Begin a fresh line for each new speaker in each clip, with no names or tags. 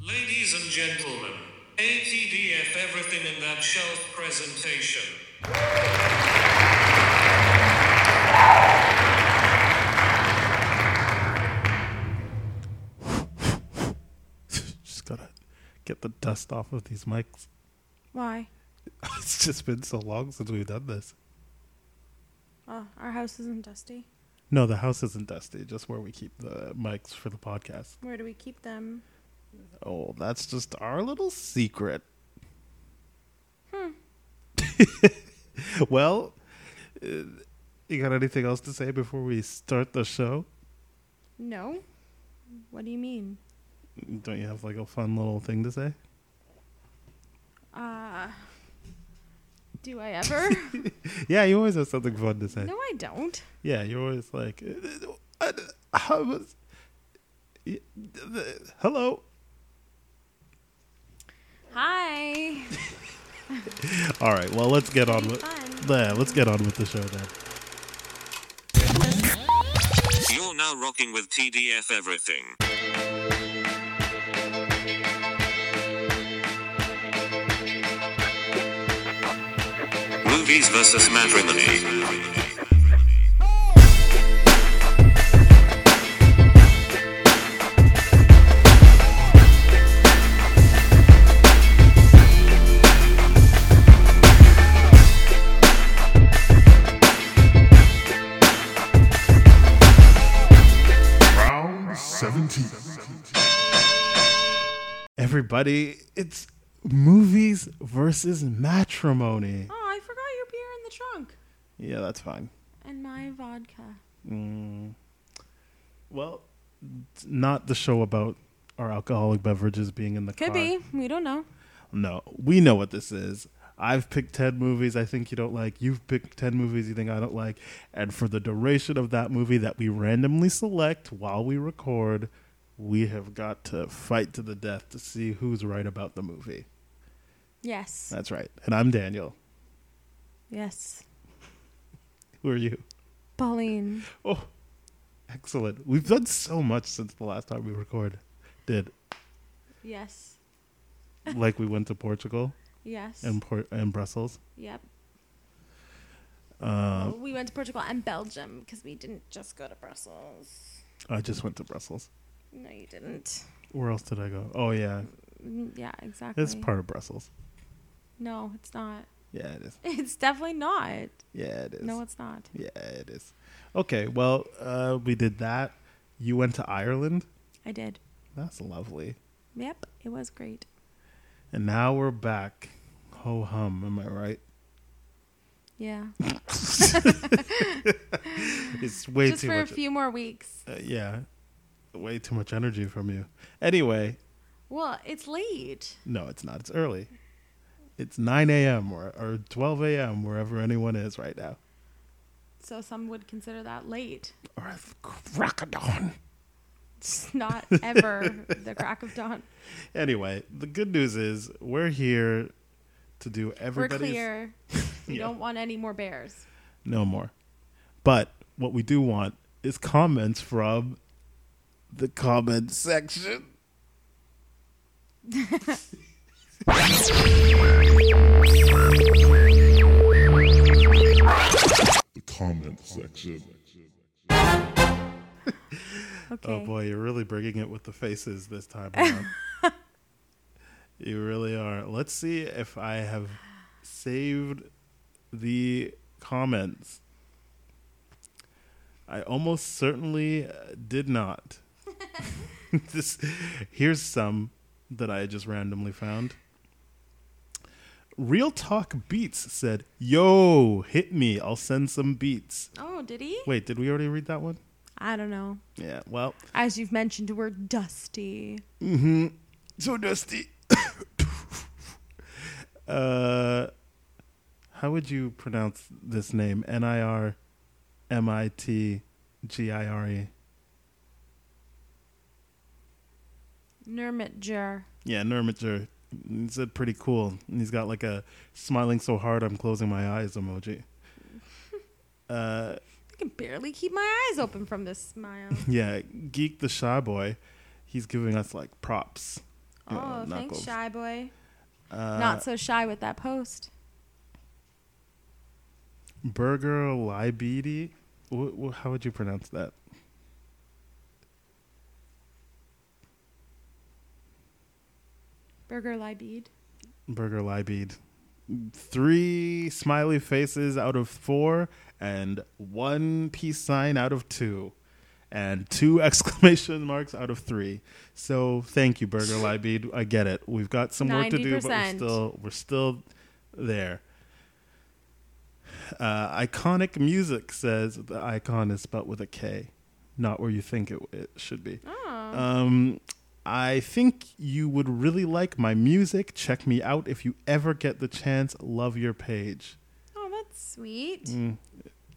Ladies and gentlemen, ATDF everything in that shelf presentation.
Just gotta get the dust off of these mics.
Why?
It's just been so long since we've done this.
Oh, our house isn't dusty.
No, the house isn't dusty, just where we keep the mics for the podcast.
Where do we keep them?
Oh, that's just our little secret. Hmm. well, uh, you got anything else to say before we start the show?
No. What do you mean?
Don't you have like a fun little thing to say?
Uh, do I ever?
Yeah, you always have something fun to say.
no, I don't.
Yeah, you're always like, I, I was, y- the- hello.
Hi.
All right, well, let's get on with.
Fun.
Yeah, let's get on with the show then.
You're now rocking with TDF everything. Movies versus matrimony.
Round 17.
Everybody, it's movies versus matrimony.
Oh, I forgot your beer in the trunk
Yeah, that's fine. Mm.
and my vodka.
Well, it's not the show about our alcoholic beverages being in the
Could
car.
be. We don't know.
No, we know what this is. I've picked 10 movies I think you don't like. You've picked 10 movies you think I don't like. And for the duration of that movie that we randomly select while we record, we have got to fight to the death to see who's right about the movie.
Yes.
That's right. And I'm Daniel.
Yes.
Who are you?
Pauline.
Oh, excellent. We've done so much since the last time we recorded. Did
Yes.
like we went to Portugal
Yes.
and Por- and Brussels.
yep.
Uh,
Well, we went to Portugal and Belgium because we didn't just go to Brussels.
I just went to Brussels.
No, you didn't.
Where else did I go? Oh yeah,
Mm, Yeah, exactly.
it's part of Brussels.
No, it's not.
Yeah, it is.
It's definitely not.
Yeah, it is.
No, it's not.
yeah, it is. Okay, well, uh, we did that. You went to Ireland.
I did.
That's lovely.
Yep, it was great.
And now we're back. Ho hum, am I right?
Yeah.
It's way
Just
too
for a
much.
few more weeks.
uh, yeah, way too much energy from you. Anyway,
Well, it's late.
No, it's not. It's early. It's 9 a.m. Or, or 12 a.m., wherever anyone is right now.
So some would consider that late.
Or it's crack of dawn.
It's not ever the crack of dawn.
Anyway, the good news is we're here to do
We're
everybody's.
clear. We
Yeah.
don't want any more bears.
No more. But what we do want is comments from the comment section.
The comment section.
Okay.
Oh boy, you're really bringing it with the faces this time around. you really are. Let's see if I have saved the comments. I almost certainly uh, did not. this here's some that I just randomly found. Real Talk Beats said, "Yo, hit me. I'll send some beats."
Oh, did he?
Wait, did we already read that one?
I don't know.
Yeah. Well,
As you've mentioned, we're dusty.
so dusty. uh, how would you pronounce this name? N i r m i t g i r e.
Nermitger.
Yeah, Nurmager. He said pretty cool. And he's got like a smiling so hard I'm closing my eyes emoji. Uh,
I can barely keep my eyes open from this smile.
Yeah, Geek the Shy Boy. He's giving us like props. know,
Oh, thanks,
knuckles.
shy boy.
Uh,
Not so shy with that post.
Burger Libidi. Wh- wh- how would you pronounce that?
Burger Libid.
Burger Libid. Three smiley faces out of four, and one peace sign out of two, and two exclamation marks out of three. So thank you, Burger Libid. I get it. We've got some work to do, but we're
90%.
still we're still there. Uh, iconic music says the icon is spelled with a K, not where you think it, it should be.
Oh.
Um, I think you would really like my music. Check me out if you ever get the chance. Love your page. Mm,
Oh, that's sweet.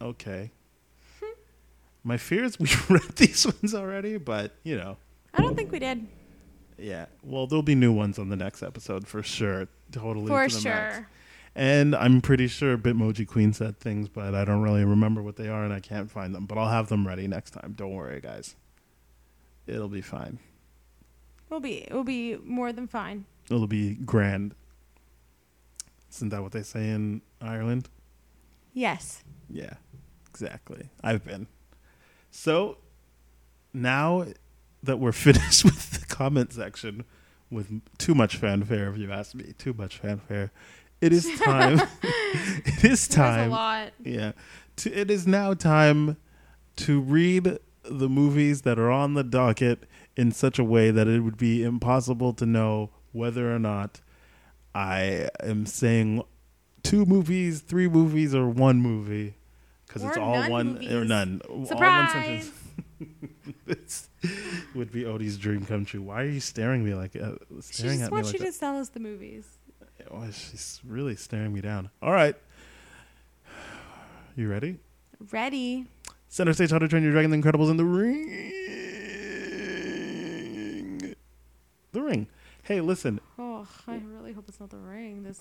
Okay.
Hmm.
my fears we read these ones already, but you know,
I don't think we did.
yeah. Well, there'll be new ones on the next episode for sure. Totally
For
to the
sure.
max. And I'm pretty sure Bitmoji Queen said things, but I don't really remember what they are and I can't find them. But I'll have them ready next time. Don't worry, guys. It'll be fine.
We'll be we'll be more than fine.
It'll be grand. Isn't that what they say in Ireland?
Yes.
Yeah, exactly. I've been. So now that we're finished with the comment section, with too much fanfare, if you ask me, too much fanfare, it is time. it is
There's a
time.
lot.
Yeah. To, it is now time to read the movies that are on the docket in such a way that it would be impossible to know whether or not I am saying two movies, three movies, or one movie. Because it's
Or
all
none
one or
movies.
none.
Surprise!
It's, would be Odie's dream come true. Why are you staring me like uh,
She
staring
just
at me
wants
like
you
that?
to sell us the movies.
Oh, she's really staring me down. All right, you ready?
Ready?
Center stage, How to Train Your Dragon, The Incredibles, and The Ring. The Ring. Hey, listen,
Oh, I really hope it's not the ring. This,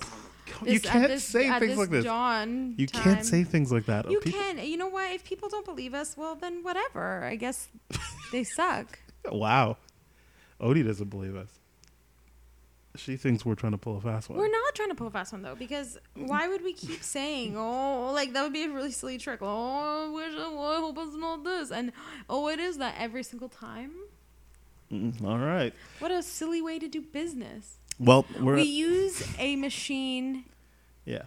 you
this- at
can't
this-
say
at
things like this.
Dawn
You
time.
can't say things like that.
You
People-
can. You know what? If people don't believe us, well, then whatever. I guess they suck.
Wow. Odie doesn't believe us. She thinks we're trying to pull a fast one.
We're not trying to pull a fast one though, because why would we keep saying, "Oh, like that would be a really silly trick." Oh, I wish I I hope it's not this, and oh, it is that every single time.
Mm, All right.
What a silly way to do business.
Well, we're
We use a machine,
yeah.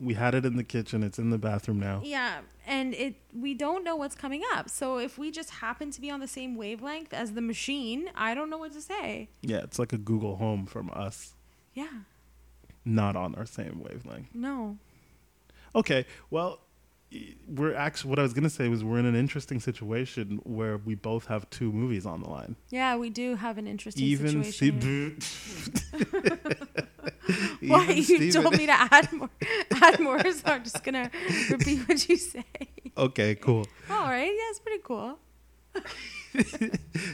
We had it in the kitchen. It's in the bathroom now.
yeah, and it we don't know what's coming up. So if we just happen to be on the same wavelength as the machine, I don't know what to say.
Yeah, it's like a Google Home from us,
Yeah,
not on our same wavelength.
no.
Okay. Well, y- we're actually what I was going to say was we're in an interesting situation where we both have two movies on the line.
Yeah, we do have an interesting
Even
situation. here.
Even
Why you
Steven-
told me to add more? add more, so I'm just gonna repeat what you say.
Okay, cool.
All right, yeah, it's pretty cool.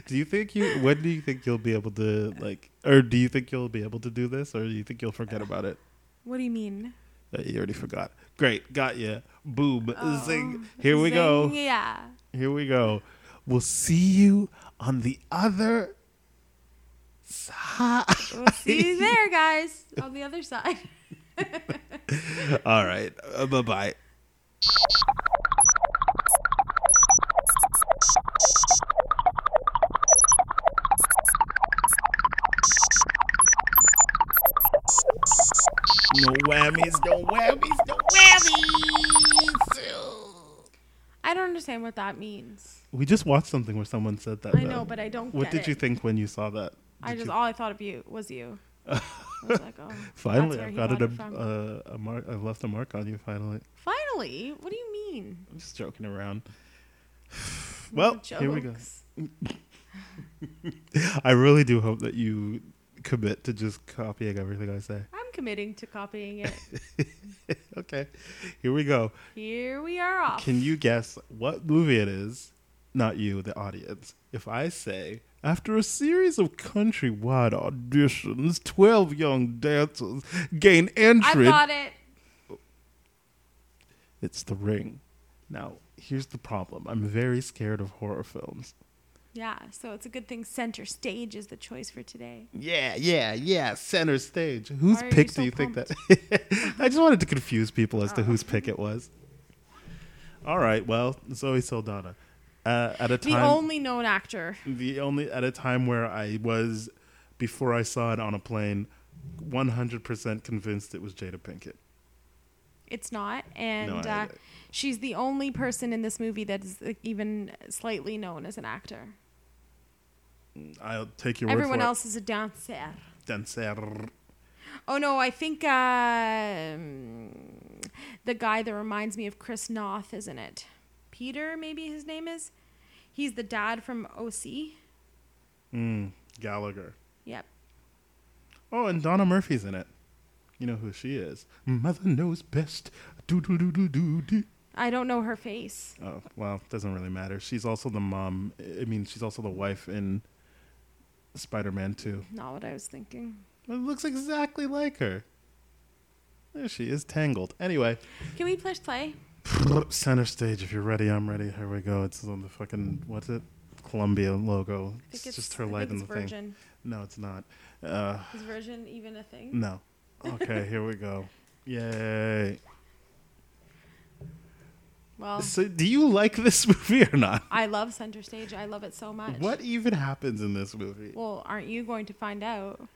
Do you think you when do you think you'll be able to like or do you think you'll be able to do this or do you think you'll forget about it?
What do you mean?
Uh, You already forgot. Great, got you. Boom, zing. Here we go.
Oh, Zing, Yeah.
Here we go. We'll see you on the other side.
We'll see you there, guys, on the other side.
All right. Uh, bye bye. No whammies, no whammies, no whammies.
I don't understand what that means.
We just watched something where someone said that.
I
though.
know, but I don't.
What
get
did
it.
you think when you saw that?
I
Did
just
you-
all I thought of you was you. I was like, oh,
finally,
that's
I've
where
got
he
it.
got it
A, uh, a mark. I've left a mark on you. Finally.
finally. What do you mean?
I'm just joking around. Well, here we go.
Jokes.
I really do hope that you commit to just copying everything I say.
I'm committing to copying it.
Okay, here we go.
Here we are off.
Can you guess what movie it is? Not you, the audience. If I say, after a series of countrywide auditions, 12 young dancers gain
I
entry.
got it.
It's The Ring. Now, here's the problem I'm very scared of horror films.
Yeah, so it's a good thing center stage is the choice for today.
Yeah, yeah, yeah. Center stage. Whose
Why are
pick do you
you so Oh.
think that? I just wanted to confuse people as to whose pick it was. All right. Well, Zoe Saldana. Uh, at a
The
time,
only known actor.
the only at a time where I was before I saw it on a plane, one hundred percent convinced it was Jada Pinkett.
It's not, and
I-
uh, she's the only person in this movie that is uh, even slightly known as an actor.
I'll take your word
Everyone
for
else is a dancer.
it. Dancer.
Oh no, I think um, the guy that reminds me of Chris Noth, isn't it? Peter, maybe his name is. He's the dad from OC.
Mm, Gallagher.
Yep.
Oh, and Donna Murphy's in it. You know who she is. Mother knows best. Do do do do do do.
I don't know her face.
Oh well, doesn't really matter. She's also the mom. I mean, she's also the wife in Spider-Man Two.
Not what I was thinking.
It looks exactly like her. There she is, tangled. Anyway,
Can we push play?
center stage. If you're ready, I'm ready. Here we go. It's on the fucking what's it? Columbia logo.
I
It's,
think
just her
I think
light in
it's
the thing.
Virgin.
No, it's not. Uh,
Is Virgin even a thing?
no. Okay, here we go. Yay.
Well,
So, do you like this movie or not?
I love Center Stage. I love it so much.
What even happens in this movie?
Well, aren't you going to find out?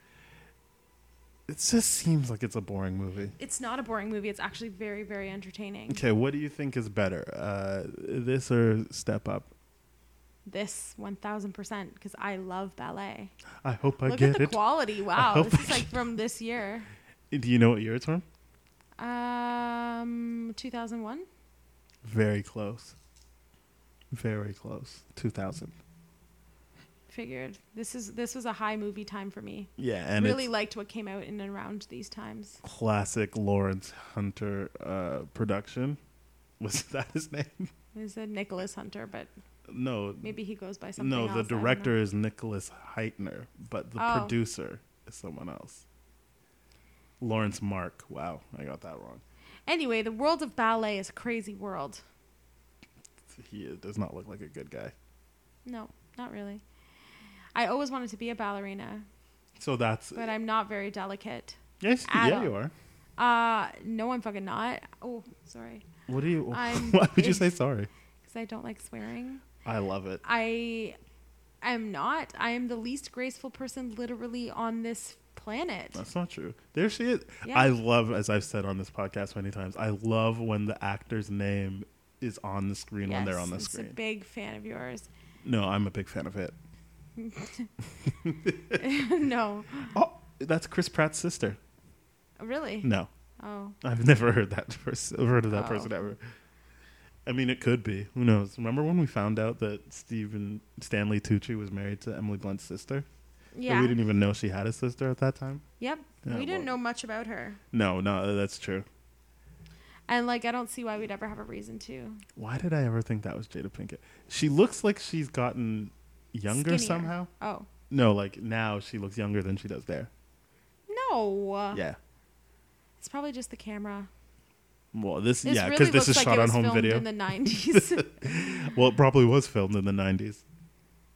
It just seems like it's a boring movie.
It's not a boring movie. It's actually very, very entertaining.
Okay, what do you think is better, uh, this or Step Up?
This 1000% because I love ballet.
I hope I
Look at
get
the
it.
quality. Wow.
hope
This
I
is like from this year.
do you know what year it's from?
Um, 2001?
Very close. Very close. Two thousand.
Figured. This is this was a high movie time for me.
Yeah, and
really
it's
liked what came out in and around these times.
classic Lawrence Hunter uh, production. Was that his name?
It said Nicholas Hunter, but
No,
maybe he goes by something
no.
else. I
the
don't know.
director is Nicholas Heitner, but the
Oh.
producer is someone else. Lawrence Mark. Wow, I got that wrong.
Anyway, the world of ballet is a crazy world.
He does not look like a good guy.
No, not really. I always wanted to be a ballerina,
So that's
but I'm not very delicate.
yes,
at
yeah,
all.
you are.
Uh, no, I'm fucking not. Oh, sorry.
What do you?
I'm
Why would you
big.
say sorry?
Because I don't like swearing.
I love it.
I am not. I am the least graceful person literally on this planet.
That's not true. There she is.
Yeah.
I love, as I've said on this podcast many times, I love when the actor's name is on the screen when they're on the
Yes,
screen.
I'm a big fan of yours.
no, I'm a big fan of it.
no,
Oh, that's Chris Pratt's sister.
really?
No,
Oh,
I've never heard that person. Heard of that
Oh.
person ever. I mean, it could be. Who knows? Remember when we found out that Stephen Stanley Tucci was married to Emily Blunt's sister? And
yeah.
we didn't even know she had a sister at that time.
yep.
Yeah,
we didn't
well-
know much about her,
No, no, that's true.
and like I don't see why we'd ever have a reason to.
Why did I ever think that was Jada Pinkett? She looks like she's gotten younger
Skinnier.
somehow.
Oh
No, like now she looks younger than she does there.
no.
yeah.
It's probably just the camera.
Well, this,
This
yeah,
really
because this
looks
is
like
shot
it
on
was
home
filmed
video.
in the nineties. it
well, it probably was filmed in the '90s.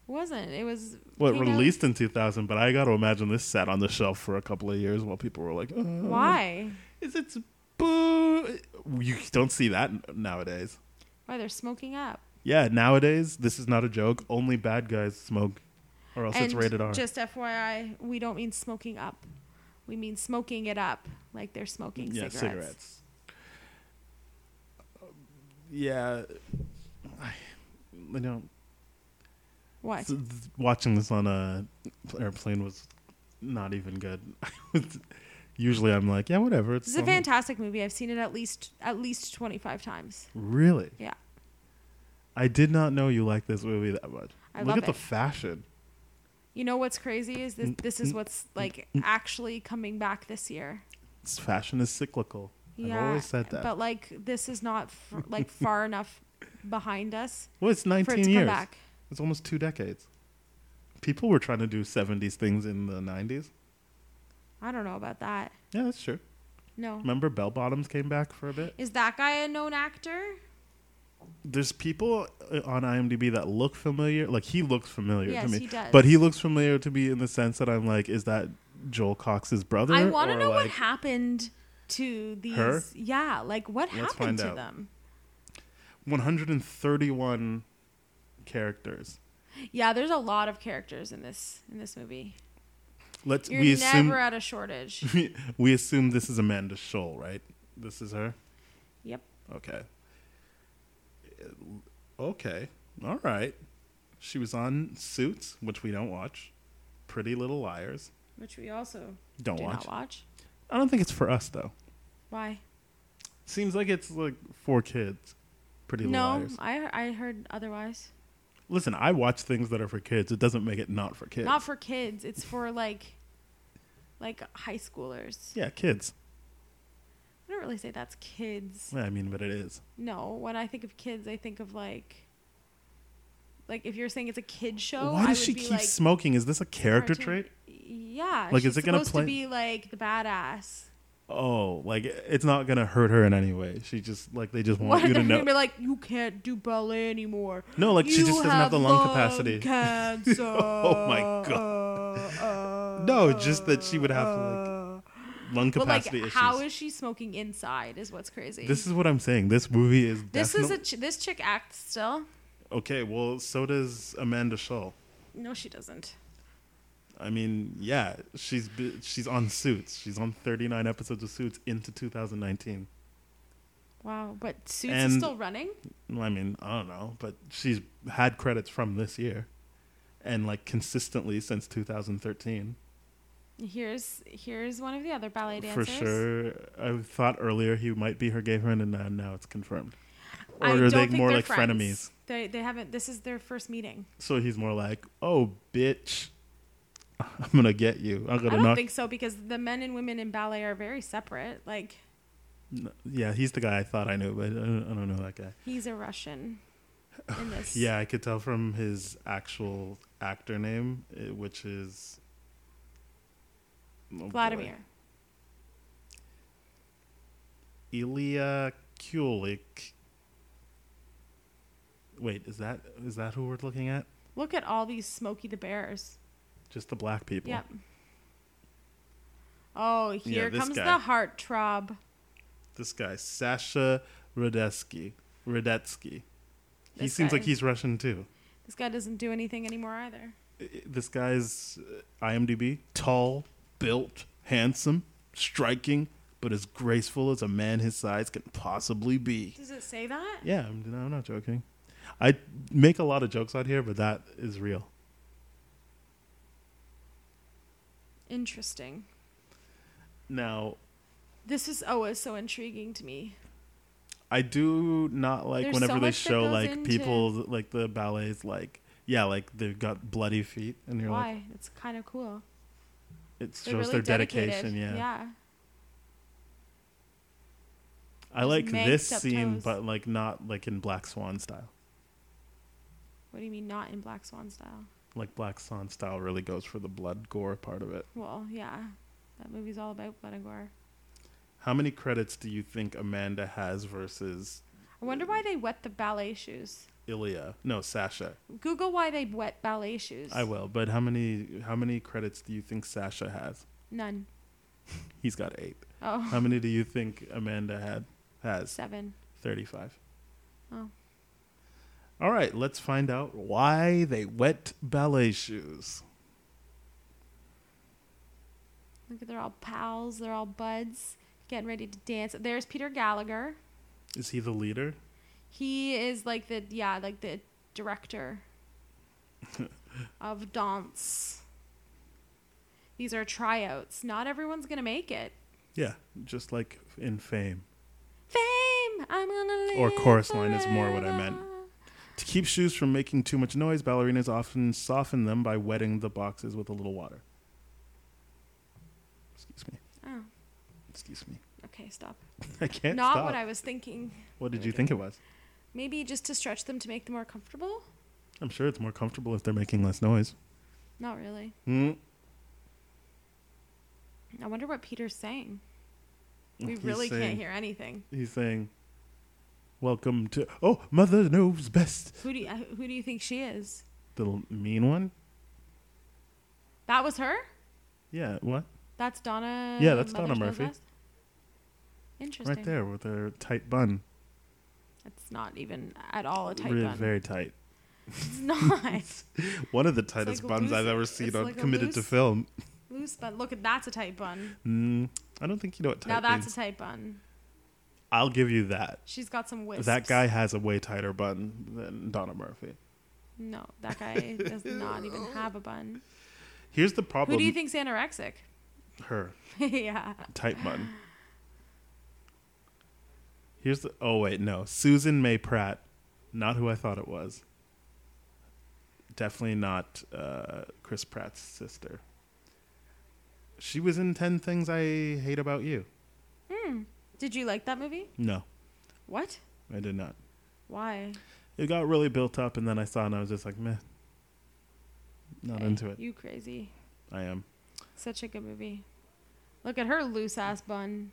wasn't. It was
Well, it
came out-
released in 2000, but I got to imagine this sat on the shelf for a couple of years while people were like, uh,
Why?
Is it's boo? You don't see that n- nowadays.
Why they're smoking up?
Yeah, nowadays this is not a joke. Only bad guys smoke, or else Oh, it's rated R.
Just FYI, we don't mean smoking up. We mean smoking it up, like they're smoking
yeah,
cigarettes.
cigarettes. Uh, Yeah, I, you know,
What?
th- th- watching this on a airplane was not even good. Usually, I'm like, yeah, whatever. It's
This is a
on-
fantastic movie. I've seen it at least at least twenty five times.
Really,
Yeah,
I did not know you liked this movie that much.
I
Look
love
at the
it.
fashion.
you know what's crazy is this. This is what's like actually coming back this year.
It's- fashion is cyclical.
Yeah,
I've always said that.
But like, this is not f- like far enough behind us
well, it's
for it
19
to
years.
come back.
It's almost two decades. People were trying to do 70s things in the 90s.
I don't know about that.
Yeah, that's true.
No,
Remember, bell bottoms came back for a bit.
is that guy a known actor?
there's people uh, on IMDb that look familiar. Like he looks familiar
Yes,
to me,
he does.
but he looks familiar to me in the sense that I'm like, is that Joel Cox's brother?
I want to
Or,
know what
like,
happened to these.
Her?
Yeah, like what
Let's find
happened to
out.
them?
131 characters.
Yeah, there's a lot of characters in this in this movie.
Let's
You're
we
never
assume
at a shortage.
we assume this is Amanda Shoal, right? This is her.
yep.
Okay. Okay. All right. She was on Suits, which we don't watch. Pretty Little Liars.
Which we also
Don't
do
watch.
not watch.
I don't think it's for us though.
Why?
Seems like it's like for kids. Pretty Little
no,
Liars.
I I heard otherwise.
Listen, I watch things that are for kids. It doesn't make it not for kids.
Not for kids. It's for like like high schoolers.
yeah, kids.
I don't really say that's kids.
Yeah, I mean, but it is.
No, when I think of kids, I think of like like if you're saying it's a kid show,
Why
I would
does she
be
keep
like
smoking? Is this a character
cartoon-
trait?
Yeah.
Like,
she's
is it gonna
supposed
play-
to be like the badass?
Oh, like it's not gonna hurt her in any way. She just like they just want
What
you to
they're
know.
gonna be like? You can't do ballet anymore.
No, like, she
You
just doesn't have the lung capacity."
Cancer.
Oh my
god.
No, just that she would have, like, lung
But like,
capacity issues.
how is she smoking inside? Is what's crazy.
This is what I'm saying. This movie is
This is
definitely
a ch- this chick acts still.
okay. Well, so does Amanda Schull.
No, she doesn't.
I mean, yeah, she's be- she's on Suits. She's on 39 episodes of Suits into 2019.
Wow, but Suits
And-
is still running.
Well, I mean, I don't know, but she's had credits from this year, and like consistently since 2013
Here's here's one of the other ballet
for
dancers.
sure. I thought earlier he might be her gay friend, and now, now it's confirmed. Or
I
are
don't
they
think
more
they're
like
friends.
frenemies?
They they haven't. This is their first meeting.
So he's more like, "Oh, bitch, I'm gonna get you. I'm
I
gonna
don't
knock."
think so because the men and women in ballet are very separate. Like
N- Yeah, he's the guy I thought I knew, but I don't, I don't know that guy.
he's a Russian in this.
Yeah, I could tell from his actual actor name, eh, which is oh boy.
Vladimir.
Ilya Kulik. Wait, is that is that who we're looking at?
Look at all these Smokey the Bears.
Just the black people.
Yep. Oh, here
this
comes
guy.
the heart throb.
This guy, Sasha Radetsky. Radetsky. He
This
seems
guy.
like he's Russian too.
This guy doesn't do anything anymore either.
I- I- This guy's uh, IMDb tall, built, handsome, striking, but as graceful as a man his size can possibly be.
Does it say that?
Yeah, I'm, no, I'm not joking. I make a lot of jokes out here, but that is real.
Interesting.
Now,
This is always so intriguing to me.
I do not like
There's
whenever
so
they
much that
show
goes
like
into-
people like the ballets like yeah like they've got bloody feet and you're
Why?
like
it's kind of cool.
it
They're
shows
really
their
dedicated.
dedication yeah.
Yeah.
I like
manked
this
up
scene
toes.
but like not like in Black Swan style
What do you mean not in Black Swan style?
like Black Swan style really goes for the blood gore part of it.
Well, yeah. That movie's all about blood and gore.
How many credits do you think Amanda has versus
I wonder why they wet the ballet shoes.
Ilya? No, Sasha.
Google why they wet ballet shoes.
I will, but how many how many credits do you think Sasha has?
None.
He's got 8.
Oh,
How many do you think Amanda had has?
seven.
35.
Oh.
All right, let's find out why they wet ballet shoes.
Look, they're all pals. They're all buds, getting ready to dance. There's Peter Gallagher.
Is he the leader?
He is like the yeah, like the director of dance. These are tryouts. Not everyone's gonna make it.
Yeah, just like in fame.
Fame, I'm gonna live
Or chorus line is more what I meant.
forever.
To keep shoes from making too much noise, ballerinas often soften them by wetting the boxes with a little water. Excuse me.
Oh,
Excuse me.
okay, stop.
I can't
Not
stop.
what I was thinking.
what did you think it was?
Maybe just to stretch them to make them more comfortable.
I'm sure it's more comfortable if they're making less noise.
Not really.
Mm.
I wonder what Peter's saying. We
He's
really
saying-
can't hear anything.
He's saying, Welcome to oh, mother knows best.
Who do you, uh, who do you think she is?
The l- mean one.
That was her.
Yeah, what?
That's Donna.
Yeah, that's
Mother
Donna
Knows
Murphy.
Best? Interesting.
Right there with her tight bun,
It's not even at all a tight
really
bun.
very tight.
It's not
One of the tightest
like a
buns I've
loose-
ever seen
it's
on
like a
committed to
loose-
film.
loose bun. Look, that's a tight bun.
Mm, I don't think you know what tight
now that's
means.
a tight bun.
I'll give you that.
She's got some wisps.
That guy has a way tighter bun than Donna Murphy.
No, that guy does not even have a bun.
Here's the
Who
problem.
do you think's anorexic?
Her
yeah.
tight bun. Here's the. Oh wait, no. Susan May Pratt, not who I thought it was. Definitely not uh, Chris Pratt's sister. She was in Ten Things I Hate About You.
Did you like that movie?
No,
What?
I did not.
Why?
It got really built up, and then I saw, it and I was just like, meh. Not
Hey,
into it.
You crazy.
I am.
Such a good movie. Look at her loose ass bun.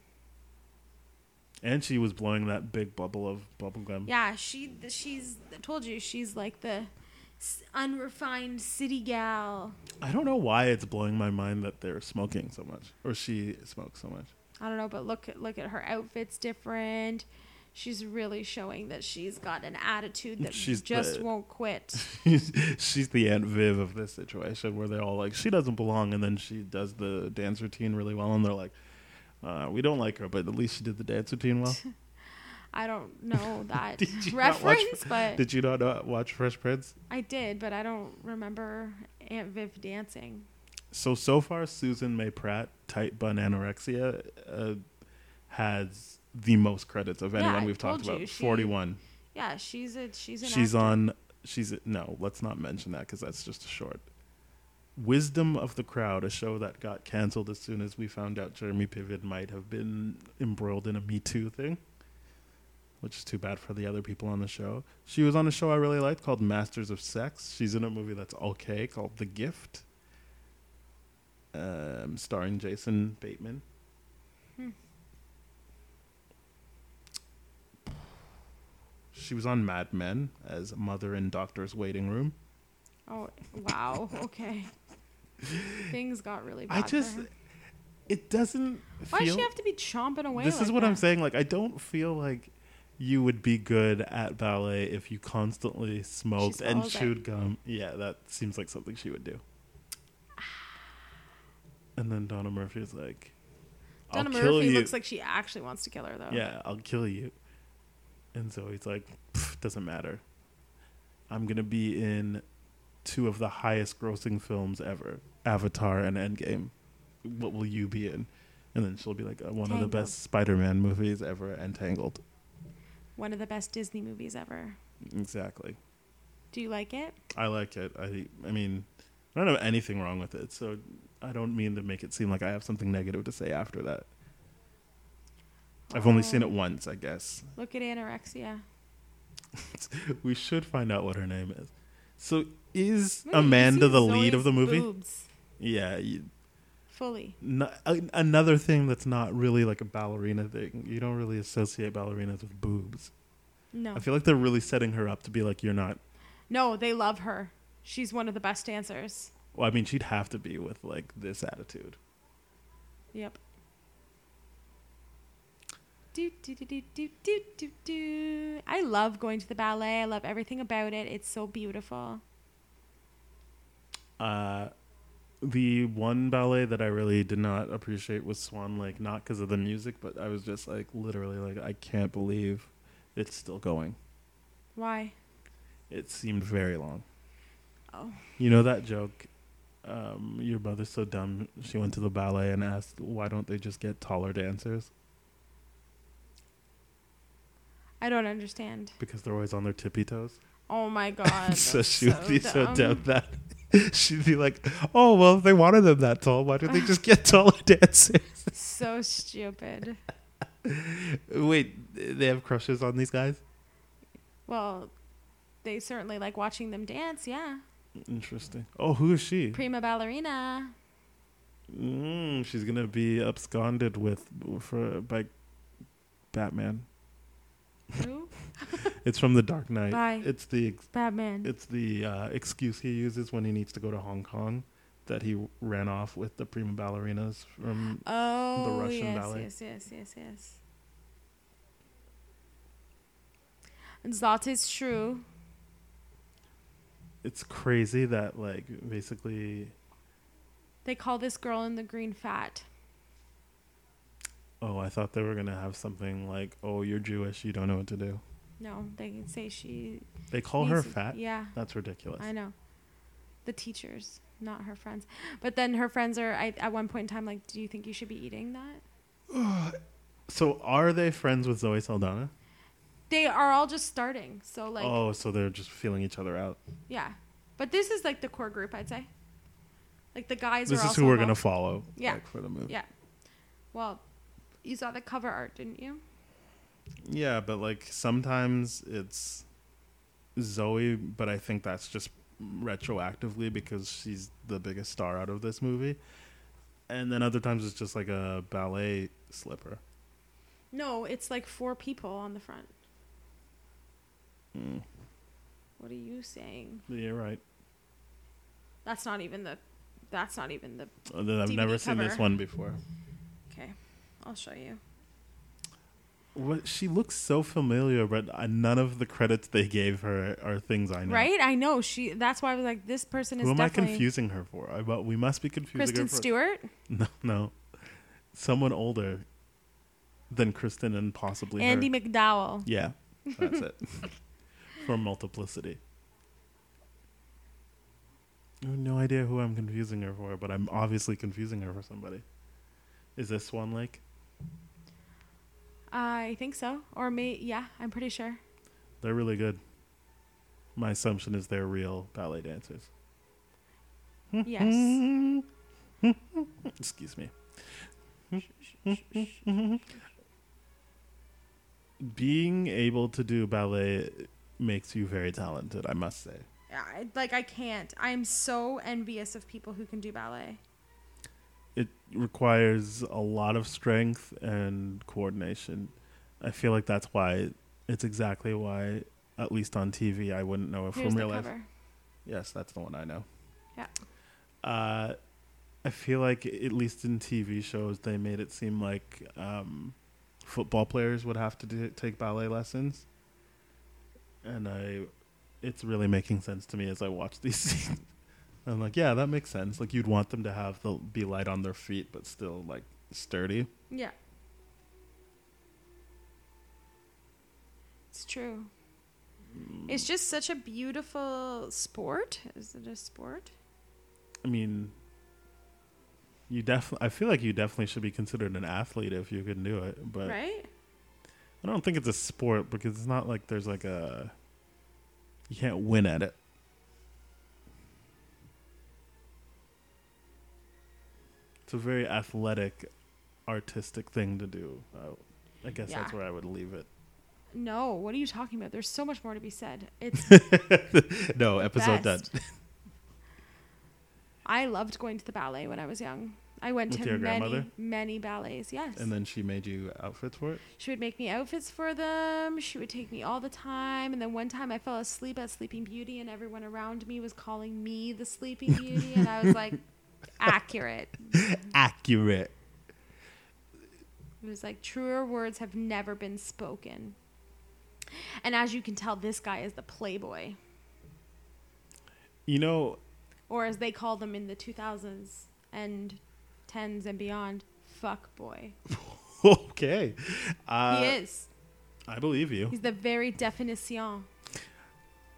And she was blowing that big bubble of bubblegum.
Yeah, she th- she's I told you she's like the s- unrefined city gal.
I don't know why it's blowing my mind that they're smoking so much, or she smokes so much.
I don't know, but look at- look at her outfits different. She's really showing that she's got an attitude that
She's
just
the-
won't quit.
She's the Aunt Viv of this situation, where they're all like, she doesn't belong, and then she does the dance routine really well, and they're like, uh, we don't like her, but at least she did the dance routine well.
I don't know that
Did you not watch-
reference, but
Did you not uh, watch Fresh Prince?
I did, but I don't remember Aunt Viv dancing.
So so far, Susan May Pratt, tight bun anorexia, uh, has the most credits of
Yeah,
anyone
I
we've talked
told you,
about.
she-
Forty-one.
Yeah, she's a she's an
she's
actor.
on. She's no. Let's not mention that because that's just a short. Wisdom of the Crowd, a show that got canceled as soon as we found out Jeremy Piven might have been embroiled in a Me Too thing, which is too bad for the other people on the show. She was on a show I really liked called Masters of Sex. She's in a movie that's okay called The Gift, um, starring Jason Bateman. She was on Mad Men as mother in Doctor's Waiting Room.
Oh wow, okay. Things got really
I
bad.
just,
for her.
it doesn't
why
feel.
does she have to be chomping away?
this is
like
what I'm
that?
saying. Like, I don't feel like you would be good at ballet if you constantly smoked and
swallows it.
chewed gum. Yeah, that seems like something she would do. And then Donna Murphy is like, "I'll
Donna
kill
Murphy
you."
looks like she actually wants to kill her though.
yeah, I'll kill you. And so he's like, "Pff, doesn't matter. I'm gonna be in two of the highest grossing films ever, Avatar and Endgame. What will you be in? And then she'll be like, uh, one of
Tangled.
the best Spider-Man movies ever, and Tangled.
One of the best Disney movies ever.
Exactly.
Do you like it?
I like it. I, I mean, I don't have anything wrong with it. So I don't mean to make it seem like I have something negative to say after that. I've only seen it once, I guess.
Oh. Look at anorexia.
we should find out what her name is. So is
Wait, Hmm, you
Amanda
see
the lead of
Zoe's
the movie?
Boobs,
Yeah. You,
fully.
no- a- another thing that's not really like a ballerina thing. You don't really associate ballerinas with boobs.
No,
I feel like they're really setting her up to be like you're not.
no, they love her. She's one of the best dancers.
Well, I mean, she'd have to be with like this attitude.
Yep. Do, do, do, do, do, do, do, do. I love going to the ballet. I love everything about it. It's so beautiful.
Uh, the one ballet that I really did not appreciate was Swan Lake, not because of the music, but I was just like literally like I can't believe it's still going.
Why?
It seemed very long.
Oh.
You know that joke? Um, your mother's so dumb. She went to the ballet and asked, "Why don't they just get taller dancers?
I don't understand.
Because they're always on their tippy toes."
Oh my god.
so
that's
she would be so dumb
dumb.
that she'd be like, "Oh well, if they wanted them that tall, why don't they just get taller dancers?"
So stupid.
Wait, they have crushes on these guys?
Well, they certainly like watching them dance, yeah.
Interesting. Oh, who is she?
Prima ballerina.
Mm, she's gonna be absconded with for by Batman.
Who?
It's from The Dark Knight.
Bye.
It's the ex-
Batman.
it's the uh, excuse he uses when he needs to go to Hong Kong that he ran off with the prima ballerinas from
oh,
Russian
yes,
ballet.
yes, yes, yes, yes. That is true.
it's crazy that like basically
They call this girl in the green fat.
oh I thought they were going to have something like oh you're Jewish you don't know what to do.
No, they can say she.
They call her
needs to-
fat.
Yeah,
That's ridiculous.
I know. The teachers, not her friends. But then her friends are I, at one point in time like, do you think you should be eating that?
So are they friends with Zoe Saldana?
They are all just starting, so like,
oh, so they're just feeling each other out.
yeah. But this is like the core group, I'd say. Like the guys
This
are.
is
also
who we're
involved.
gonna follow.
Yeah.
like, for the movie.
Yeah. Well, you saw the cover art, didn't you?
Yeah, but like sometimes it's Zoe, but I think that's just retroactively because she's the biggest star out of this movie. And then other times it's just like a ballet slipper.
No, it's like four people on the front.
Hmm.
What are you saying?
Yeah, right.
That's not even the. That's not even the.
Although Uh, I've
DVD
never seen this
cover.
one before.
Okay, I'll show you.
What she looks so familiar, but uh, none of the credits they gave her are things I know.
Right? I know she. That's why I was like, this person is
Who am I
definitely
confusing her for? I, but we must be confusing her
Kristen
for
Stewart.
No, no, someone older than Kristen and possibly her.
Andy McDowell.
Yeah, that's it. For multiplicity. I have no idea who I'm confusing her for, but I'm obviously confusing her for somebody. Is this Swan Lake?
I think so. Or may yeah, I'm pretty sure.
They're really good. My assumption is they're real ballet dancers. Hmm.
Yes.
Excuse me. Being able to do ballet makes you very talented, I must say.
I, like I can't. I'm so envious of people who can do ballet.
it requires a lot of strength and coordination. I feel like that's why it's exactly why, at least on TV, I wouldn't know it
Here's
from real
the
life.
cover.
Yes, that's the one I know.
Yeah.
Uh, I feel like, at least in TV shows, they made it seem like um, football players would have to do, take ballet lessons, and I, it's really making sense to me as I watch these scenes. I'm like, yeah, that makes sense. Like you'd want them to have the be light on their feet, but still like sturdy.
Yeah. It's true. It's just such a beautiful sport. Is it a sport?
I mean, you definitely. I feel like you definitely should be considered an athlete if you can do it. But
Right?
I don't think it's a sport because it's not like there's like a. You can't win at it. It's a very athletic, artistic thing to do. I, I guess that's
Yeah.
where I would leave it.
No, what are you talking about? There's so much more to be said. It's
No, episode
Best.
done.
I loved going to the ballet when I was young. I went
With
to
your
many,
grandmother?
many ballets. Yes.
And then she made you outfits for it.
She would make me outfits for them. She would take me all the time. And then one time I fell asleep at Sleeping Beauty, and everyone around me was calling me the Sleeping Beauty. And I was like, accurate.
Accurate.
It was like, truer words have never been spoken. And as you can tell, this guy is the playboy,
You know,
or as they call them in the 2000s and 10s and beyond, fuck boy.
okay. Uh,
he is.
I believe you.
He's the very definition.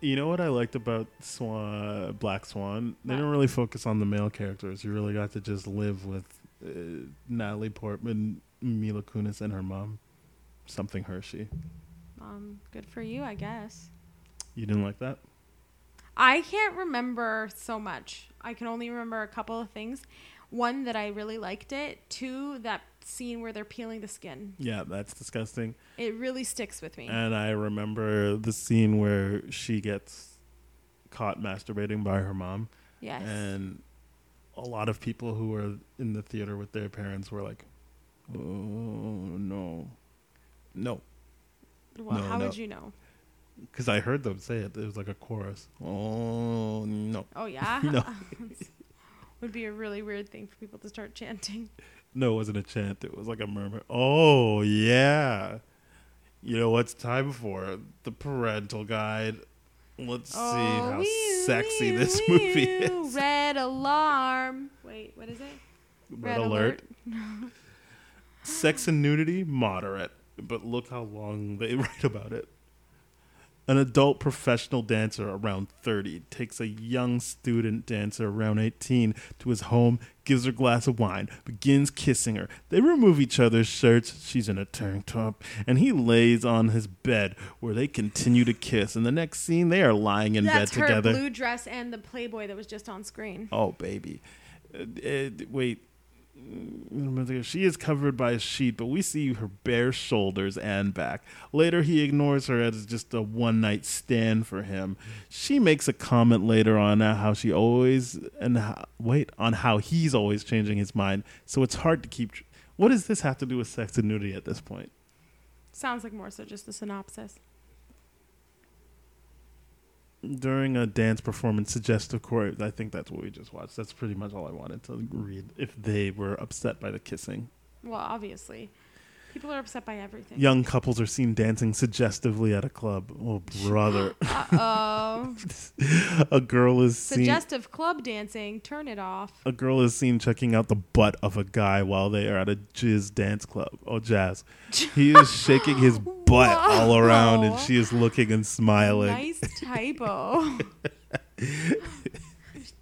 You know what I liked about Swan, Black Swan? They
What?
didn't really focus on the male characters. You really got to just live with uh, Natalie Portman, Mila Kunis, and her mom. Something Hershey.
Um, good for you, I guess.
You didn't like that?
I can't remember so much. I can only remember a couple of things. One that I really liked it. Two, that scene where they're peeling the skin.
Yeah, that's disgusting.
It really sticks with me.
And I remember the scene where she gets caught masturbating by her mom.
yes.
And a lot of people who were in the theater with their parents were like, oh, no. No.
well,
no,
how
no.
would you know?
because I heard them say it. It was like a chorus. Oh no,
Oh yeah.
No.
Would be a really weird thing for people to start chanting.
no, it wasn't a chant. It was like a murmur. Oh yeah, you know what's time for the parental guide. Let's see
Oh,
how
wee,
sexy
wee,
this
wee,
movie is.
Red alarm. Wait, what is it?
Red alert. Sex and nudity, moderate. But look how long they write about it. An adult professional dancer around 30 takes a young student dancer around 18 to his home, gives her a glass of wine, begins kissing her. They remove each other's shirts. She's in a tank top. And he lays on his bed where they continue to kiss. And the next scene, they are lying in
That's
bed
her
together.
blue dress and the Playboy that was just on screen.
Oh, baby. Uh, uh, wait. Mm, She is covered by a sheet, but we see her bare shoulders and back. Later, he ignores her as just a one night stand for him. She makes a comment later on uh, how she always and how, wait on how he's always changing his mind. So it's hard to keep. Tr- what does this have to do with sex and nudity at this point?
Sounds like more so just the synopsis.
during a dance performance suggestive choreo i think that's what we just watched that's pretty much all i wanted to read if they were upset by the kissing
Well, obviously, people are upset by everything.
young couples are seen dancing suggestively at a club oh brother
Uh oh.
a girl is seen
Suggestive club dancing. Turn it off.
a girl is seen checking out the butt of a guy while they are at a jizz dance club oh jazz he is shaking his butt all around and
Whoa.
she is looking and smiling
Nice typo.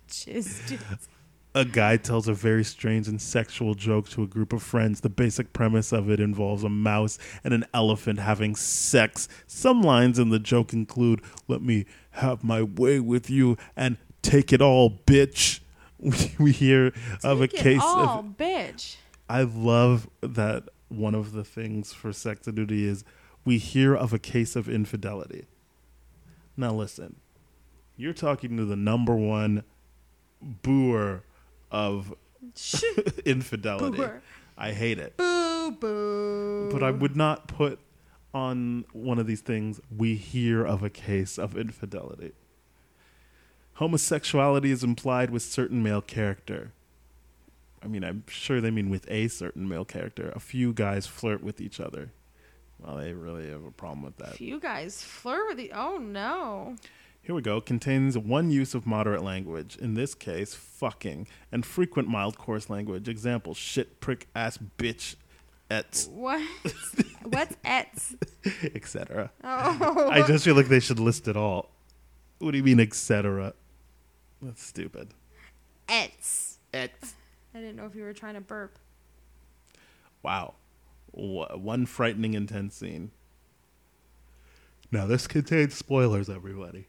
Just
A guy tells a very strange and sexual joke to a group of friends. The basic premise of it involves a mouse and an elephant having sex. Some lines in the joke include, Let me have my way with you and take it all, bitch. We hear of a
Take it
case
all,
of.
bitch.
I love that one of the things for sex and nudity is we hear of a case of infidelity. Now listen, you're talking to the number one booer of
Shh.
infidelity.
Booer.
I hate it.
boo boo.
But I would not put on one of these things, we hear of a case of infidelity. Homosexuality is implied with certain male character. I mean, I'm sure they mean with a certain male character. A few guys flirt with each other. Well, they really have a problem with that.
If you guys flirt with the oh no.
Here we go. Contains one use of moderate language, in this case, fucking, and frequent mild coarse language. Example, shit, prick, ass, bitch, et,
What? What's ets?
etc.
Oh.
I just feel like they should list it all. What do you mean, etc.? That's stupid.
ets. Ets. I didn't know if you were trying to burp.
Wow. Wha- One frightening, intense scene. Now, this contains spoilers, everybody.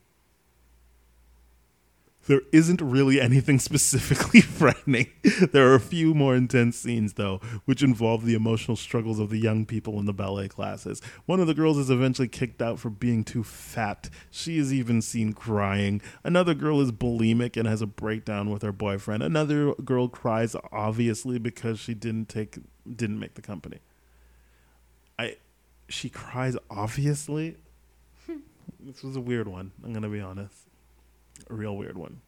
There isn't really anything specifically frightening. There are a few more intense scenes, though, which involve the emotional struggles of the young people in the ballet classes. One of the girls is eventually kicked out for being too fat. She is even seen crying. Another girl is bulimic and has a breakdown with her boyfriend. Another girl cries obviously because she didn't take didn't make the company. I she cries obviously. this was a weird one, I'm going to be honest a real weird one.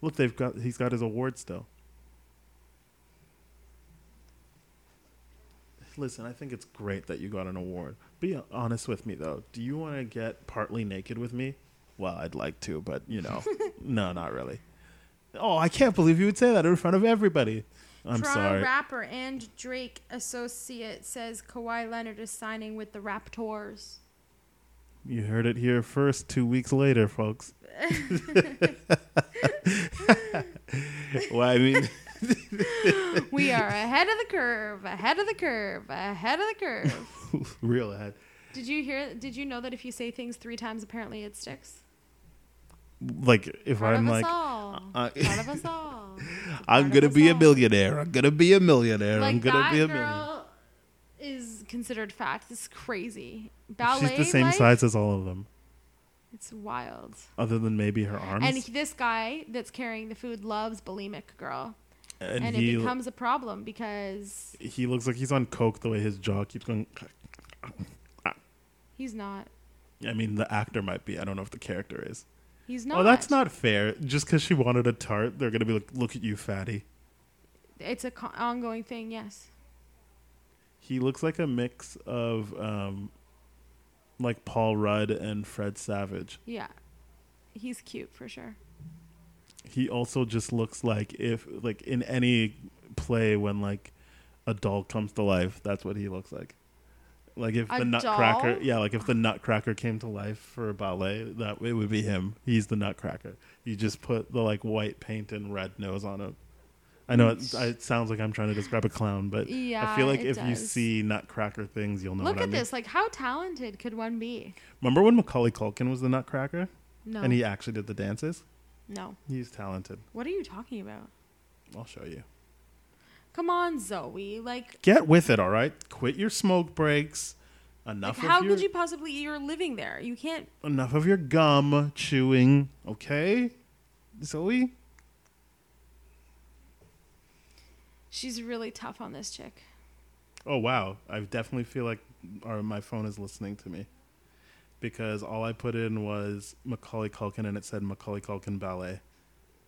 Look, they've got he's got his award still. Listen, I think it's great that you got an award. Be honest with me though. Do you want to get partly naked with me? Well, I'd like to, but you know, no, not really. Oh, I can't believe you would say that in front of everybody. I'm
Toronto
sorry.
rapper and Drake associate says Kawhi Leonard is signing with the Raptors.
You heard it here first, two weeks later, folks. well, I mean,
We are ahead of the curve, ahead of the curve, ahead of the curve.
real ahead.
did you hear did you know that if you say things 3 times apparently it sticks?
Like, if
Part
I'm
of
like,
us all.
uh,
Part of us all.
I'm
Part
gonna
of us
be a
all.
millionaire. I'm gonna be a millionaire.
Like
I'm gonna
that
be a millionaire.
girl is considered fat. This is crazy.
She's
Ballet
the same
life,
size as all of them,
It's wild.
other than maybe her arms.
And he- this guy that's carrying the food loves bulimic girl,
And
and,
he
it becomes a problem because
he looks like he's on coke the way his jaw keeps going.
he's not.
I mean, the actor might be. I don't know if the character is.
He's not.
Oh, that's not fair. Just because she wanted a tart, they're gonna be like, "Look at you, fatty."
It's a co- ongoing thing. Yes.
He looks like a mix of um, like Paul Rudd and Fred Savage.
Yeah. He's cute for sure.
He also just looks like if like in any play when like a doll comes to life, that's what he looks like. Like if
A
the Nutcracker,
doll?
yeah, like if the Nutcracker came to life for a ballet, that it would be him. He's the Nutcracker. You just put the like white paint and red nose on him. I know it, it sounds like I'm trying to describe a clown, but I
Yeah,
feel like
it
if you
does.
see Nutcracker things, you'll know.
Look
what I
at
mean.
this. Like, how talented could one be?
Remember when Macaulay Culkin was the Nutcracker,
No.
and he actually did the dances?
No.
He's talented.
what are you talking about?
I'll show you.
Come on, Zoe. Like,
Get with it, all right. Quit your smoke breaks.
like,
Enough of
how
your
could you possibly? You're living there. You can't.
enough of your gum chewing, okay? Zoe?
She's really tough on this chick.
Oh wow, I definitely feel like our, my phone is listening to me because all I put in was Macaulay Culkin and it said Macaulay Culkin ballet.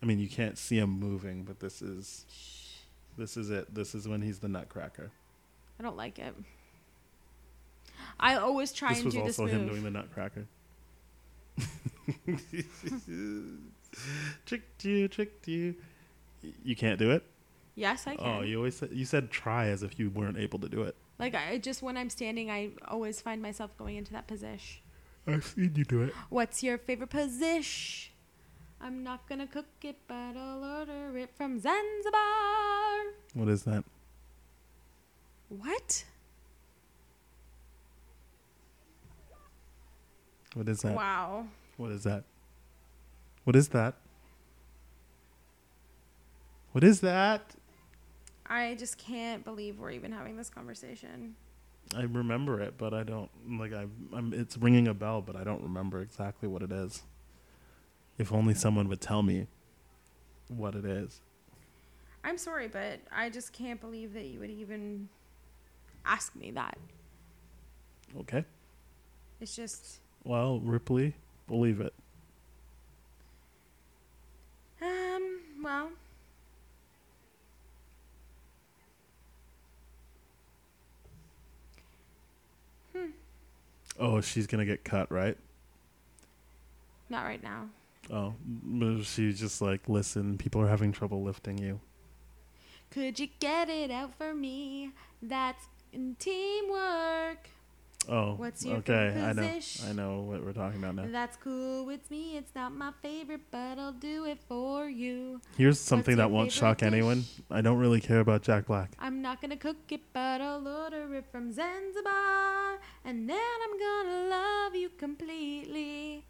I mean, you can't see him moving, but this is this is it. This is when he's the Nutcracker.
I don't like it. I always try
this
and
was
do this
also
move.
him doing the Nutcracker. tricked you, tricked you. Y- You can't do it.
yes, I can.
Oh, you always said, you said try as if you weren't able to do it.
Like I I just when I'm standing, I always find myself going into that position.
I've seen you do it.
What's your favorite position? I'm not gonna cook it, but I'll order it from Zanzibar.
What is that?
What?
What is that?
Wow.
What is that? What is that? What is that?
I just can't believe we're even having this conversation.
I remember it, but I don't like. I, I'm. It's ringing a bell, but I don't remember exactly what it is. If only someone would tell me what it is.
I'm sorry, but I just can't believe that you would even ask me that.
Okay.
It's just
Well, Ripley, believe it.
um, well,
Oh, she's gonna get cut, right?
not right now.
Oh, but she's just like, listen, people are having trouble lifting you.
Could you get it out for me? That's in teamwork.
Oh,
What's your
okay.
favorite Uh,
I know.
position?
I know what we're talking about now.
That's cool with me. It's not my favorite, but I'll do it for you.
Here's something
your
that won't
favorite
shock
dish?
anyone. I don't really care about Jack Black.
I'm not gonna cook it, but I'll order it from Zanzibar. And then I'm gonna love you completely.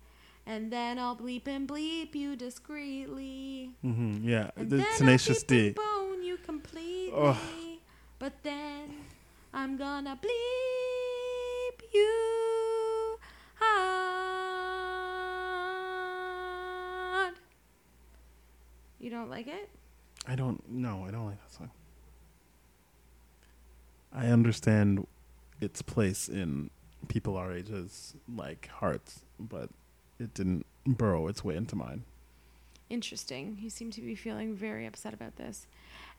And then I'll bleep and bleep you discreetly.
hmm yeah,
And
the
then
Tenacious
I'll bleep
D.
and bone you completely. But then I'm gonna bleep you hard. You don't like it?
I don't. No, I don't like that song. I understand its place in people our age's like hearts, but it didn't burrow its way into mine.
Interesting. You seem to be feeling very upset about this.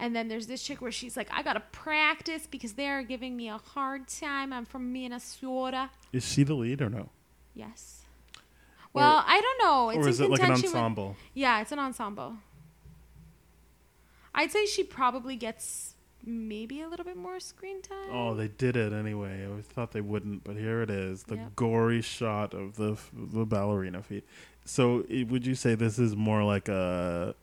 And then there's this chick where she's like, I gotta practice because they are giving me a hard time. I'm from Minnesota.
Is she the lead or no?
Yes. Well, I don't know. It's
or is
in
it like an
contention with-
ensemble?
yeah, it's an ensemble. I'd say she probably gets maybe a little bit more screen time.
Oh, they did it anyway. I always thought they wouldn't, but here it is. The
Yep.
gory shot of the the ballerina feet. So, i- would you say this is more like a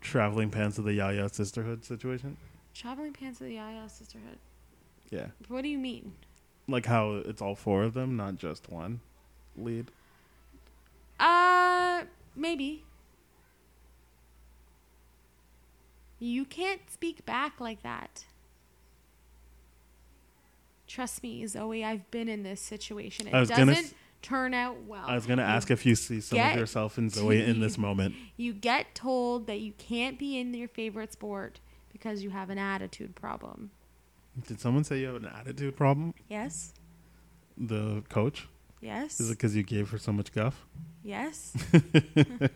traveling pants of the Yaya sisterhood situation?
Traveling Pants of the Yaya Sisterhood.
Yeah.
What do you mean?
Like how it's all four of them, not just one lead.
Uh, maybe. You can't speak back like that. Trust me, Zoe, I've been in this situation. It
I was
doesn't
gonna s-
turn out well.
I was going to
Oh, You
ask if you see some of
get
yourself in Zoe in
to-
this moment.
You get told that you can't be in your favorite sport because you have an attitude problem.
Did someone say you have an attitude problem?
Yes?
The coach?
Yes.
Is it because you gave her so much guff?
Yes.
it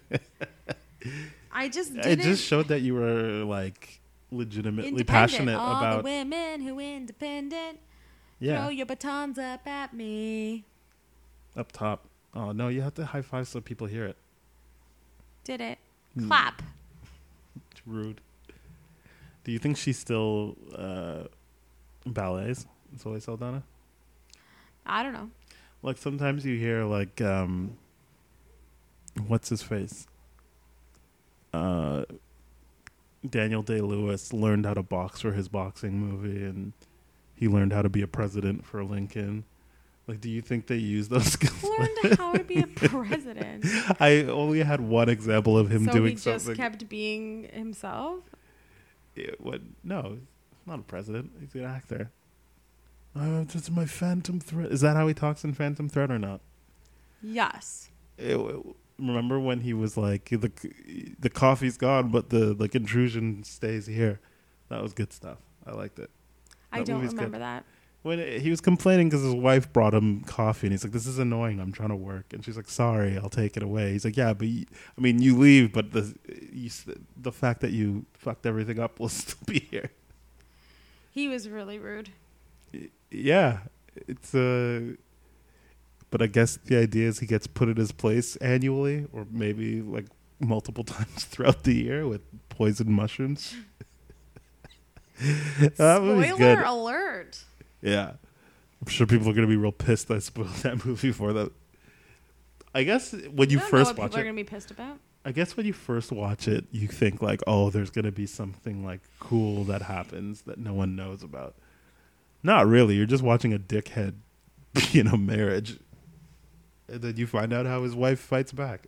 I just didn't.
just showed that you were like legitimately
independent.
passionate
All
about.
the women who independent. Throw
yeah,
your batons up at me.
up top. Oh no, you have to high five so people hear it.
Did it?
Hmm.
Clap.
It's rude. Do you think she still uh, ballets? Zoe Saldana.
I don't know.
Like sometimes you hear like um what's his face? Uh Daniel Day Lewis learned how to box for his boxing movie and he learned how to be a president for Lincoln. Like do you think they use those skills?
Learned how to be a president.
I only had one example of him
so
doing
he just
something.
kept being himself.
It- what no, he's not a president, he's an actor. Oh, it's just my phantom threat. Is that how he talks in Phantom Threat or not?
Yes.
it- remember when he was like the the coffee's gone but the like intrusion stays here that was good stuff i liked it
I
That
don't
movie's good.
remember that.
when it, he was complaining because his wife brought him coffee and he's like this is annoying i'm trying to work and she's like sorry i'll take it away he's like yeah but you, i mean you leave but the you, s- the fact that you fucked everything up will still be here
He was really rude.
yeah it's uh but i guess the idea is he gets put in his place annually or maybe like multiple times throughout the year with poisoned mushrooms that movie's
Spoiler
good
alert.
yeah i'm sure people are gonna be real pissed i spoiled that movie for them i guess when you
I don't know
first
what
watch
people are
it
gonna be pissed about.
i guess when you first watch it you think like oh there's gonna be something like cool that happens that no one knows about not really you're just watching a dickhead be in a marriage and then you find out how his wife fights back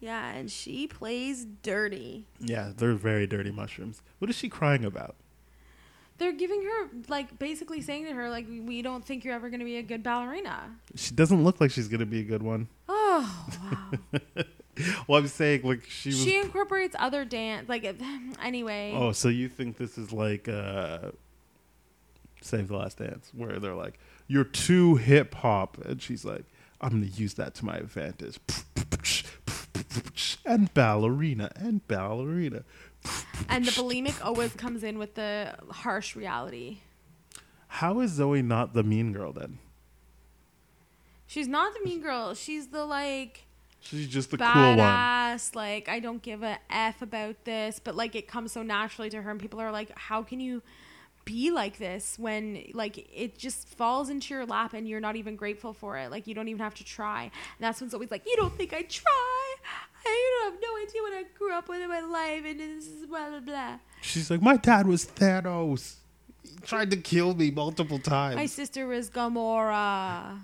Yeah, and she plays dirty.
yeah they're very dirty mushrooms what is she crying about
They're giving her like basically saying to her like we don't think you're ever gonna be a good ballerina.
she doesn't look like she's gonna be a good one
Oh wow.
well i'm saying like she was
she incorporates other dance like anyway.
Oh, so you think this is like uh Save the Last Dance, where they're like, You're too hip hop and she's like, I'm gonna use that to my advantage. And ballerina and ballerina.
And the bulimic always comes in with the harsh reality.
How is Zoe not the mean girl then?
She's not the mean girl. She's the like
She's just the cool one.
badass. Like I don't give a f about this, but like it comes so naturally to her, and people are like, "How can you be like this when like it just falls into your lap and you're not even grateful for it? Like you don't even have to try." And that's when's always like, "You don't think I try? I don't have no idea what I grew up with in my life, and this is blah blah blah."
She's like, My dad was Thanos. He tried to kill me multiple times.
My sister is Gamora.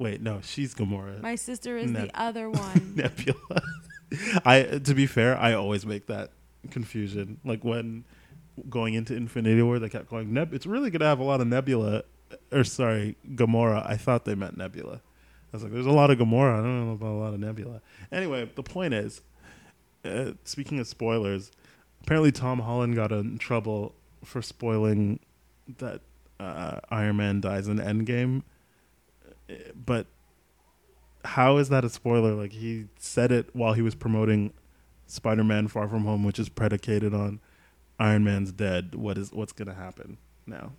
Wait, no, she's Gamora.
My sister is
No.
the other one.
Nebula. I to be fair, I always make that confusion. Like when going into Infinity War, they kept going Neb. It's really gonna have a lot of Nebula, or sorry, Gamora. I thought they meant Nebula. I was like, there's a lot of Gamora. I don't know about a lot of Nebula. Anyway, the point is, uh, speaking of spoilers, apparently Tom Holland got in trouble for spoiling that uh, Iron Man dies in Endgame. Uh, But how is that a spoiler? Like he said it while he was promoting Spider-Man: Far From Home, which is predicated on Iron Man's dead. What is what's gonna happen now?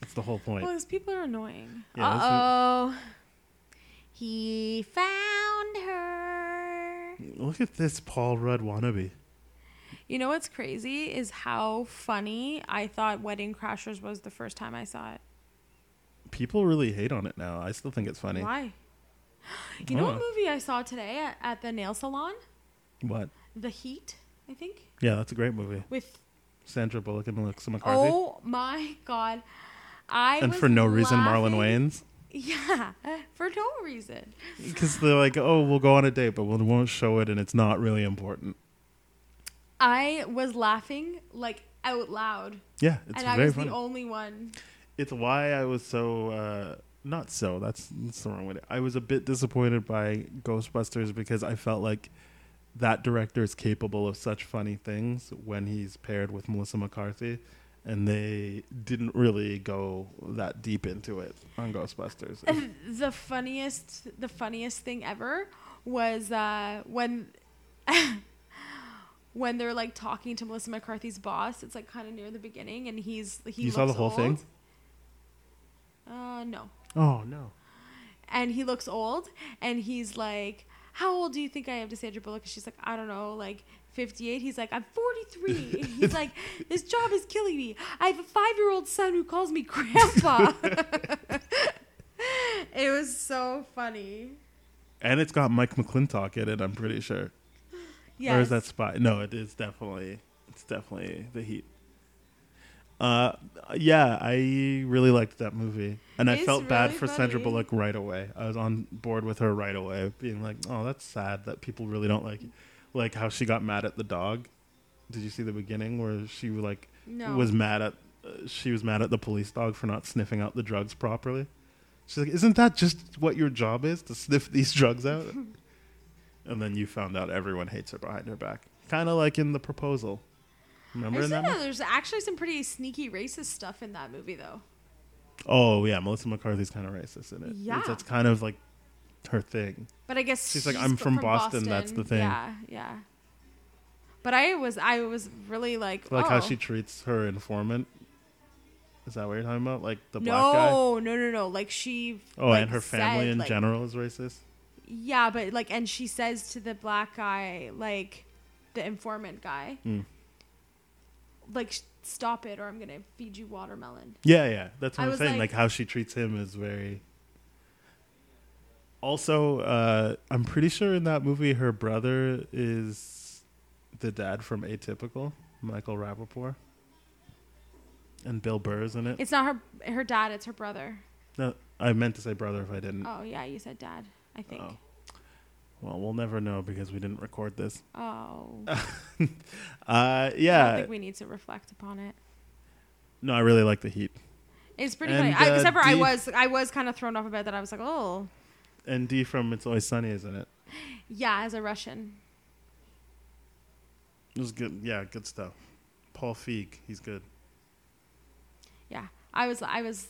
That's the whole point.
well, those people are annoying.
Yeah,
uh
that's what-
oh. He found her.
Look at this Paul Rudd wannabe.
You know what's crazy is how funny I thought Wedding Crashers was the first time I saw it.
People really hate on it now. I still think it's funny.
Why? You know what
Oh.
movie I saw today at, at the nail salon?
What?
The Heat, I think.
Yeah, that's a great movie.
With
Sandra Bullock and Melissa McCarthy.
oh my god, I
and
was
for no reason, Marlon
laughing-
Wayans.
Yeah, for no reason.
Because they're like, oh, we'll go on a date, but we won't show it, and it's not really important.
I was laughing like out loud,
Yeah, it's
and I
very
was
funny.
the only one.
it's why I was so uh, not so. That's that's the wrong way. To, I was a bit disappointed by Ghostbusters because I felt like that director is capable of such funny things when he's paired with Melissa McCarthy, and they didn't really go that deep into it on Ghostbusters.
the funniest the funniest thing ever was uh, when when they're like talking to Melissa McCarthy's boss. It's like kind of near the beginning, and he's he
You saw the
looks
whole thing?
old. Uh, no,
oh no!
and he looks old, and he's like, "How old do you think I am to Sandra Bullock?" And she's like, "I don't know, like." 58 he's like i'm 43 and he's like this job is killing me i have a five-year-old son who calls me grandpa it was so funny
And it's got Mike McClintock in it. I'm pretty sure.
Yes.
Or is that spot? No, it is definitely it's definitely the heat. Uh, yeah, I really liked that movie, and I
It's
felt bad
really
for Sandra
funny.
Bullock right away. I was on board with her right away, being like, "Oh, that's sad that people really don't like, like how she got mad at the dog." Did you see the beginning where she like
No.
was mad at uh, she was mad at the police dog for not sniffing out the drugs properly? She's like, "Isn't that just what your job is to sniff these drugs out?" and then you found out everyone hates her behind her back, kind of like in the proposal. Remember
I
in
said
that?
that
mo-
there's actually some pretty sneaky racist stuff in that movie, though.
Oh yeah, Melissa McCarthy's kind of racist in it.
Yeah.
It's- that's kind of like her thing.
But I guess
She's like, "I'm from Boston, that's the thing."
Yeah, yeah. But I was, I was really like,
Like
oh.
how she treats her informant. Is that what you're talking about? Like the
no,
black guy.
no, no, no. Like she.
Oh,
like,
and her family
said,
in
like-
general is racist.
Yeah, but like, and she says to the black guy, like, the informant guy,
Hmm.
like, "Sh- stop it, or I'm gonna feed you watermelon.
Yeah, yeah, that's what
I
I'm
was
saying. Like,
like-
how she treats him is very. Also, uh, I'm pretty sure in that movie, her brother is the dad from Atypical, Michael Rappaport, and Bill Burr is in it.
It's not her, her dad. It's her brother.
No, I meant to say brother if I didn't.
Oh yeah, you said dad. I think.
Oh. Well, we'll never know because we didn't record this.
Oh.
Uh,
I don't
yeah,
think we need to reflect upon it.
no, I really like the heat.
It's pretty
And,
funny.
uh,
I, except for I
D-
was I was kind of thrown off about that. I was like, oh,
And D from It's Always Sunny is in it.
yeah, as a Russian.
It was good. Yeah, good stuff. Paul Feig, he's good.
Yeah, I was I was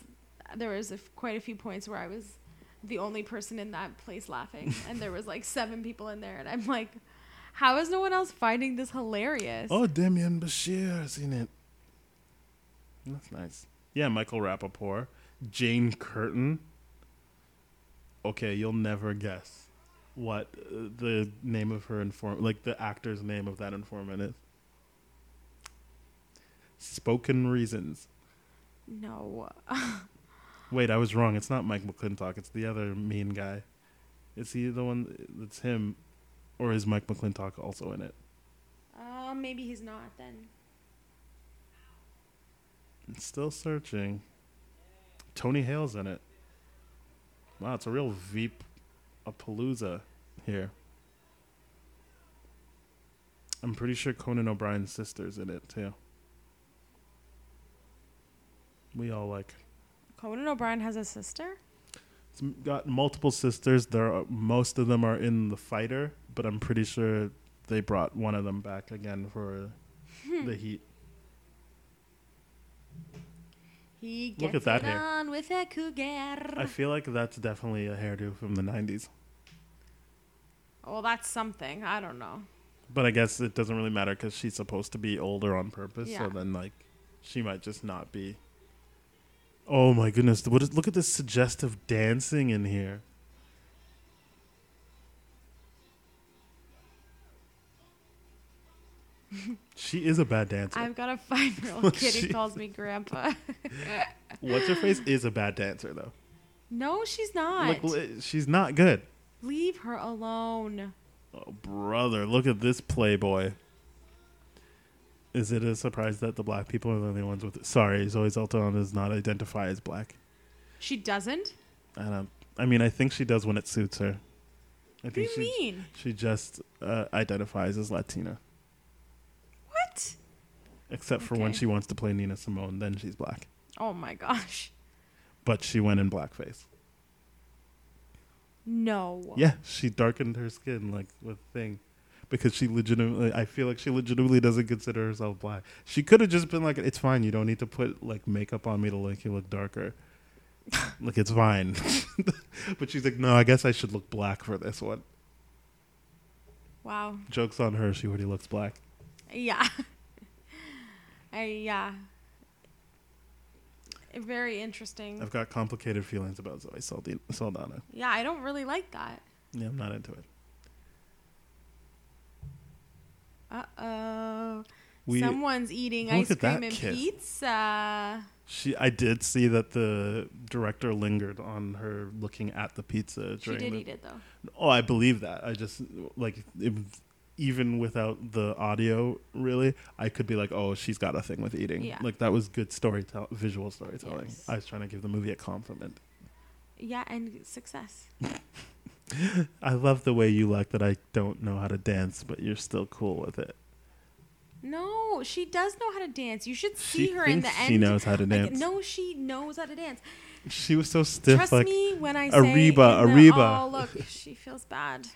there was a f quite a few points where I was the only person in that place laughing, and there was like seven people in there, and I'm like, how is no one else finding this hilarious?
Oh, Demian Bashir is in it. That's nice. Yeah, Michael Rappaport. Jane Curtin. Okay, you'll never guess what uh, the name of her informant, like the actor's name of that informant is. Spoken Reasons.
No,
Wait, I was wrong. It's not Mike McClintock. It's the other mean guy. Is he the one that's him? Or is Mike McClintock also in it?
uh, maybe he's not then.
Still searching. Tony Hale's in it. Wow, it's a real Veep a palooza here. I'm pretty sure Conan O'Brien's sister's in it too. We all like.
Conan O'Brien has a sister.
It's m- got multiple sisters. There, are, most of them are in the fighter, but I'm pretty sure they brought one of them back again for the heat.
He
Look
gets
at that
it
hair.
on with a cougar.
I feel like that's definitely a hairdo from the '90s.
oh, that's something. I don't know.
But I guess it doesn't really matter because she's supposed to be older on purpose.
Yeah.
So then, like, she might just not be. Oh my goodness! What is? Look at this suggestive dancing in here. she is a bad dancer.
I've got a five-year-old kid who
She-
calls me grandpa.
What's her face is a bad dancer though.
No, she's not.
Look, li- she's not good.
Leave her alone.
Oh, brother, look at this playboy. Is it a surprise that the black people are the only ones with? Sorry, Zoe Zelton does not identify as black.
She doesn't.
I don't. I mean, I think she does when it suits her. I
What do
think
you
she,
mean?
She just uh, identifies as Latina,
What?
except for when
Okay.
she wants to play Nina Simone. Then she's black,
Oh my gosh.
but she went in blackface.
No.
Yeah, she darkened her skin like with thing, because she legitimately, I feel like she legitimately doesn't consider herself black. She could have just been like, "It's fine. You don't need to put like makeup on me to make you look darker. like it's fine." but she's like, "No, I guess I should look black for this one."
Wow.
Jokes on her. She already looks black.
Yeah. I, yeah. Very interesting.
I've got complicated feelings about Zoe Saldi- Saldana.
Yeah, I don't really like that.
Yeah, I'm not into it.
Uh oh.
We
Someone's eating
Look
ice
at that
cream and
kid.
pizza.
she I did see that the director lingered on her looking at the pizza
She
during
did
the,
eat it though.
Oh, I believe that. I just like it, even without the audio, really, I could be like, "Oh, she's got a thing with eating."
Yeah.
Like that was good storytelling, visual storytelling.
Yes.
I was trying to give the movie a compliment.
Yeah, and success.
I love the way you like that. I don't know how to dance, but you're still cool with it.
No, she does know how to dance. You should see
She
her in the
thinks
end.
she knows how to
Like,
dance.
no, she knows how to dance.
She was so stiff.
Trust
like
me when I say
Ariba,
in the-
Ariba.
Oh, look, she feels bad.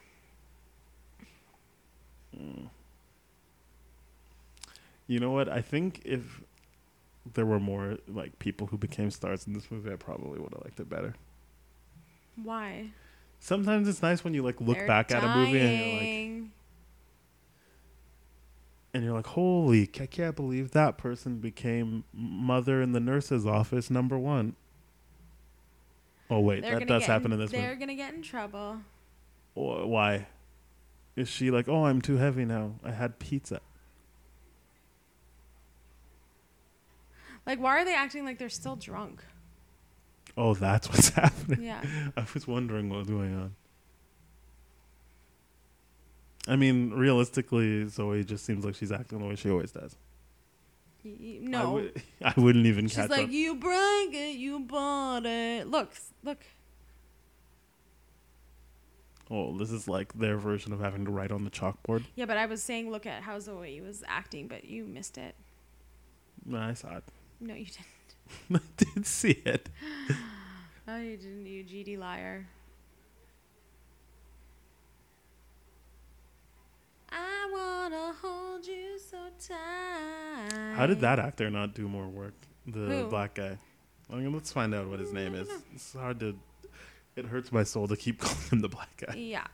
You know what? I think if there were more like people who became stars in this movie, I probably would have liked it better.
Why?
Sometimes it's nice when you like look
They're
back at a movie and you're like,
dying.
and you're like, holy, c- I can't believe that person became mother in the nurse's office number one. Oh wait,
They're
that
gonna
does
get
happen in this
They're
movie.
gonna get in trouble.
Or why? Is she like, oh, I'm too heavy now. I had pizza.
Like, why are they acting like they're still drunk?
Oh, that's what's happening.
Yeah.
I was wondering what was going on. I mean, realistically, Zoe just seems like she's acting the way she always does.
Y- y-
I
No.
would- I wouldn't even
She's
catch
like,
up.
you bring it, you bought it. Look, s- look.
Oh, this is like their version of having to write on the chalkboard.
Yeah, but I was saying, look at how Zoe was acting, but you missed it.
No, I saw it.
No, you didn't.
I did see it.
No, Oh, you didn't, you GD liar. I wanna hold you so tight.
How did that actor not do more work? The
Who? Mm,
black guy. I mean, let's find out what his name is. It's hard to. It hurts my soul to keep calling him the black guy.
Yeah.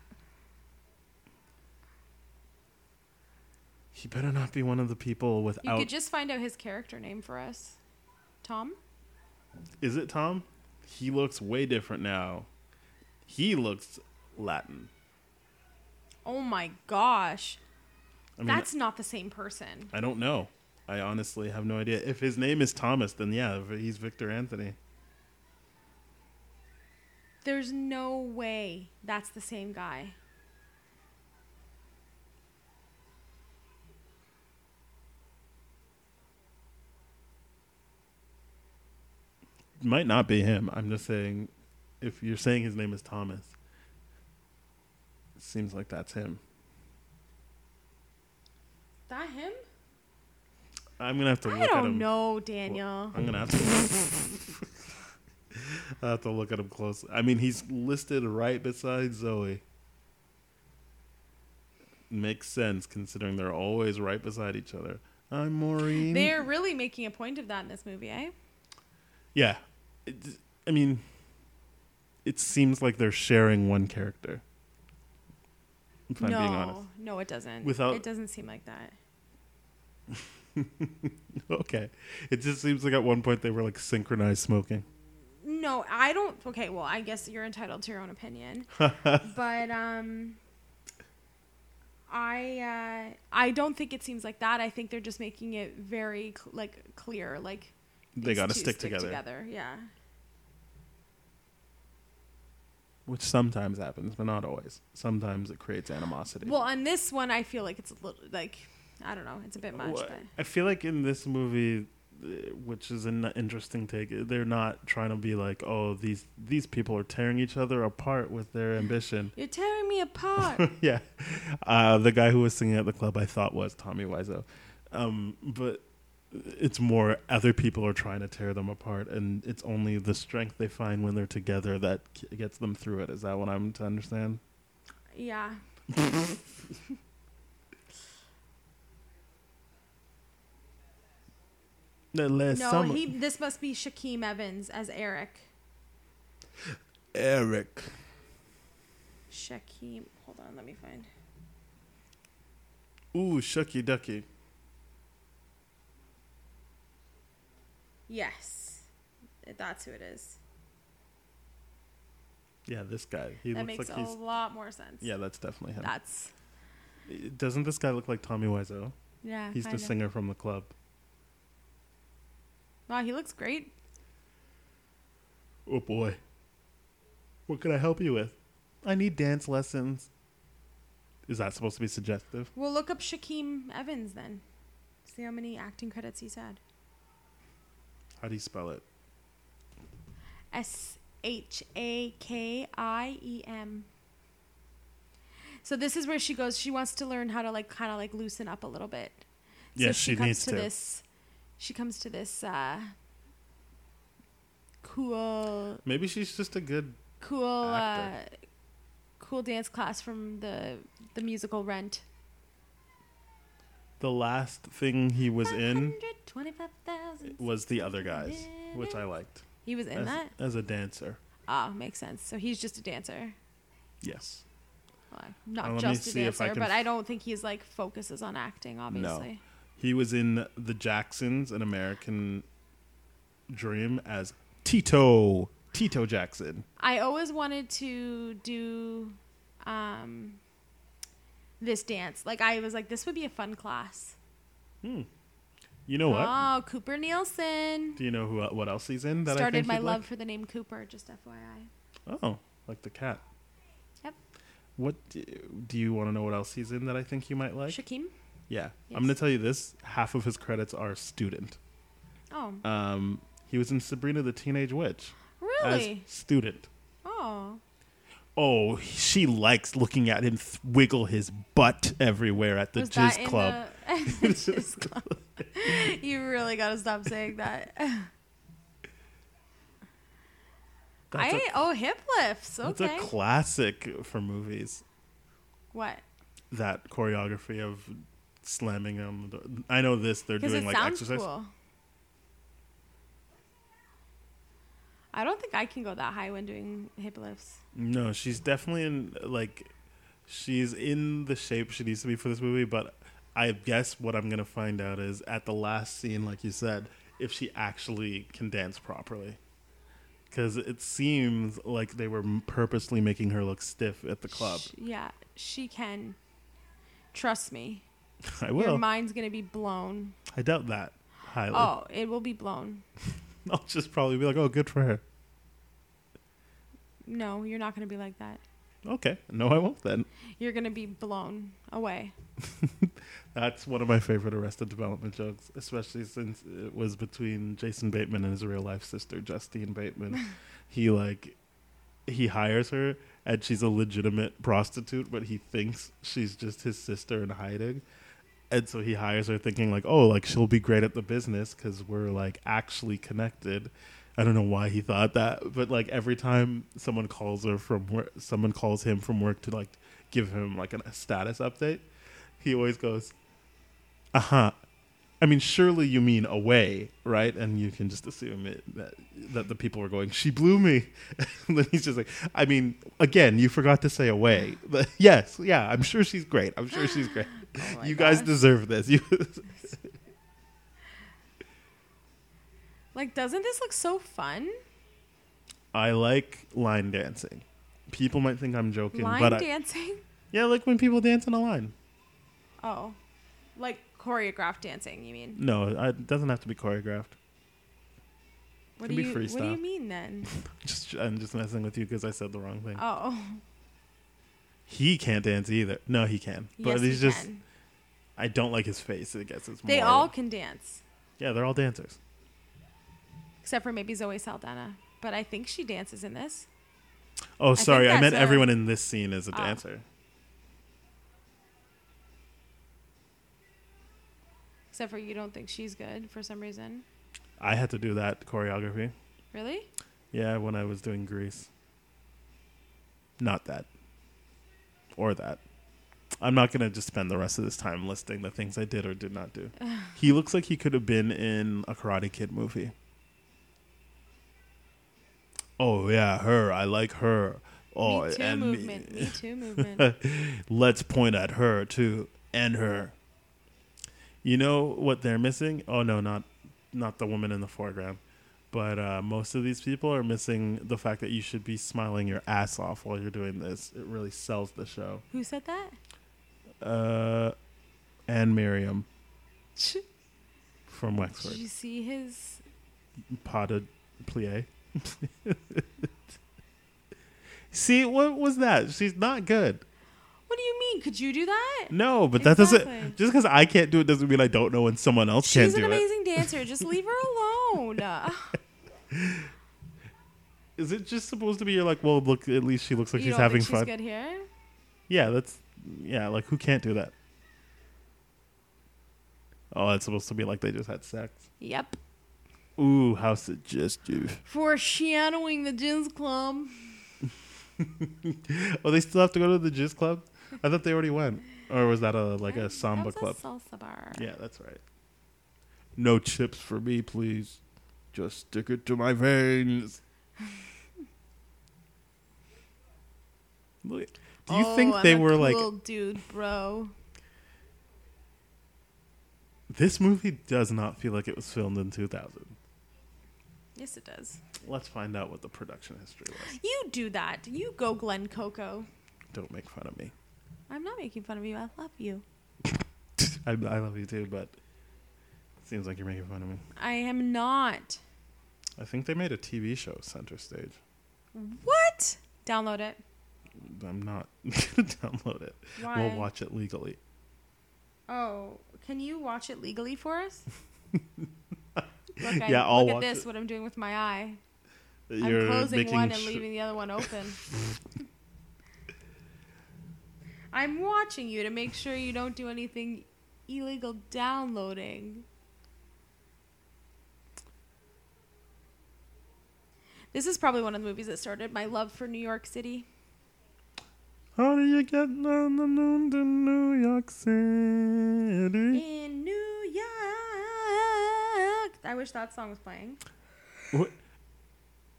He better not be one of the people
You
without.
could just find out his character name for us. Tom?
is it Tom? He looks way different now. He looks Latin.
Oh my gosh.
I mean,
That's not the same person.
I don't know. I honestly have no idea. If his name is Thomas, then yeah, he's Victor Anthony.
There's no way that's the same guy.
might not be him. I'm just saying, if you're saying his name is Thomas, it seems like that's him.
That him?
I'm gonna have to look
I
at
don't
him.
know, Daniel.
I'm gonna have to. I have to look at him closely. I mean, he's listed right beside Zoe. Makes sense considering they're always right beside each other. I'm Maureen.
They're really making a point of that in this movie, eh?
Yeah, It- I mean, it seems like they're sharing one character. If I'm
no,
being honest.
no, it doesn't.
Without-
it doesn't seem like that.
Okay. It just seems like at one point they were like synchronized smoking.
No, I don't. Okay, well, I guess you're entitled to your own opinion, but um, I uh, I don't think it seems like that. I think they're just making it very cl- like clear, like
They
these
got to
two
stick, together,
Yeah,
which sometimes happens, but not always. Sometimes it creates animosity.
Well, on this one, I feel like it's a little like I don't know. It's a bit much,
Well,
but
I feel like in this movie, uh, which is an interesting take, they're not trying to be like, "Oh, these these people are tearing each other apart with their ambition."
you're tearing me apart.
yeah. Uh, the guy who was singing at the club, I thought was Tommy Wiseau. Um, but it's more other people are trying to tear them apart, and it's only the strength they find when they're together that k- gets them through it. Is that what I'm to understand?
yeah.
The last
No,
summer.
he. This must be Shaquem Evans as Eric.
Eric.
Shaquem. Hold on, let me find.
Ooh, shucky ducky.
Yes, that's who it is.
Yeah, this guy. He
that
looks
makes
like
a
he's.
lot more sense.
Yeah, that's definitely him.
That's
Doesn't this guy look like Tommy Wiseau?
yeah.
He's the
kinda.
singer from the club.
Wow, he looks great.
Oh boy. What can I help you with? I need dance lessons. Is that supposed to be suggestive?
We'll look up Shaquem Evans then. See how many acting credits he's had.
How do you spell it?
S H A K I E M. So this is where she goes. She wants to learn how to like kind of like loosen up a little bit. So
Yes, she needs to.
this. She comes to this uh, cool,
Maybe she's just a good.
cool, uh,
Actor.
cool dance class from the the musical Rent.
The last thing he was in
125,000.
was the other guys, which I liked
He was in
as,
that.
as a dancer.
Ah, makes sense. So he's just a dancer.
Yes.
Well,
Uh,
not
let me
just a
see if I
dancer,
can
but I
f-
don't think he's like focuses on acting. Obviously,
He was in The Jacksons, an American Dream, as Tito. Tito Jackson.
I always wanted to do um, this dance. Like I was like, this would be a fun class.
You know what?
Oh, Cooper Nielsen
do you know who uh, what else he's in that I
started
think
my
you'd
love for the name Cooper. Just FYI.
Like? Oh, like the cat.
Yep.
What do, do you want to know? What else he's in that I think you might like?
Shaquem.
yeah,
Yes.
I'm gonna tell you this. Half of his credits are student.
Oh,
Um, he was in Sabrina the Teenage Witch
really?
as student.
Oh,
Oh, she likes looking at him th- wiggle his butt everywhere at the
was that
jizz
in
club.
the Jizz Club? you really gotta stop saying that.
That's
I
a-
oh hip lifts.
That's
Okay.
a classic for movies.
what?
That choreography of slamming on the door. I know this. They're
Because
doing
it
like
sounds
exercise.
cool. I don't think I can go that high when doing hip lifts.
No, she's definitely in like she's in the shape she needs to be for this movie, but I guess what I'm gonna find out is at the last scene, like you said, if she actually can dance properly. Because it seems like they were m- purposely making her look stiff at the club.
Sh- yeah, she can. Trust me.
I
Your
will.
mind's going to be blown.
I doubt that highly.
Oh, it will be blown.
I'll just probably be like, "Oh, good for her."
No, you're not going to be like that.
Okay, no, I won't then.
You're going to be blown away.
That's one of my favorite Arrested Development jokes, especially since it was between Jason Bateman and his real life sister, Justine Bateman. he like he hires her and she's a legitimate prostitute, but he thinks she's just his sister in hiding. And so he hires her thinking like, "Oh, like she'll be great at the business cuz we're like actually connected." I don't know why he thought that, but like every time someone calls her from work, someone calls him from work to like give him like an- a status update, he always goes, uh huh. I mean, surely you mean away, right? And you can just assume it, that that the people were going. She blew me. and then he's just like, I mean, again, you forgot to say away. But yes, yeah, I'm sure she's great. I'm sure she's great.
Oh my
you guys
gosh.
deserve this. You,
Like, doesn't this look so fun?
I like line dancing. People might think I'm joking,
Line
but I,
dancing?
yeah, like when people dance on a line.
Oh. Like choreographed dancing, you mean?
No, I- it doesn't have to be choreographed.
What
Can
do
be
you What do you
freestyle.
mean then?
Just I'm just messing with you because I said the wrong thing.
Oh.
he can't dance either. No, he can, but
yes,
he's
you
just.
can.
I don't like his face. I guess it's
They
more-
all can dance.
yeah, they're all dancers.
except for maybe Zoe Saldana. But I think she dances in this.
Oh,
think
sorry, I
that's
meant
her.
everyone in this scene is a
Ah.
dancer.
Except for you don't think she's good for some reason.
I had to do that choreography.
Really?
Yeah, when I was doing Grease. Not that, or that. I'm not gonna just spend the rest of this time listing the things I did or did not do. he looks like he could have been in a Karate Kid movie. Oh yeah, her. I like her. Oh,
Me too
and me-
movement. Me too movement.
let's point at her too and her. You know what they're missing? Oh no, not not the woman in the foreground. But uh, most of these people are missing the fact that you should be smiling your ass off while you're doing this. It really sells the show.
Who said that?
Uh, and Miriam
Did
from Wexford.
you see his?
Pas de plie. See, what was that? She's not good.
What do you mean? Could you do that?
No, but that
Exactly.
doesn't. Just because I can't do it doesn't mean I don't know when someone else can
She's
do
an
it.
amazing dancer. Just leave her alone.
Is it just supposed to be you're like, well, look, at least she looks like
you
she's
don't
having
think
fun?
She's good here.
Yeah, that's yeah. Like, who can't do that? Oh, it's supposed to be like they just had sex.
Yep.
Ooh, how suggestive.
Foreshadowing the Jins Club.
Oh, they still have to go to the jizz club. I thought they already went, or was that a like a samba
That
club?
was A salsa bar.
Yeah, that's right. No chips for me, please. Just stick it to my veins. Look- Do you
Oh,
think
I'm
they
a
were like
cool dude, bro?
This movie does not feel like it was filmed in 2000.
Yes, it does.
Let's find out what the production history was.
You do that. You go, Glen Coco.
Don't make fun of me.
I'm not making fun of you. I love you.
I, I love you too, but it seems like you're making fun of me.
I am not.
I think they made a TV show, Center Stage.
What? Download it.
I'm not going to download it.
Why?
We'll watch it legally.
Oh, can you watch it legally for us? look, I,
Yeah, I'll
look
watch
at this.
it.
What I'm doing with my eye.
You're
I'm closing
making
one and
sh-
leaving the other one open. I'm watching you to make sure you don't do anything illegal downloading. This is probably one of the movies that started my love for New York City.
How do you get down the moon to New York City?
In New York. I wish that song was playing.
What?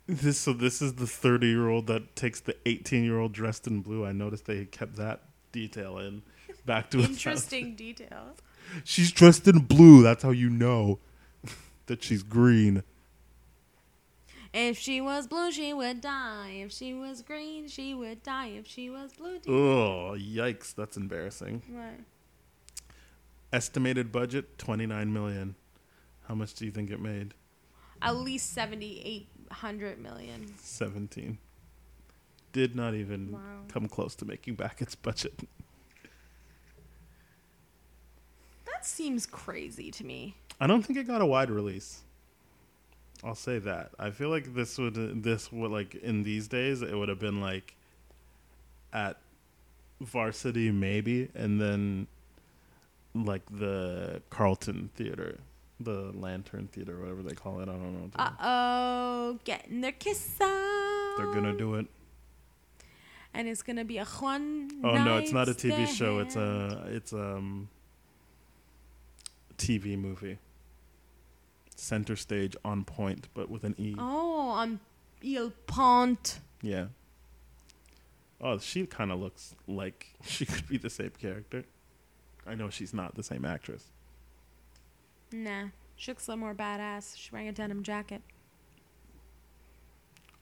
This, so this is the 30 year old that takes the 18 year old dressed in blue. I noticed they kept that detail in. Back to a thousand-
Interesting detail.
She's dressed in blue. That's how you know that she's green.
If she was blue, she would die. If she was green, she would die. If she was blue, she
Oh, yikes. That's embarrassing.
What?
Estimated budget 29 million. How much do you think it made?
At least 7,800 million.
17. Did not even
Wow.
come close to making back its budget.
That seems crazy to me.
I don't think it got a wide release. I'll say that. I feel like this would this would like in these days it would have been like at varsity maybe and then like the Carlton Theater, the Lantern Theater, whatever they call it. I don't know.
Uh oh, getting their kiss on.
They're gonna do it.
And it's gonna be a Juan.
Oh no, it's not a
night
TV show. It's uh,
stand.
a it's um TV movie. Center stage on point, but with an E.
Oh, on Il Pont.
Yeah. Oh, she kind of looks like she could be the same character. I know she's not the same actress.
Nah, she looks a little more badass. She's wearing a denim jacket.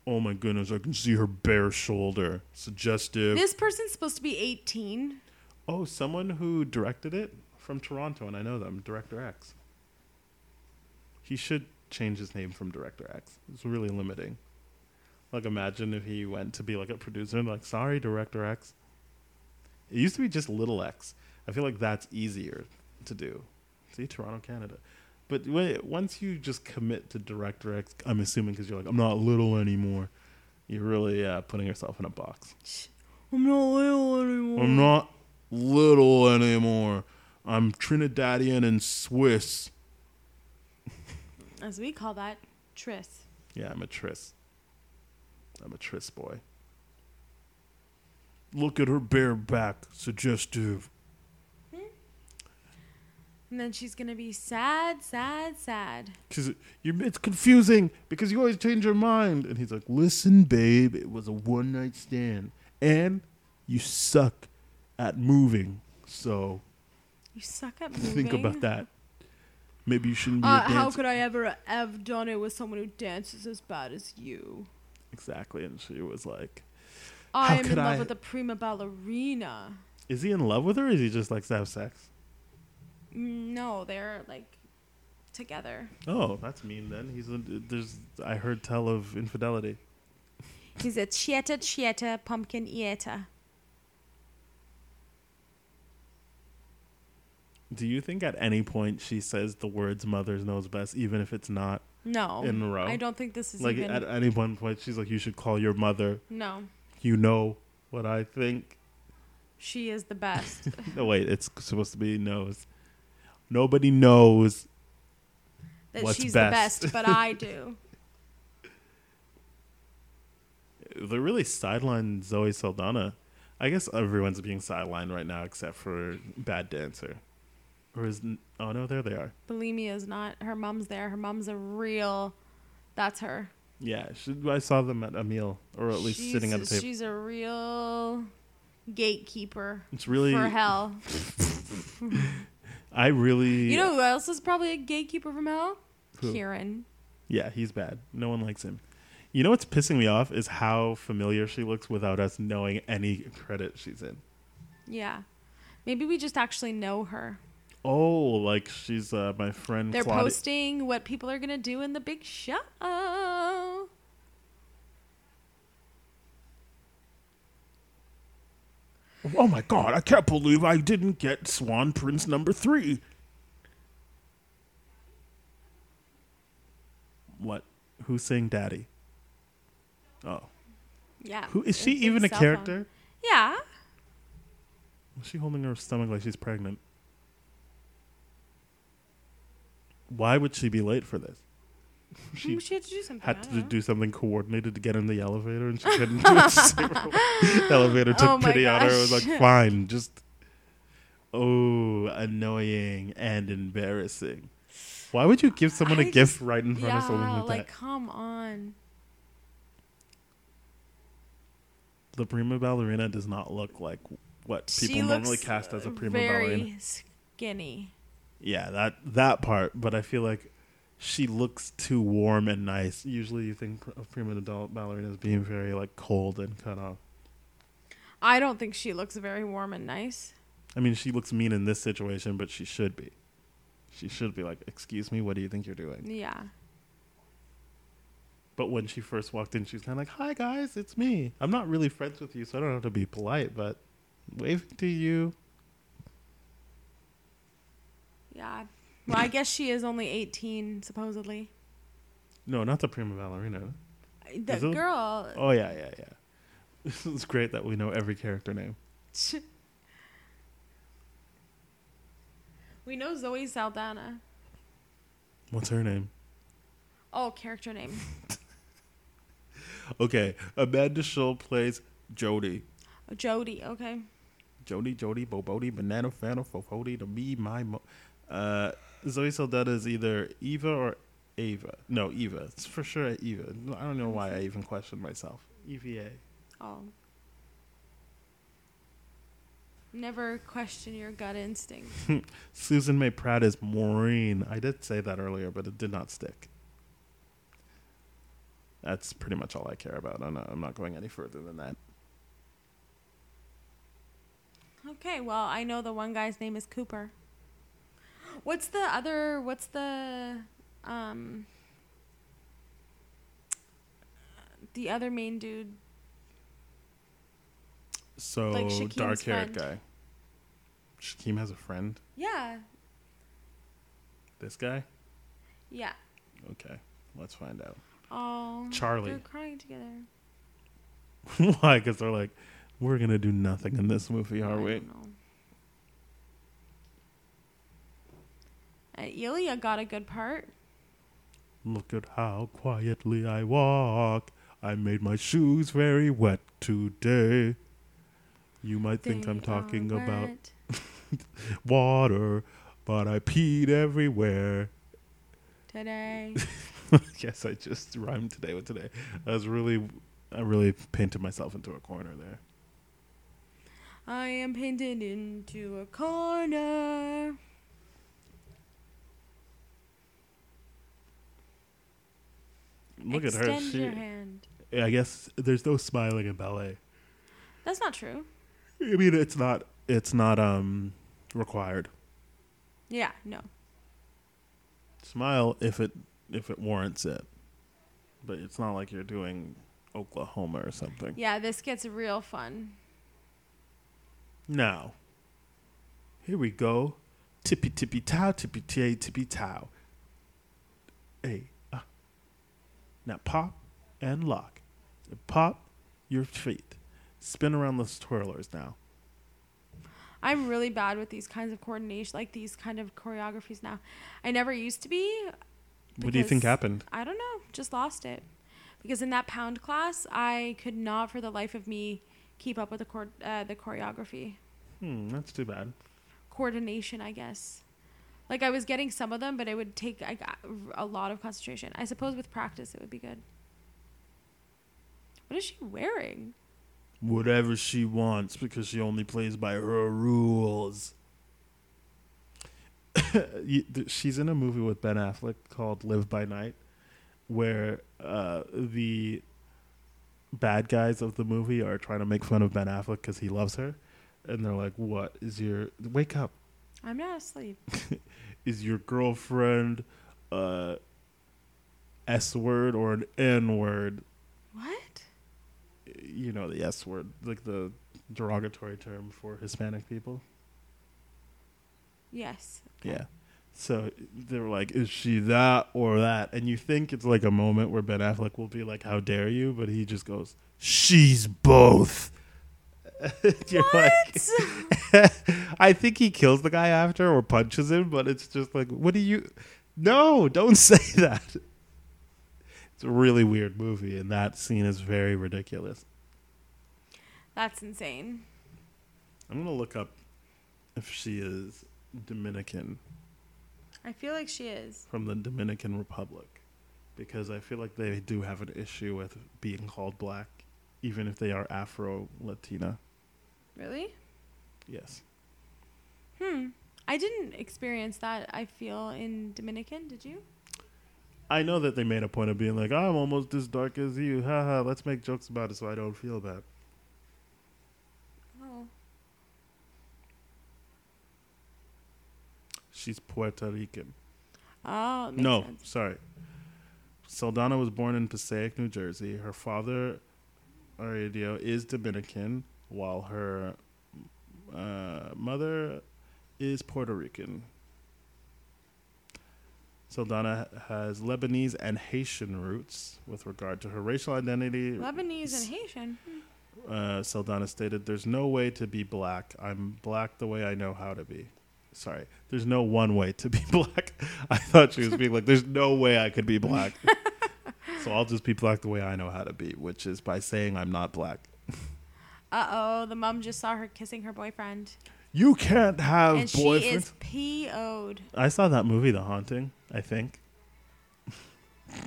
Oh my goodness, I can see her bare shoulder. Suggestive.
This person's supposed to be 18.
oh, someone who directed it from Toronto, and I know them, Director X. He should change his name from Director X. It's really limiting. Like, imagine if he went to be like a producer and like, sorry, Director X. It used to be just Little X. I feel like that's easier to do. See, Toronto, Canada. But wait, once you just commit to Director X, I'm assuming because you're like, I'm not little anymore. You're really uh, putting yourself in a box.
I'm not little anymore.
I'm not little anymore. I'm Trinidadian and Swiss.
As we call that, Tris.
Yeah, I'm a Tris. I'm a Tris boy. Look at her bare back, suggestive.
And then she's gonna be sad, sad, sad.
She's, you it's confusing because you always change your mind. And he's like, listen, babe, it was a one night stand. And you suck at moving. So
You suck at moving.
think about that. Maybe you shouldn't be
Uh,
a dancer.
how could I ever have done it with someone who dances as bad as you?
exactly. And she was like, How
I am in
could
love
I-
with a prima ballerina.
is he in love with her or is he just likes to have sex?
Mm, No, they're like together.
Oh, that's mean then. He's a, there's I heard tell of infidelity.
He's a chieta chieta pumpkin eater.
Do you think at any point she says the words "mothers knows best," even if it's not
No,
In a row.
Um, I don't think this is
like
even.
at any one point she's like, "You should call your mother.
no,
You know what I think."
she is the best.
No, wait, it's supposed to be knows. Nobody knows.
That
What's
she's
best?
the best, but I do.
They really sidelined Zoe Saldana. I guess everyone's being sidelined right now except for Bad Dancer. Or is oh no, there they are.
Bulimia is not. Her mom's there. Her mom's a real. That's her.
Yeah, she, I saw them at a meal, or at least sitting at a
She's-
table.
She's a real gatekeeper
It's really.
for hell.
I really.
You know who else is probably a gatekeeper from hell?
Who?
Kieran.
Yeah, he's bad. No one likes him. You know what's pissing me off is how familiar she looks without us knowing any credit she's in.
Yeah. Maybe we just actually know her.
Oh, like she's uh, my friend.
They're
Claudia-
posting what people are going to do in the big show.
Oh my god! I can't believe I didn't get Swan Prince number three. What? Who's saying daddy? Oh,
Yeah.
who is she
It's his
even a
cell phone.
character?
Yeah.
Is she holding her stomach like she's pregnant? Why would she be late for this? She
She, Mm-hmm. she had to do something.
had
I
to
don't know.
do something coordinated to get in the elevator, and she couldn't do it. So the elevator took
Oh my
pity on her. It was
gosh.
like, fine, just oh, annoying and embarrassing. Why would you give someone a
I
gift right in front of someone
yeah,
like, that?
like, come on.
The prima ballerina does not look like what people
she
normally
looks
cast as a prima
very
ballerina.
skinny.
Yeah, that that part. But I feel like she looks too warm and nice. Usually, you think of prima adult ballerinas being very like cold and cut off.
I don't think she looks very warm and nice.
I mean, she looks mean in this situation, but she should be. She should be like, "Excuse me, what do you think you're doing?"
Yeah.
But when she first walked in, she's kind of like, "Hi guys, it's me. I'm not really friends with you, so I don't have to be polite, but waving to you."
Yeah. Well, I guess she is only 18, supposedly.
No, not the prima ballerina.
The
Is it?
girl.
Oh yeah, yeah, yeah. This is great that we know every character name.
We know Zoe Saldana.
What's her name?
Oh, character name.
Okay, Amanda Schull plays Jody.
Jody, okay.
Jody, Jody, Bobody, Banana, Fana, Fofody, to me, my. Mo- uh, Zoe Saldana is either Eva or Ava. No, Eva. It's for sure Eva. No, I don't know why I even questioned myself. EVA.
Oh. Never question your gut instinct.
Susan May Pratt is Maureen. I did say that earlier, but it did not stick. That's pretty much all I care about. I'm not, I'm not going any further than that.
Okay, well, I know the one guy's name is Cooper. What's the other what's the um the other main dude?
So,
Like Shakim's
dark haired guy.
friend.
Shakim has a friend?
Yeah.
This guy?
Yeah.
Okay, let's find out.
Oh.
Charlie.
They're crying together.
Why? Because they're like, we're gonna do nothing in this movie, are
I
we?
don't know. Uh, Ilya got a good part.
Look at how quietly I walk. I made my shoes very wet today. You might think I'm
They
talking
all
about
wet.
water, but I peed everywhere.
today.
yes, I just rhymed today with today. I was really, I really painted myself into a corner there.
I am painted into a corner.
Look
Extend
at her. She,
your hand.
I guess there's no smiling in ballet.
That's not true.
I mean, it's not, it's not um required.
Yeah, no.
Smile if it if it warrants it, but it's not like you're doing Oklahoma or something.
Yeah, this gets real fun.
Now, here we go. Tippy tippy tow, tippy tay, tippy tow. Hey, uh. now pop and lock. Pop your feet. Spin around those twirlers now.
I'm really bad with these kinds of coordination, like these kind of choreographies now. I never used to be.
what do you think
because-
happened?
I don't know, just lost it. Because in that pound class, I could not for the life of me keep up with the chor- uh, the choreography.
Hmm, that's too bad.
coordination, I guess. Like I was getting some of them, but it would take I got a lot of concentration. I suppose with practice it would be good. What is she wearing?
Whatever she wants because she only plays by her rules. You- th- She's in a movie with Ben Affleck called Live by Night, where uh, the bad guys of the movie are trying to make fun of Ben Affleck because he loves her. And they're like, What is your. Wake up.
I'm not asleep.
Is your girlfriend a S word or an N word?
What?
you know the S word, like the derogatory term for Hispanic people.
Yes.
Yeah. So they were like, "Is she that or that?" And you think it's like a moment where Ben Affleck will be like, "How dare you?" But he just goes, "She's both." You're like, I think he kills the guy after or punches him, but it's just like, what do you? No, don't say that. It's a really weird movie, and that scene is very ridiculous.
That's insane.
I'm gonna look up if she is Dominican
I feel like she is.
from the Dominican Republic because I feel like they do have an issue with being called black, even if they are Afro Latina.
Really?
Yes.
Hmm. I didn't experience that, I feel, in Dominican, did you?
I know that they made a point of being like, I'm almost as dark as you. Haha, let's make jokes about it so I don't feel bad.
Oh.
She's Puerto Rican.
Oh, it makes
no,
sense.
sorry. Saldana was born in Passaic, New Jersey. Her father, Aurelio, is Dominican, while her uh, mother is Puerto Rican. Saldana has Lebanese and Haitian roots. With regard to her racial identity,
Lebanese and Haitian. Hmm.
uh, Saldana stated, "There's no way to be black. I'm black the way I know how to be." Sorry, there's no one way to be black. I thought she was being like, "There's no way I could be black." so I'll just be black the way I know how to be, which is by saying I'm not black.
Uh oh, the mom just saw her kissing her boyfriend.
You can't have
And she
boyfriends.
is PO'd.
I saw that movie, The Haunting. I think. I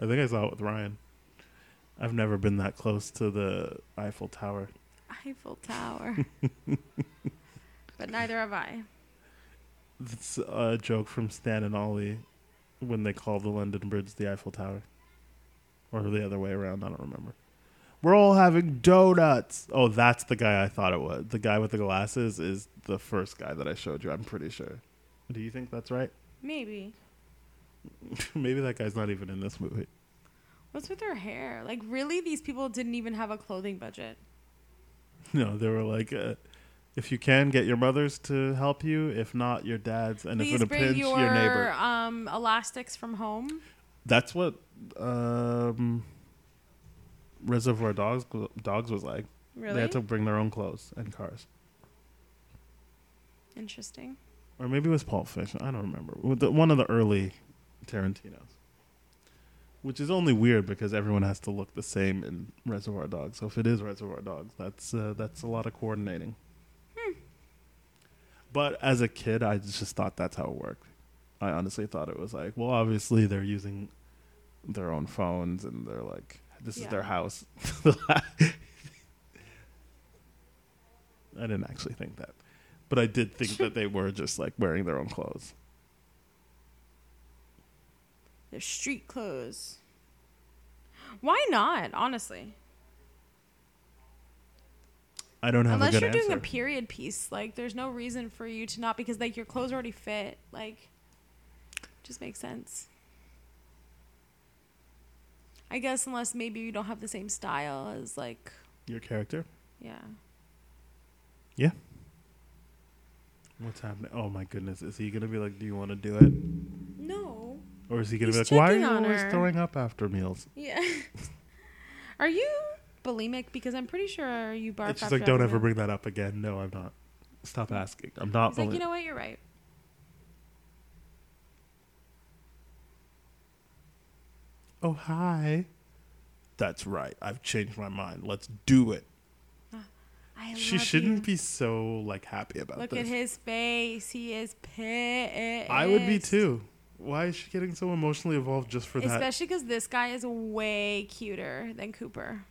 think I saw it with Ryan. I've never been that close to the Eiffel Tower.
Eiffel Tower. but neither have I.
It's a joke from Stan and Ollie when they call the London Bridge the Eiffel Tower. Or the other way around, I don't remember. We're all having donuts. Oh, that's the guy I thought it was. The guy with the glasses is the first guy that I showed you, I'm pretty sure. Do you think that's right?
Maybe.
Maybe that guy's not even in this movie.
What's with her hair? Like, really, these people didn't even have a clothing budget.
No, they were like, uh, if you can, get your mother's to help you. If not, your dad's. And if
Please
in a
bring
pinch,
your,
your neighbor.
um elastics from home.
That's what um, Reservoir Dogs Dogs was like. They
Really
had to bring their own clothes and cars,
interesting.
or maybe it was Pulp Fiction. I don't remember. With the- One of the early Tarantino's. which is only weird because everyone has to look the same in Reservoir Dogs. So if it is Reservoir Dogs, that's uh, that's a lot of coordinating.
Hmm.
But as a kid, I just thought that's how it worked. I honestly thought it was like, well, obviously they're using their own phones and they're like, this is
Yeah.
their house. I didn't actually think that. But I did think that they were just like wearing their own clothes.
They're street clothes. Why not? Honestly,
I don't have
unless
a good
you're doing
answer.
a period piece, like there's no reason for you to not because like your clothes already fit. Like, just makes sense. I guess unless maybe you don't have the same style as like,
Your character?
yeah.
Yeah. What's happening? Oh my goodness. Is he going to be like, do you want to do it?
No.
Or is he going to be like,
He's
why are
checking
you
on
always
her."
throwing up after meals?
Yeah. Are you bulimic? Because I'm pretty sure you barf.
And she's
after
like, don't
every
ever bring
meal."
that up again. No, I'm not. Stop asking. I'm not.
He's like,
bully-
you know what? You're right.
oh, hi. That's right. I've changed my mind. Let's do it.
I
She
love
shouldn't
you.
be so like happy about
Look
this.
at his face. He is pissed.
I would be too. Why is she getting so emotionally involved just for that?
Especially because this guy is way cuter than Cooper.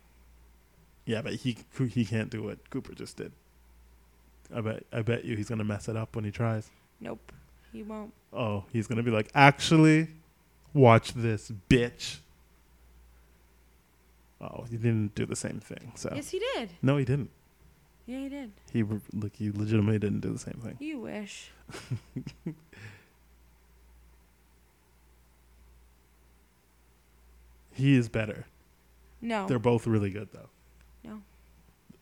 Yeah, but he he can't do what Cooper just did. I bet I bet you he's gonna mess it up when he tries.
Nope, he won't.
Oh, he's gonna be like, actually, watch this, bitch. Oh, he didn't do the same thing. So
Yes, he did.
no, he didn't.
Yeah, he did.
He re- like he legitimately didn't do the same thing.
You wish.
He is better.
No.
They're both really good though.
No.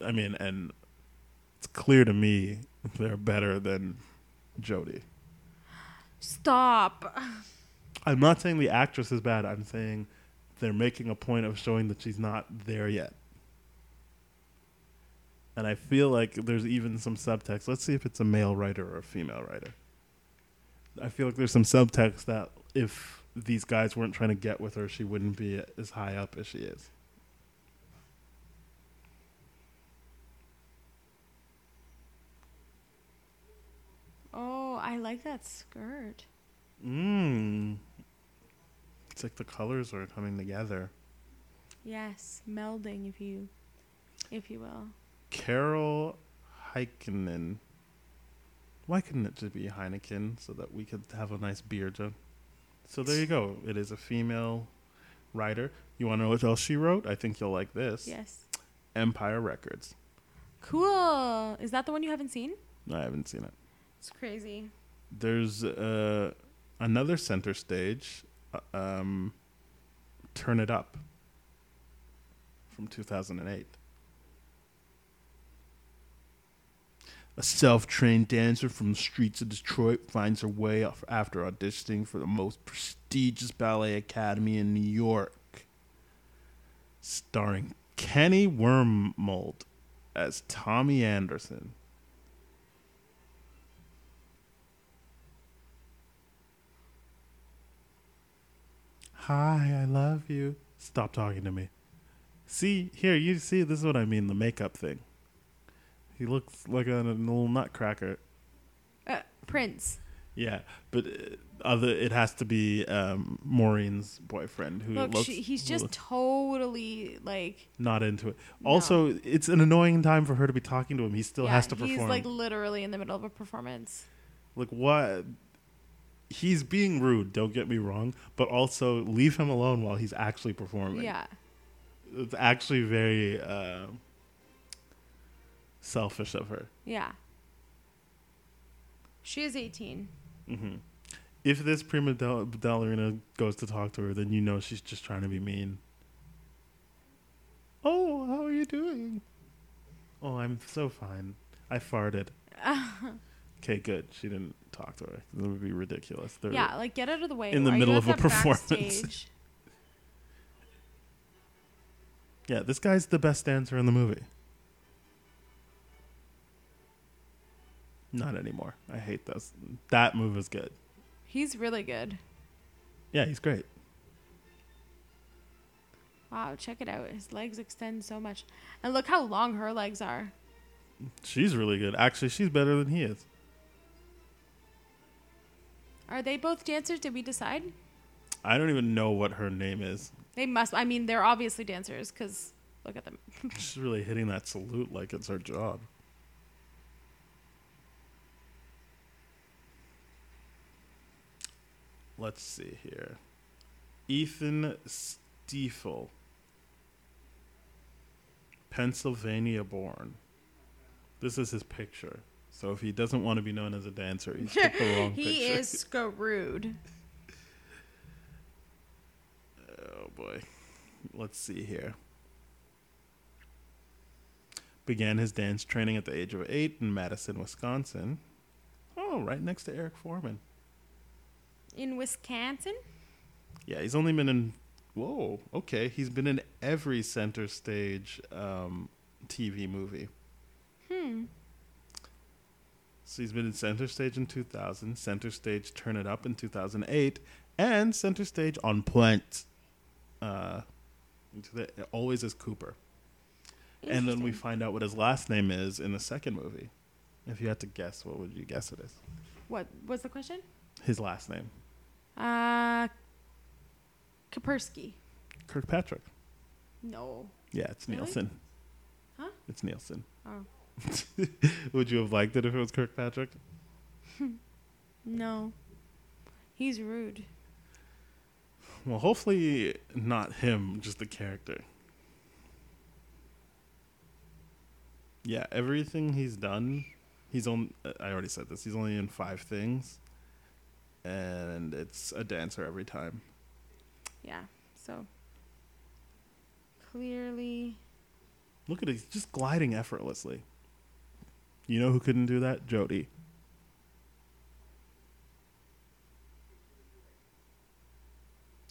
I mean, and it's clear to me they're better than Jodie.
Stop.
I'm not saying the actress is bad. I'm saying they're making a point of showing that she's not there yet. And I feel like there's even some subtext. Let's see if it's a male writer or a female writer. I feel like there's some subtext that if these guys weren't trying to get with her, she wouldn't be as high up as she is.
Oh, I like that skirt.
Mm. It's like the colors are coming together.
Yes, melding, if you, if you will.
Carol Heikkinen. Why couldn't it just be Heineken so that we could have a nice beer, Joe? So there you go. It is a female writer. You want to know what else she wrote? I think you'll like this.
Yes.
Empire Records.
Cool. Is that the one you haven't seen?
I haven't seen it.
It's crazy.
There's uh, another center stage. uh, Um, Turn It Up from 2008. A self trained dancer from the streets of Detroit finds her way off after auditioning for the most prestigious ballet academy in New York. Starring Kenny Wormold as Tommy Anderson. Hi, I love you. Stop talking to me. See, here, you see, this is what I mean the makeup thing. He looks like a, little nutcracker.
Uh, Prince.
Yeah, but uh, other it has to be um, Maureen's boyfriend who
Look,
looks
she, he's just
looks
totally like.
not into it.
No.
Also, it's an annoying time for her to be talking to him. He still
yeah,
has to perform.
He's
like,
like literally in the middle of a performance.
what? He's being rude. Don't get me wrong, but also leave him alone while he's actually performing.
Yeah.
it's actually very uh, selfish of her.
Yeah. She is 18.
If this prima ball- ballerina goes to talk to her, then you know she's just trying to be mean. Oh, how are you doing? Oh, I'm so fine. I farted. okay, good. She didn't talk to her. That would be ridiculous. They're-
Yeah, like get out of the way.
In the
Why are you
middle of
at
a
that
performance.
backstage?
Yeah, this guy's the best dancer in the movie. Not anymore. I hate this. That move is good.
He's really good.
Yeah, he's great.
Wow, check it out. His legs extend so much. And look how long her legs are.
She's really good. Actually, she's better than he is.
Are they both dancers? Did we decide?
I don't even know what her name is.
They must. I mean, they're obviously dancers because look at them.
She's really hitting that salute like it's her job. Let's see here. Ethan Stiefel, Pennsylvania born. This is his picture. So if he doesn't want to be known as a dancer, he's picked the wrong
he
picture.
is screwed.
Oh boy. Let's see here. Began his dance training at the age of eight in Madison, Wisconsin. Oh, right next to Eric Foreman.
In Wisconsin?
Yeah, he's only been in. Whoa, okay. He's been in every center stage um, TV movie. So he's been in center stage in 2000, center stage Turn It Up in 2008, and center stage on Plant. Uh, to the- always as Cooper. And then we find out what his last name is in the second movie. If you had to guess, what would you guess it is?
What was the question?
His last name
Uh, Kapersky.
Kirkpatrick.
No.
Yeah, it's
Really?
Nielsen.
Huh?
It's Nielsen.
Oh.
Would you have liked it if it was Kirkpatrick?
No. He's rude.
Well, hopefully not him, just the character. Yeah, everything he's done, he's on. uh, I already said this. He's only in five things, and it's a dancer every time.
Yeah. So clearly,
Look at it. He's just gliding effortlessly. You know who couldn't do that? Jody.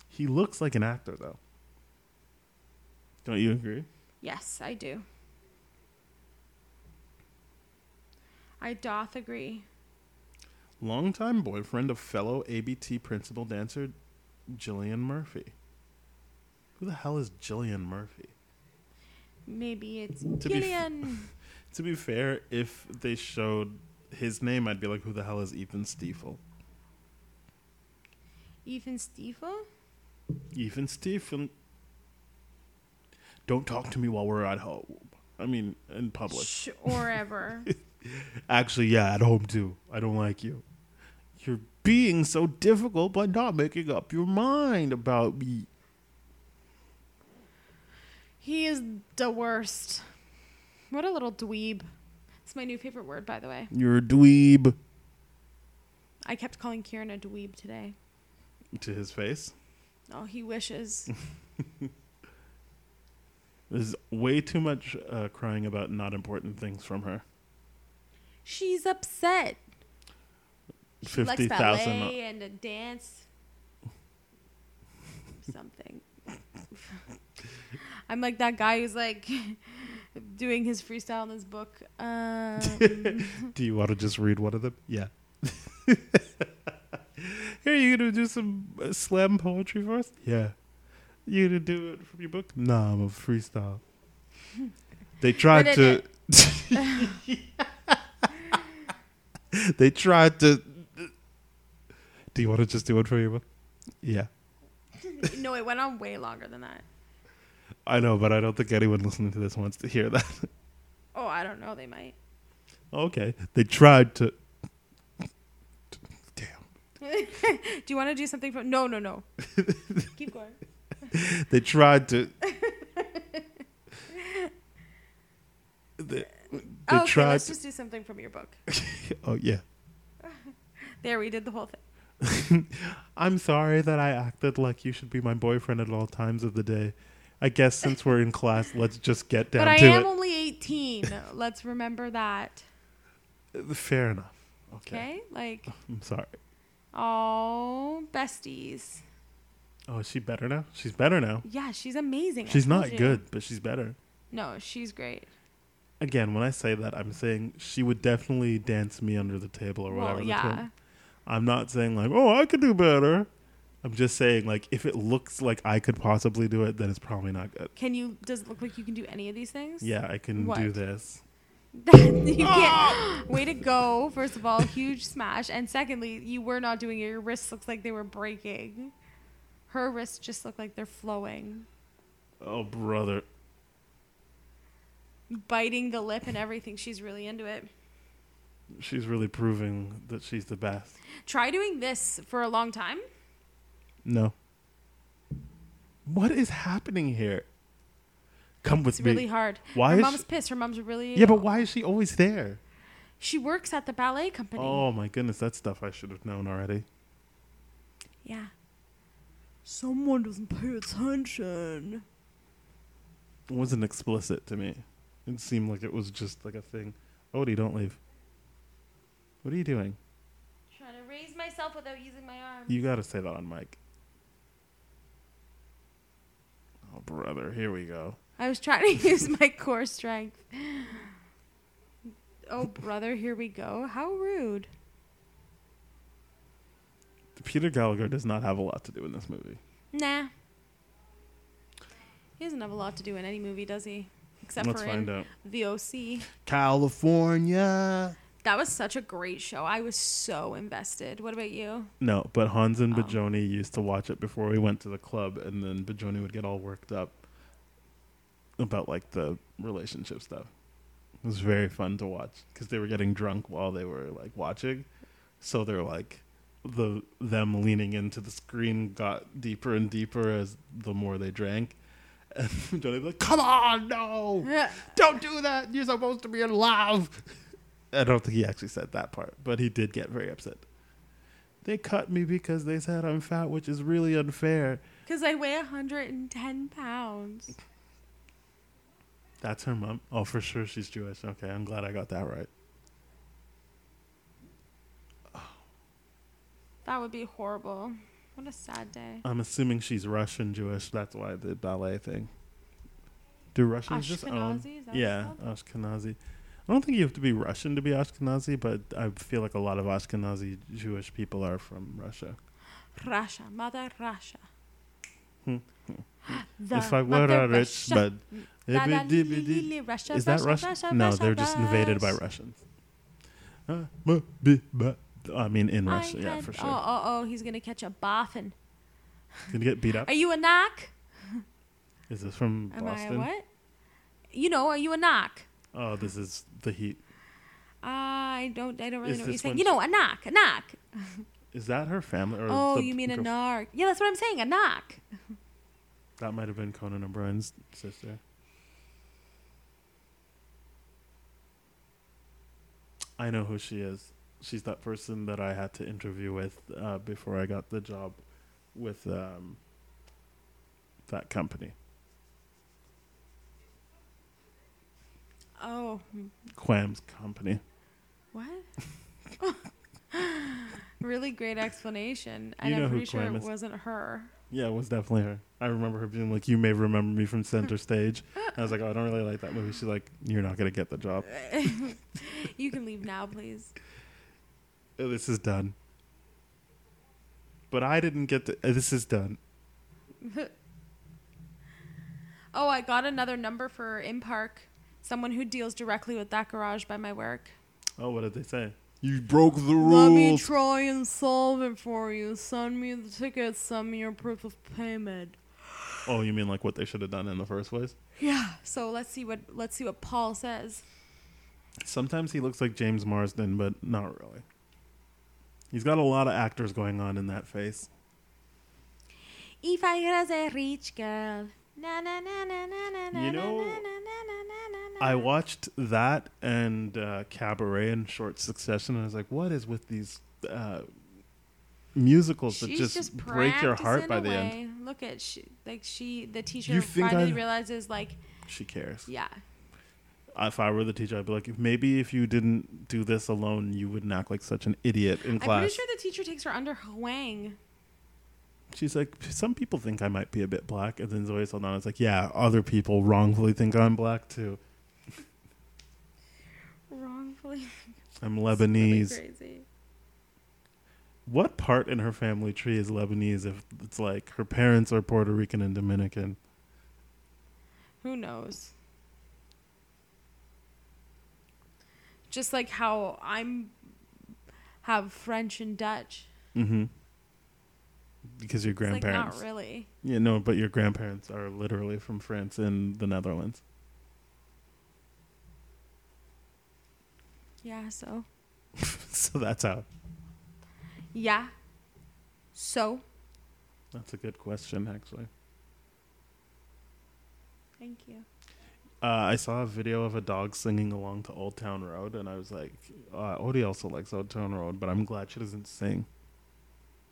He looks like an actor, though. Don't you agree?
yes, I do. I doth agree.
Longtime boyfriend of fellow ABT principal dancer Jillian Murphy. Who the hell is Jillian Murphy?
Maybe it's
To be f-
Gideon.
To be fair, if they showed his name, I'd be like, who the hell is Ethan Stiefel?
Ethan Stiefel?
Even Stephen. Don't talk to me while we're at home. I mean, in public.
Sh- or ever.
Actually, yeah, at home too. I don't like you. You're being so difficult by not making up your mind about me.
he is the worst. What a little dweeb. It's my new favorite word, by the way.
You're a dweeb.
I kept calling Kieran a dweeb today.
To his face.
Oh, he wishes.
There's way too much uh, crying about not important things from her.
She's upset. She likes
50,000.
ballet and a dance. Something. I'm like that guy who's like doing his freestyle in his book. Um,
Do you want to just read one of them? Yeah. Here, you gonna do some uh, slam poetry for us? Yeah. You gonna do it from your book? Nah, I'm a freestyle. they tried to. they tried to. uh, Do you want to just do one from your book? Yeah.
no, it went on way longer than that.
I know, but I don't think anyone listening to this wants to hear that.
Oh, I don't know. They might.
okay. They tried to. Damn.
Do you want to do something from? No, no, no. Keep going.
They tried to. they they
Oh, okay,
tried.
let's
To,
just do something from your book.
oh yeah.
There, we did the whole thing.
I'm sorry that I acted like you should be my boyfriend at all times of the day. I guess since we're in class, let's just get down
but I
to
am only 18. Let's remember that.
it. Uh, Fair enough. Okay.
Okay, like,
I'm sorry.
oh, besties.
Oh, is she better now? She's better now.
Yeah, she's amazing. I
She's
told
not
you.
good, but she's better.
No, she's great.
Again, when I say that, I'm saying she would definitely dance me under the table or whatever.
Well,
the term-
yeah.
I'm not saying like, oh, I could do better. I'm just saying, like, if it looks like I could possibly do it, then it's probably not good.
Can you? Does it look like you can do any of these things?
Yeah, I can
What?
do this.
you
Ah!
can't. Way to go! First of all, huge smash, and secondly, you were not doing it. Your wrists looked like they were breaking. Her wrists just look like they're flowing,
Oh, brother.
biting the lip and everything. She's really into it.
She's really proving that she's the best.
Try doing this for a long time.
No. What is happening here? Come with
It's
me.
really hard.
Why
her
is
mom's
she-
pissed. Her mom's really
Yeah, but why is she always there?
She works at the ballet company.
Oh my goodness, that's stuff I should have known already.
Yeah.
Someone doesn't pay attention.
It wasn't explicit to me. It seemed like it was just like a thing. Odie, don't leave. What are you doing?
Trying to raise myself without using my arm.
You gotta say that on mic. Oh brother, here we go.
I was trying to use my core strength. Oh brother, here we go. How rude.
Peter Gallagher does not have a lot to do in this movie.
Nah. He doesn't have a lot to do in any movie, does he? Except
Let's
for
find
in
out.
The OC.
California.
That was such a great show. I was so invested. What about you?
No, but Hans and Bajoni used to watch it before we went to the club, and then Bajoni would get all worked up about like the relationship stuff. It was very fun to watch because they were getting drunk while they were like watching, so they're like the them leaning into the screen got deeper and deeper as the more they drank. And Bajoni was like, "Come on, no, don't do that. You're supposed to be in love." I don't think he actually said that part, but he did get very upset. They cut me because they said I'm fat, which is really unfair.
Because I weigh 110 pounds.
That's her mom. Oh, for sure she's Jewish. Okay, I'm glad I got that right.
That would be horrible. What a sad day.
I'm assuming she's Russian Jewish. That's why the ballet thing. Do Russians just own?
Ashkenazi, is that what it's
Yeah, Ashkenazi. I don't think you have to be Russian to be Ashkenazi, but I feel like a lot of Ashkenazi Jewish people are from Russia.
Russia, Mother Russia. The
Hmm. if I were
Mother
a rich
Russia.
bud,
La la li li
Ibidi-
li, Russia,
Is that Russia?
Russia? Russia,
no,
Russia,
they're just invaded by
Russia.
Russians. Uh, bu- bi- bu- I mean, in Russia,
I
yeah,
had-
for sure.
Oh, oh, oh, he's gonna catch a boffin.
Gonna get beat up.
Are you a knock?
Is this from
Am
Boston?
I a what? You know, are you a knock?
Oh, this is the heat.
I don't, I don't really
Is
know what you're
this
saying.
when
You know, a knock, a knock.
Is that her family? Or
Oh,
the
you mean a
girl-
narc? Yeah, that's what I'm saying, a knock.
That might have been Conan O'Brien's sister. I know who she is. She's that person that I had to interview with uh, before I got the job with um, that company,
Oh,
Quam's company.
what? really great explanation,
You
and
know
I'm
who
pretty sure
Clem
it
is.
wasn't her.
Yeah, it was definitely her. I remember her being like, "You may remember me from Center Stage." I was like, "Oh, I don't really like that movie." She's like, "You're not gonna get the job.
You can leave now, please.
Uh, This is done." But I didn't get the. uh, This is done.
Oh, I got another number for in park. Someone who deals directly with that garage by my work.
Oh, what did they say? You broke the
Let me
rules.
try and solve it for you. Send me the tickets, send me your proof of payment.
oh, you mean like what they should have done in the first place?
Yeah. So let's see what let's see what Paul says.
Sometimes he looks like James Marsden, but not really. He's got a lot of actors going on in that face.
If I was a rich girl. Na na na na na na na
You
na
know,
na na na na na.
I watched that and uh, Cabaret in short succession, and I was like, "What is with these uh, musicals that
She's
just, break your heart
practicing
by the end?"
away. Look at she, like she the teacher
You think
finally
I-
realizes like
She cares.
yeah
If I were the teacher, I'd be like, "Maybe if you didn't do this alone, you wouldn't act like such an idiot in
I'm
class."
pretty sure the teacher takes her under her wing.
She's like, "Some people think I might be a bit black," and then Zoe Saldana's like, "Yeah, other people wrongfully think I'm black too.
Wrongfully.
I'm
Really
Lebanese."
crazy.
What part in her family tree is Lebanese if it's like her parents are Puerto Rican and Dominican?
Who knows? Just like how I'm have French and Dutch.
Mm-hmm. Because your
It's like
grandparents.
not really.
Yeah, no, but your grandparents are literally from France and the Netherlands.
Yeah, so.
so that's how.
Yeah. So,
That's a good question, actually.
thank you.
Uh, I saw a video of a dog singing along to Old Town Road, and I was like, uh, Odie also likes Old Town Road, but I'm glad she doesn't sing.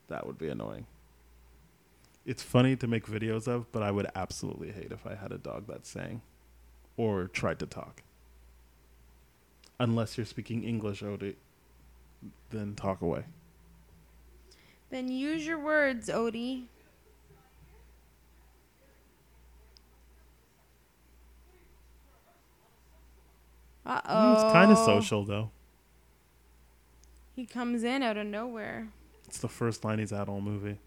That would be annoying. It's funny to make videos of, but I would absolutely hate if I had a dog that sang or tried to talk. Unless you're speaking English, Odie, then talk away.
Then use your words, Odie.
Mm,
Uh oh.
It's kind of social, though.
He comes in out of nowhere.
It's the first line he's at all movie.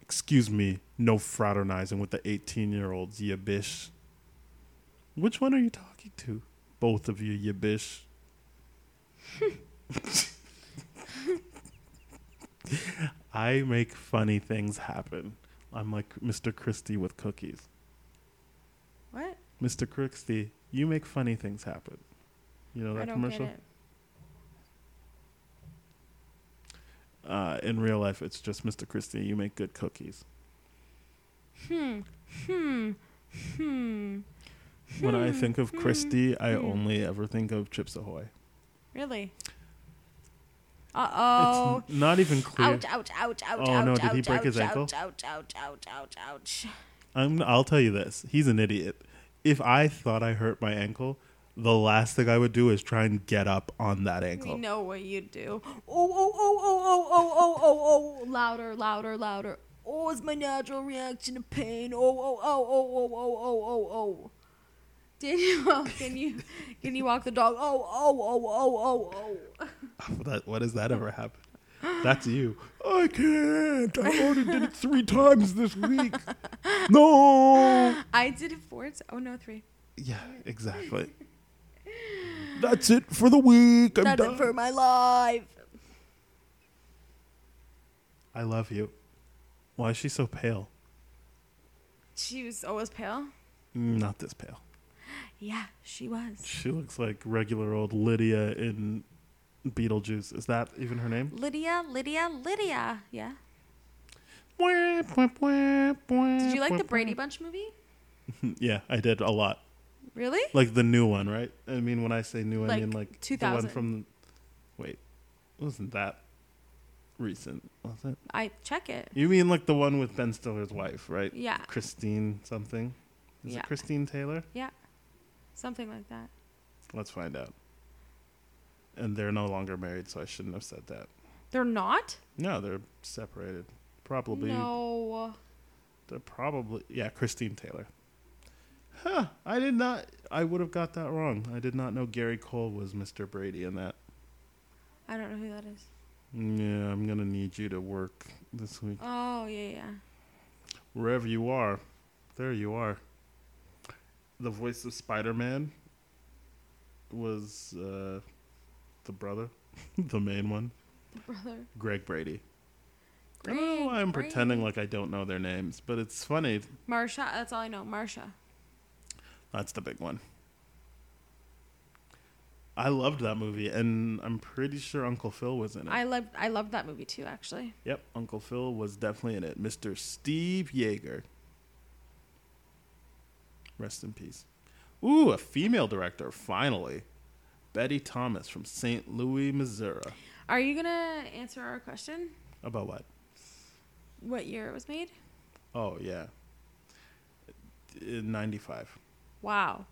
Excuse me, no fraternizing with the 18 year olds, you bish. Which one are you talking to? Both of you, you bish. I make funny things happen. I'm like Mr. Christie with cookies.
What?
Mr. Christie, you make funny things happen. You know that
I don't
commercial?
get it.
uh, in real life, it's just Mr. Christie. You make good cookies.
Hmm. Hmm. Hmm.
When I think of Christie, I only ever think of Chips Ahoy.
Really? Uh oh.
It's n- not even clear.
Ouch, ouch, ouch, ouch,
Oh,
ouch,
no,
ouch,
did he break
ouch,
his
ouch,
ankle?
ouch, ouch, ouch, ouch, ouch.
I'm, I'll tell you this: he's an idiot. If I thought I hurt my ankle, the last thing I would do is try and get up on that
We
ankle.
know what you do. Oh, oh, oh, oh, oh, oh, oh, oh, oh. Louder, louder, louder. Oh, it's my natural reaction to pain. Oh, oh, oh, oh, oh, oh, oh, oh, oh. Daniel, can you can you walk the dog? Oh, oh, oh, oh, oh, oh.
That, what does that ever happen? That's you. I can't. I already did it three times this week. No.
I did it four. T- oh no, three.
Yeah, exactly. That's it for the week. I'm
That's
done.
it for my life.
I love you. Why is she so pale?
She was always pale.
Mm, Not this pale.
Yeah, she was.
She looks like regular old Lydia in Beetlejuice. Is that even her name?
Lydia, Lydia, Lydia. Yeah. Did
Did
you like the Brady
Mm-hmm.
Bunch movie?
Yeah, I did a lot.
Really?
Like the new one, right? I mean, when I say new, I
Like
mean like the
2000.
one from. Wait, wasn't that recent? Was it?
I check it.
You mean like the one with Ben Stiller's wife, right?
Yeah.
Christine something. Is
Yeah.
it Christine Taylor?
Yeah. Something like that.
Let's find out. And they're no longer married, so I shouldn't have said that.
They're not?
No, they're separated. Probably.
No.
They're probably. Yeah, Christine Taylor. Huh. I did not. I would have got that wrong. I did not know Gary Cole was Mr. Brady in that.
I don't know who that is.
Yeah, I'm going to need you to work this week.
Oh, yeah, yeah.
Wherever you are, there you are. The voice of Spider Man was uh, the brother, the main one,
The brother.
Greg Brady. I don't know why Oh, I'm pretending like I don't know their names, but it's funny.
Marsha, that's all I know. Marsha.
That's the big one. I loved that movie, and I'm pretty sure Uncle Phil was in it.
I loved I loved that movie too, actually.
yep, Uncle Phil was definitely in it. Mr. Steve Yeager. Rest in peace. Ooh, a female director, finally. Betty Thomas from St. Louis, Missouri.
Are you gonna answer our question?
About what?
What year it was made?
Oh, yeah. In 95.
Wow.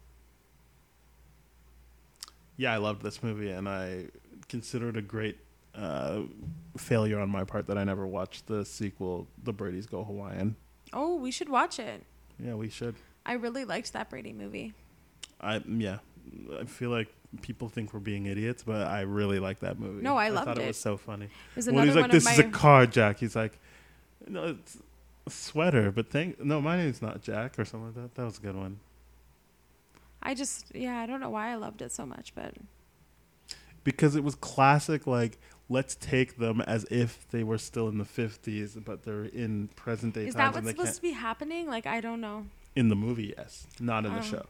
yeah, I loved this movie, and I consider it a great uh, failure on my part that I never watched the sequel, The Brady's Go Hawaiian.
Oh, we should watch it.
Yeah, we should.
I really liked that Brady movie.
I yeah, I feel like people think we're being idiots, but I really like that movie.
No, I
thought
loved
it
it.
was so funny.
There's
when he's
another
like,
one of
"This is a
my-
car, Jack." He's like, "No, it's a sweater." But thank no, my name's not Jack or something like that. That was a good one.
I just, yeah, I don't know why I loved it so much, but
because it was classic like let's take them as if they were still in the 50s but they're in present day
is that
times and
what's
they
supposed
can't
to be happening? Like, I don't know.
in the movie yes not in
Oh.
the show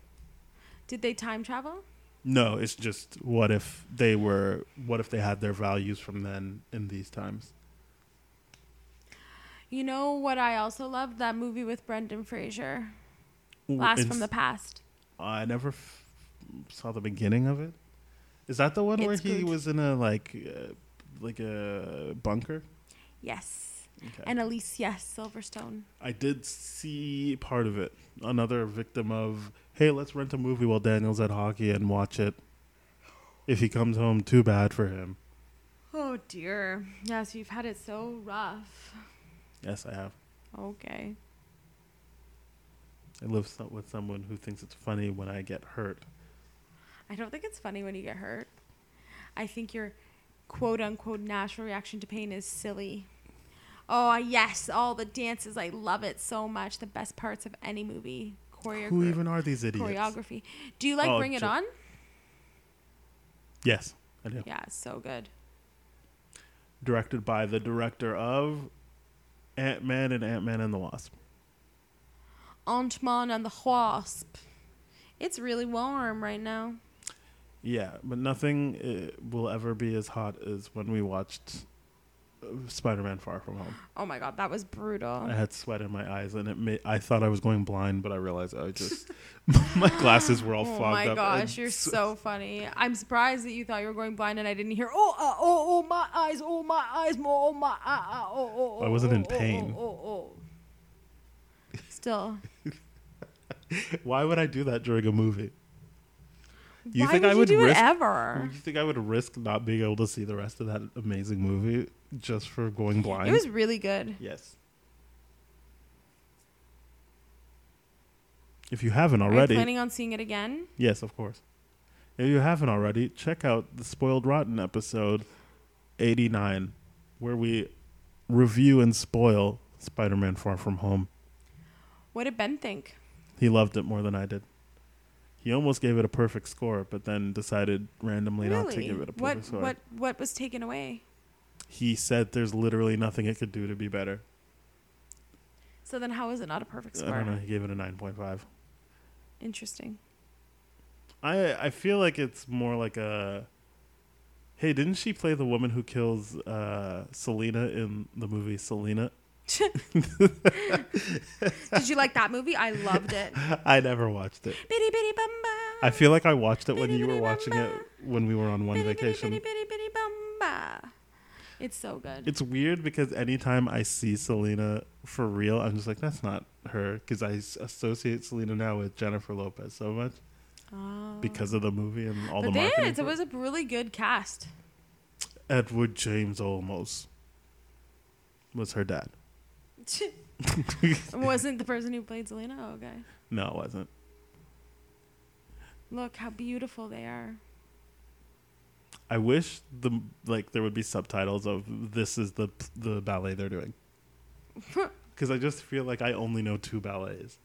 Did they time travel?
no it's just what if they were what if they had their values from then in these times
You know what I also loved? That movie with Brendan Fraser,
Ooh,
Last
it's-
from the Past.
i never f- saw the beginning of it is that the one where
It's
he
good.
was in a like uh, like a bunker
Yes.
okay.
And Alicia Silverstone.
I did see part of it. Another victim of hey, let's rent a movie while Daniel's at hockey and watch it. If he comes home, too bad for him.
Oh dear. Yes, you've had it so rough.
Yes, I have.
Okay.
I live so- with someone who thinks it's funny when I get hurt.
I don't think it's funny when you get hurt. I think your quote unquote natural reaction to pain is silly. Oh, yes, all the dances. I love it so much. The best parts of any movie. Choreography.
Who even are these idiots?
choreography. Do you like
Oh,
Bring It
Jo-
On?
Yes, I do.
Yeah, it's so good.
Directed by the director of Ant Man and Ant Man and the Wasp.
Ant-Man and the Wasp. It's really warm right now.
Yeah, but nothing uh, will ever be as hot as when we watched Spider Man Far From Home.
Oh my god, that was brutal.
I had sweat in my eyes, and it made, I thought I was going blind, but I realized I was just my glasses were all
Oh
fogged
my
up.
gosh, you're so funny. I'm surprised that you thought you were going blind and I didn't hear. Oh, uh, oh, oh, my eyes, oh my eyes, oh my, uh, uh, oh, oh, oh.
I wasn't in
oh, oh,
pain.
Oh, oh, oh. Still,
Why would I do that during a movie? You
why
think
would
I
you
would
do
risk?
it ever?
You think I would risk not being able to see the rest of that amazing movie just for going blind?
It was really good.
yes. If you haven't already,
Are you planning on seeing it again?
Yes, of course. If you haven't already, check out the Spoiled Rotten episode 89, where we review and spoil Spider Man Far From Home.
What did Ben think?
He loved it more than I did. He almost gave it a perfect score, but then decided randomly not to
Really?
give it a perfect
What,
score.
what, what was taken away?
He said there's literally nothing it could do to be better.
So then, how is it not a perfect
I don't know.
score?
He gave it a 9.5.
Interesting.
I I feel like it's more like a. Hey, didn't she play the woman who kills uh, Selena in the movie Selena?
Did you like that movie? I loved it.
I never watched it.
Bitty bitty bum ba.
I feel like I watched it when you were watching it when we were on one
Bitty bitty
vacation.
bitty bitty bitty bum ba. It's so good.
It's weird because anytime I see Selena for real, I'm just like, that's not her. Because I s- associate Selena now with Jennifer Lopez so much
Oh.
because of the movie and all
but
the
they
marketing.
did. It
for
was a really good cast.
Edward James Olmos was her dad.
Wasn't the person who played Selena? Oh, okay.
No, it wasn't.
Look how beautiful they are.
I wish the like there would be subtitles of this is the the ballet they're doing. Because I just feel like I only know two ballets.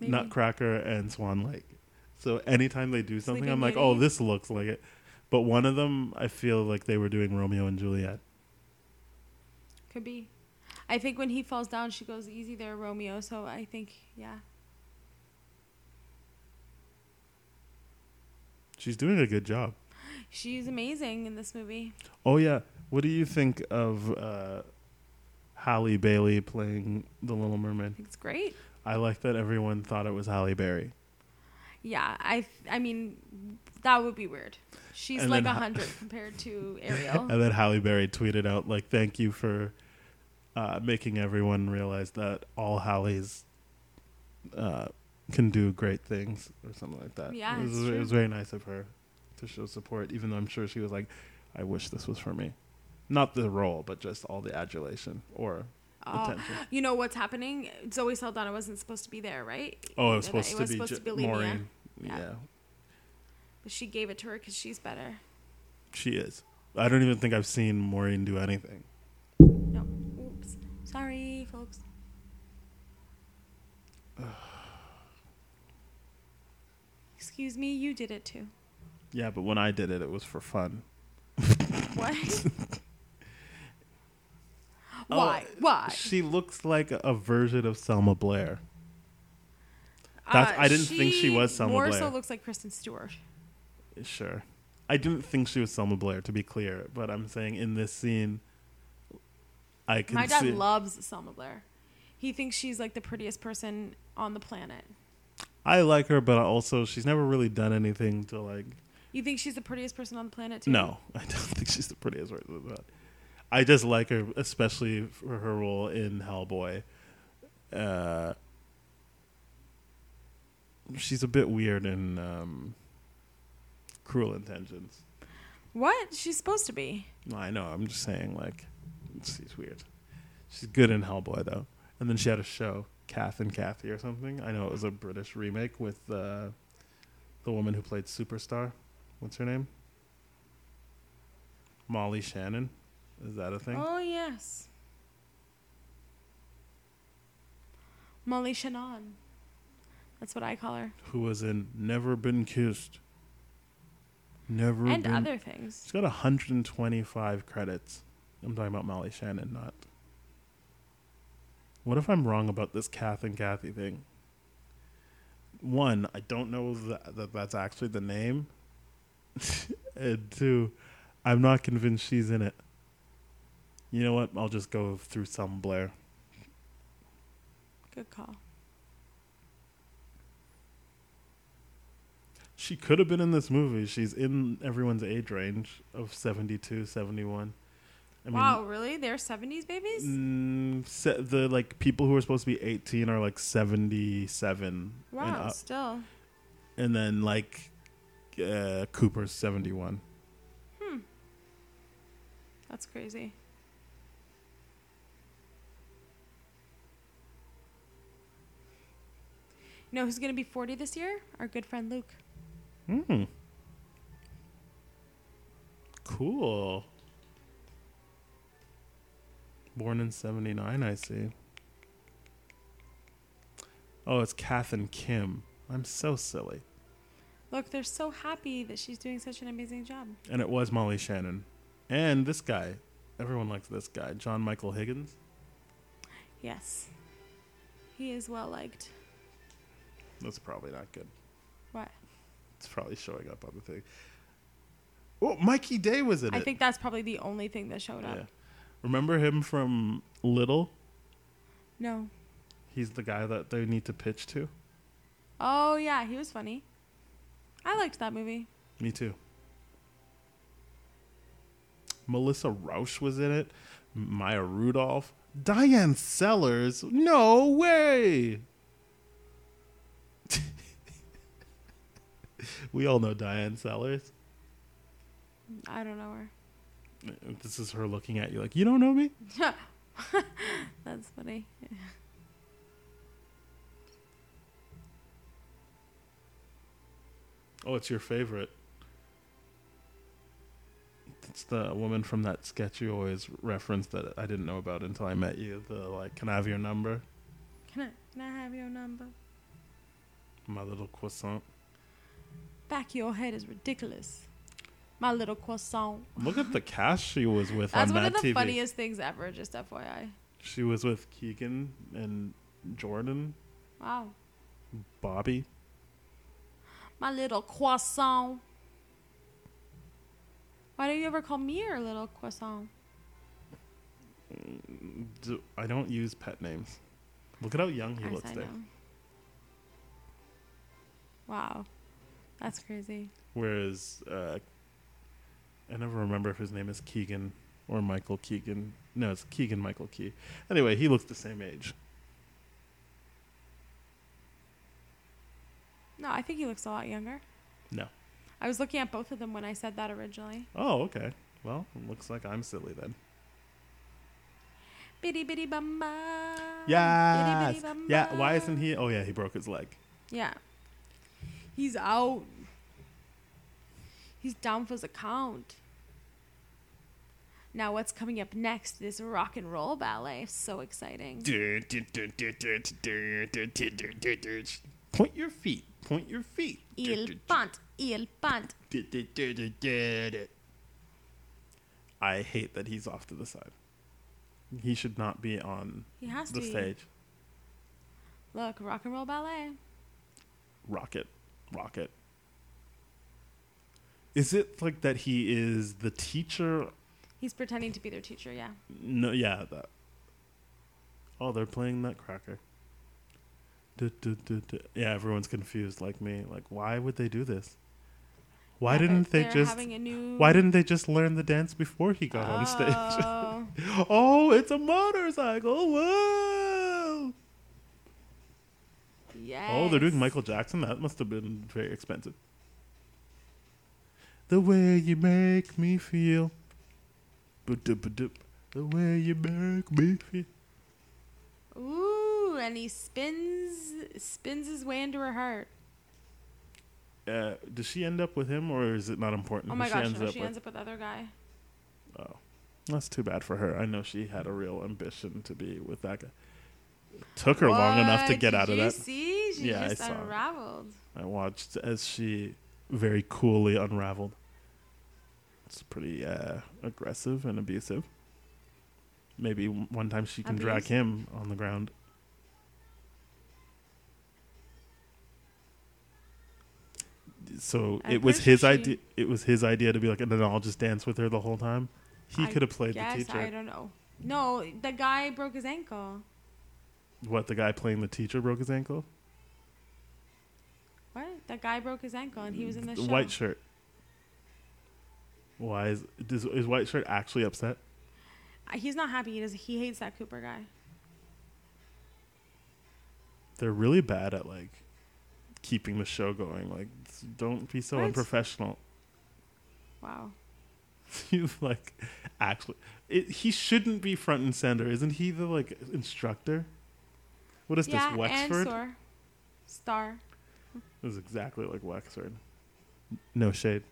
Maybe.
Nutcracker and Swan Lake. So anytime they do something,
Sleeping
I'm like,
Beauty?
oh, this looks like it. But one of them, I feel like they were doing Romeo and Juliet.
Could be. I think when he falls down, she goes easy there, Romeo. So I think, yeah.
She's doing a good job.
She's amazing in this movie.
Oh yeah, what do you think of uh, Halle Bailey playing the Little Mermaid?
I think it's great.
I like that everyone thought it was Halle Berry.
Yeah, I I mean, that would be weird. She's
And
like
then
a
ho-
hundred compared to Ariel.
And then Halle Berry tweeted out like, "Thank you for uh, making everyone realize that all Halleys uh, can do great things," or something like that.
Yeah,
it was,
it's
it
true.
was very nice of her to show support, even though I'm sure she was like, "I wish this was for me." Not the role, but just all the adulation or
Oh,
attention.
You know what's happening? Zoe Saldana wasn't supposed to be there, right?
Oh, it was
And
supposed
was
to be
supposed
Ju-
to be Lena.
Maureen.
Yeah.
yeah.
But she gave it to her because she's better.
She is. I don't even think I've seen Maureen do anything.
No. Oops. Sorry, folks. Excuse me, you did it too.
Yeah, but when I did it, it was for fun.
What?
Oh,
Why? Why?
She looks like a version of Selma Blair. That's- I didn't think she was Selma
Uh, more so
Blair.
looks like Kristen Stewart.
Sure. I didn't think she was Selma Blair, to be clear, but I'm saying in this scene, I can
My dad
see.
loves Selma Blair. He thinks she's like the prettiest person on the planet.
I like her, but also she's never really done anything to like.
You think she's the prettiest person on the planet too?
No, I don't think she's the prettiest person. in the world. I just like her, especially for her role in Hellboy. Uh, she's a bit weird in um, Cruel Intentions.
What? She's supposed to be.
No, I know. I'm just saying, like, she's weird. She's good in Hellboy though. And then she had a show, Kath and Kathy or something. I know it was a British remake with uh, the woman who played Superstar. What's her name? Molly Shannon. Is that a thing?
Oh yes. Molly Shannon. That's what I call her.
Who was in Never Been Kissed. Never
And
been.
other things.
She's got 125 credits. I'm talking about Molly Shannon, not. What if I'm wrong about this Kath and Kathy thing? One, I don't know that, that that's actually the name. and two, I'm not convinced she's in it. You know what? I'll just go through some Blair.
Good call.
She could have been in this movie. She's in everyone's age range of 72, 71. I mean,
wow, really? They're seventies babies?
Mm, se- the like people who are supposed to be 18 are like 77 and
wow,
up.
still.
and then like uh, Cooper's 71.
That's crazy. You know who's going to be 40 this year? Our good friend Luke.
Hmm. Cool. Born in 79, I see. Oh, it's Kath and Kim. I'm so silly.
Look, they're so happy that she's doing such an amazing job.
And it was Molly Shannon. And this guy. Everyone likes this guy, John Michael Higgins.
Yes. He is well liked.
That's probably not good.
What?
It's probably showing up on the thing. Oh, Mikey Day was in
I
it.
think that's probably the only thing that showed up.
Yeah. Remember him from Little?
No.
He's the guy that they need to pitch to.
Oh, yeah, he was funny. I liked that movie.
Me too. Melissa Rauch was in it. Maya Rudolph. Diane Sellers. No way. we all know Diane Sellers.
I don't know her.
This is her looking at you like, you don't know me?
That's funny.
Oh, it's your favorite. It's the woman from that sketch you always reference that I didn't know about until I met you. The like, can I have your number?
Can I, can I have your number?
My little croissant.
Back of your head is ridiculous. My little croissant.
Look at the cast she was with
That's
on
one
Mad
of the
TV.
funniest things ever, just FYI.
She was with Keegan and Jordan,
Wow.
Bobby.
My little croissant. Why do you ever call me your little croissant?
Do- I don't use pet names. Look at how young he
As
looks
I
there.
know. Wow. That's crazy.
Whereas uh, I never remember if his name is Keegan or Michael Keegan. No, it's Keegan Michael Key. Anyway, he looks the same age.
No, I think he looks a lot younger.
No.
I was looking at both of them when I said that originally.
Oh, okay. Well, it looks like I'm silly then.
Bitty bitty bum bum.
Yeah.
Bitty bitty bum
Yeah. Why
bum.
isn't he? Oh, yeah. He broke his leg.
Yeah. He's out. He's down for the count. Now, what's coming up next is rock and roll ballet. So exciting.
Point your feet. Point your feet.
Il pant, il pant.
I hate that he's off to the side. He should not be on
He has
the
to. be.
stage.
Look, rock and roll ballet.
Rocket. Rocket. Is it like that he is the teacher?
He's pretending to be their teacher, yeah.
No, yeah, that. Oh, they're playing Nutcracker. Du- du- du- du- Yeah, everyone's confused like me. Like, why would they do this? Why
Yeah,
didn't they
they're- they're
just
having a new...
Why didn't they just learn the dance before he got on stage?
Oh.
oh, it's a motorcycle! Whoa!
Yes.
Oh, they're doing Michael Jackson. That must have been very expensive. The way you make me feel. Ba-dup-ba-dup. The way you make me feel.
Ooh, and he spins spins his way into her heart. Oh
Uh, does she end up with him, or is it not important?
Oh
who
my
Mm-hmm. she ends
gosh, no,
up
she
with?
ends up with other guy.
That's too bad for her. I know she had a real ambition to be with that guy. It took her long enough to
What?
get
Did
out of
you
that.
See? She
Yeah, I
just
saw it.
unraveled.
I watched as she very coolly unraveled. It's pretty uh, aggressive and abusive. Maybe one time she can drag
Abuse.
him on the ground. So
I'm
it was
pretty
his
sure she-
idea. It was his idea to be like, and then I'll just dance with her the whole time. He
I
could have played the
Guess I
teacher.
don't know. No, the guy broke his ankle.
What the guy playing the teacher broke his ankle.
What? That guy broke his ankle and he was in the, show.
white shirt. Why is does, is white shirt actually upset?
Uh, He's not happy. He does. He hates that Cooper guy.
they're really bad at like keeping the show going. Like, s- don't be so
Right.
unprofessional.
Wow.
You like actually, it, he shouldn't be front and center, isn't he? The like instructor. What is
yeah,
this
and
Wexford?
sore. Star.
This is exactly like Wexford. No shade.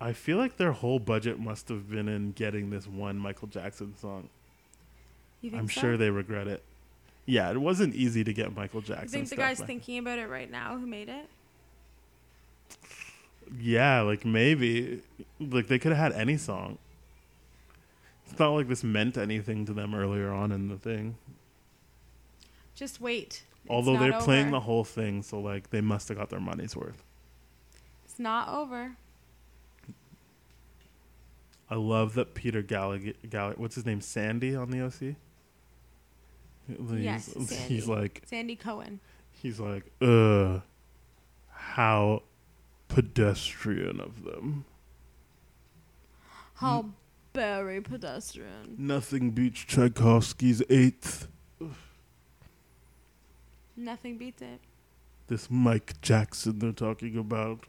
I feel like their whole budget must have been in getting this one Michael Jackson song.
You think
I'm
so?
sure they regret it. Yeah, it wasn't easy to get Michael
You
Jackson.
think the
stuff
guy's
back-
thinking about it right now? Who made it?
Yeah, like maybe, like they could have had any song. It's not like this meant anything to them earlier on in the thing.
Just wait. It's
Although
not
they're playing
over.
the whole thing, so like they must have got their money's worth.
It's not over.
I love that Peter Gallagher, Gallagher what's his name, Sandy on the OC. He's-
Yes, Sandy.
he's like
Sandy Cohen.
he's like, uh, how pedestrian of them.
How very pedestrian.
Nothing beats Tchaikovsky's Eighth.
Nothing beats it.
This Mike Jackson they're talking about.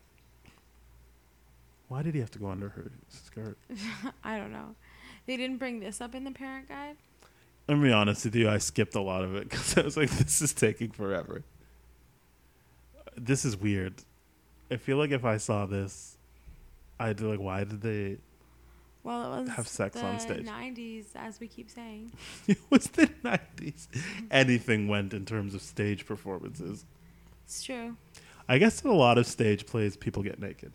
Why did he have to go under her skirt?
I don't know. They didn't bring this up in the parent guide.
I'm gonna be honest with you, I skipped a lot of it because I was like, this is taking forever. This is weird. I feel like if I saw this, I'd be like, why did they.
Well, it was
Have sex
the
on stage.
90s, as we keep saying.
it was the 90s. Anything went in terms of stage performances.
It's true.
I guess in a lot of stage plays, people get naked.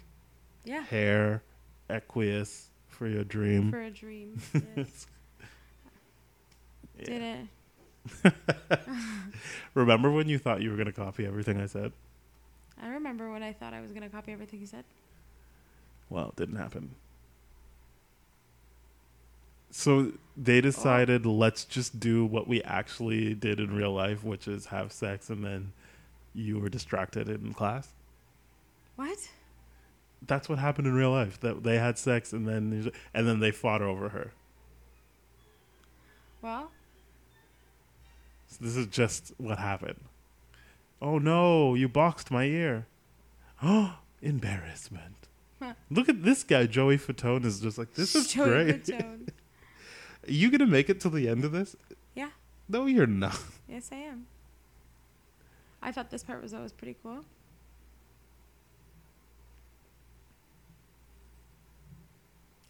Yeah.
Hair, Equius, For Your Dream.
For a dream. Yes.
Yeah.
Did it?
Remember when you thought you were going to copy everything I said?
I remember when I thought I was going to copy everything he said.
Well, it didn't happen. So they decided let's just do what we actually did in real life, which is have sex and then you were distracted in class.
What?
That's what happened in real life. That they had sex and then and then they fought over her.
Well,
So this is just what happened. Oh no, you boxed my ear. Oh, embarrassment.
Huh.
Look at this guy, Joey Fatone is just like this is
Joey
great.
Fatone.
Are you gonna make it till the end of this?
Yeah.
No, you're not.
Yes, I am. I thought this part was always pretty cool.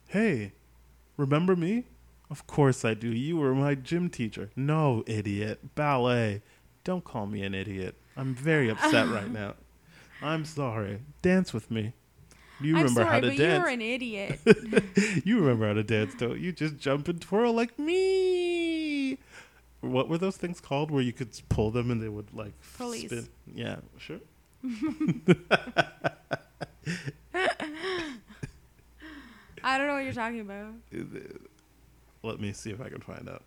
Hey, remember me? Of course I do. You were my gym teacher. No, idiot. Ballet. Don't call me an idiot. I'm very upset right now. I'm sorry. Dance with me. You
I'm
remember
sorry,
how to
but
dance.
you're an idiot.
you remember how to dance, don't you? Just jump and twirl like me. What were those things called where you could s- pull them and they would like f-
Pulleys.
spin? Yeah, sure.
I don't know what you're talking about.
Let me see if I can find out.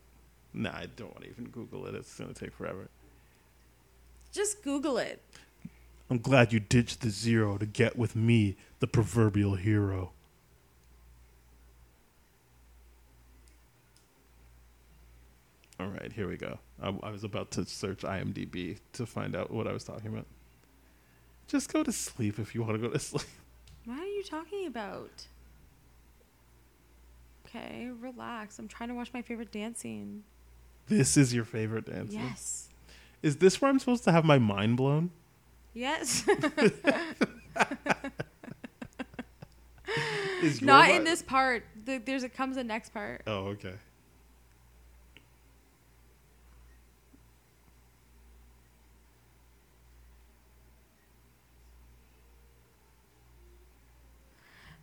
Nah, I don't want to even Google it. It's going to take forever.
Just Google it.
I'm glad you ditched the zero to get with me, the proverbial hero. All right, here we go. I, I was about to search IMDb to find out what I was talking about. Just go to sleep if you want to go to sleep.
What are you talking about? Okay, relax. I'm trying to watch my favorite dance scene.
This is your favorite dance. move.
Yes.
Is this where I'm supposed to have my mind blown?
Yes.
Is your
Not in
mind-
this part. The, there's a comes the next part.
Oh, okay.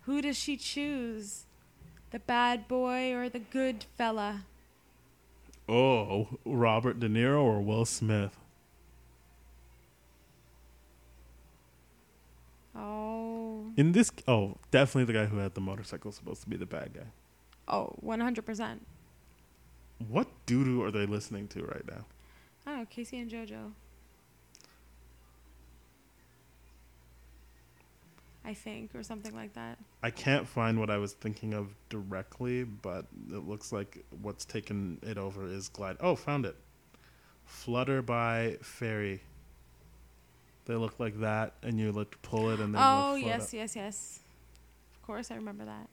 Who does she choose? The bad boy or the good fella?
Oh, Robert De Niro or Will Smith?
Oh.
In this, oh, definitely the guy who had the motorcycle is supposed to be the bad guy.
Oh, 100%.
What doo doo are they listening to right now?
Oh, Casey and JoJo. I think, or something like that.
I can't find what I was thinking of directly, but it looks like what's taken it over is Glide. Oh, found it. Flutter by Fairy. They look like that, and you like pull it, and they will
Oh,
float
yes,
up.
yes, yes. Of course, I remember that.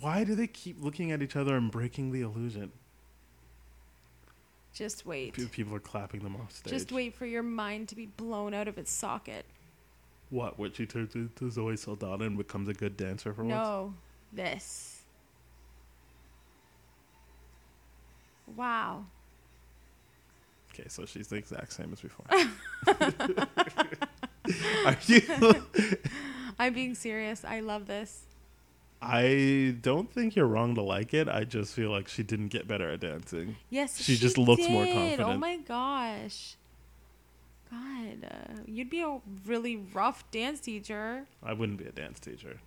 Why do they keep looking at each other and breaking the illusion?
Just wait.
Pe- People are clapping them off stage.
Just wait for your mind to be blown out of its socket.
What? What she turns into Zoe Saldana and becomes a good dancer for once?
No, this. Wow.
Okay, so she's the exact same as before. Are you?
I'm being serious. I love this.
I don't think you're wrong to like it. I just feel like she didn't get better at dancing.
Yes,
She just looks more
did. Oh
confident.
my gosh. God, uh, you'd be a really rough dance teacher.
I wouldn't be a dance teacher.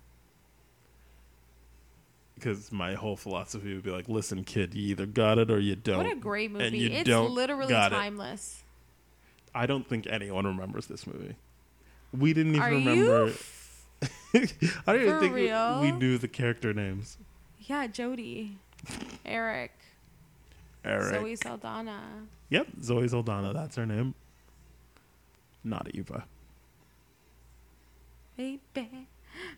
Because my whole philosophy would be like, listen, kid, you either got it or you don't.
What a great movie.
And you
it's
don't
literally
got it.
timeless.
I don't think anyone remembers this movie. We didn't even
Are you
remember. I don't even
for
think we-
real?
we knew the character names.
Yeah, Jody, Eric,
Eric.
Zoe Saldana.
Yep, Zoe Saldana. That's her name. Not Eva.
Baby.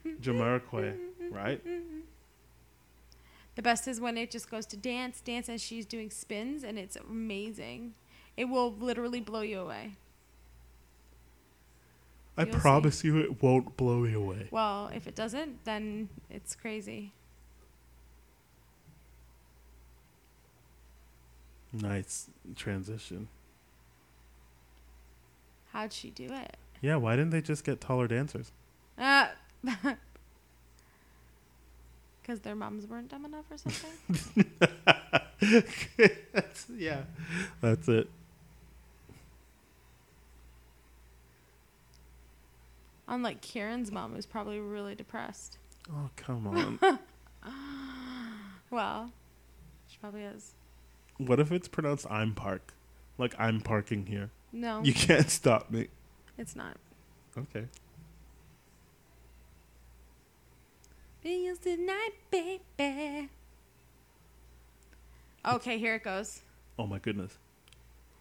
Jamiroquai, right?
The best is when it just goes to dance, dance as she's doing spins, and it's amazing. It will literally blow you away.
I
You'll see.
promise you it won't blow you away.
Well, if it doesn't, then it's crazy.
Nice transition.
How'd she do it?
Yeah, why didn't they just get taller dancers?
Uh, because their moms weren't dumb enough or something.
That's- yeah, that's it.
Unlike Kieran's mom, who's probably really depressed.
Oh, come on.
Well, she probably is.
what if it's pronounced I'm Park? Like, I'm parking here.
No,
You can't stop me.
it's not.
Okay.
Feels tonight, baby. Okay, here it goes.
Oh, my goodness.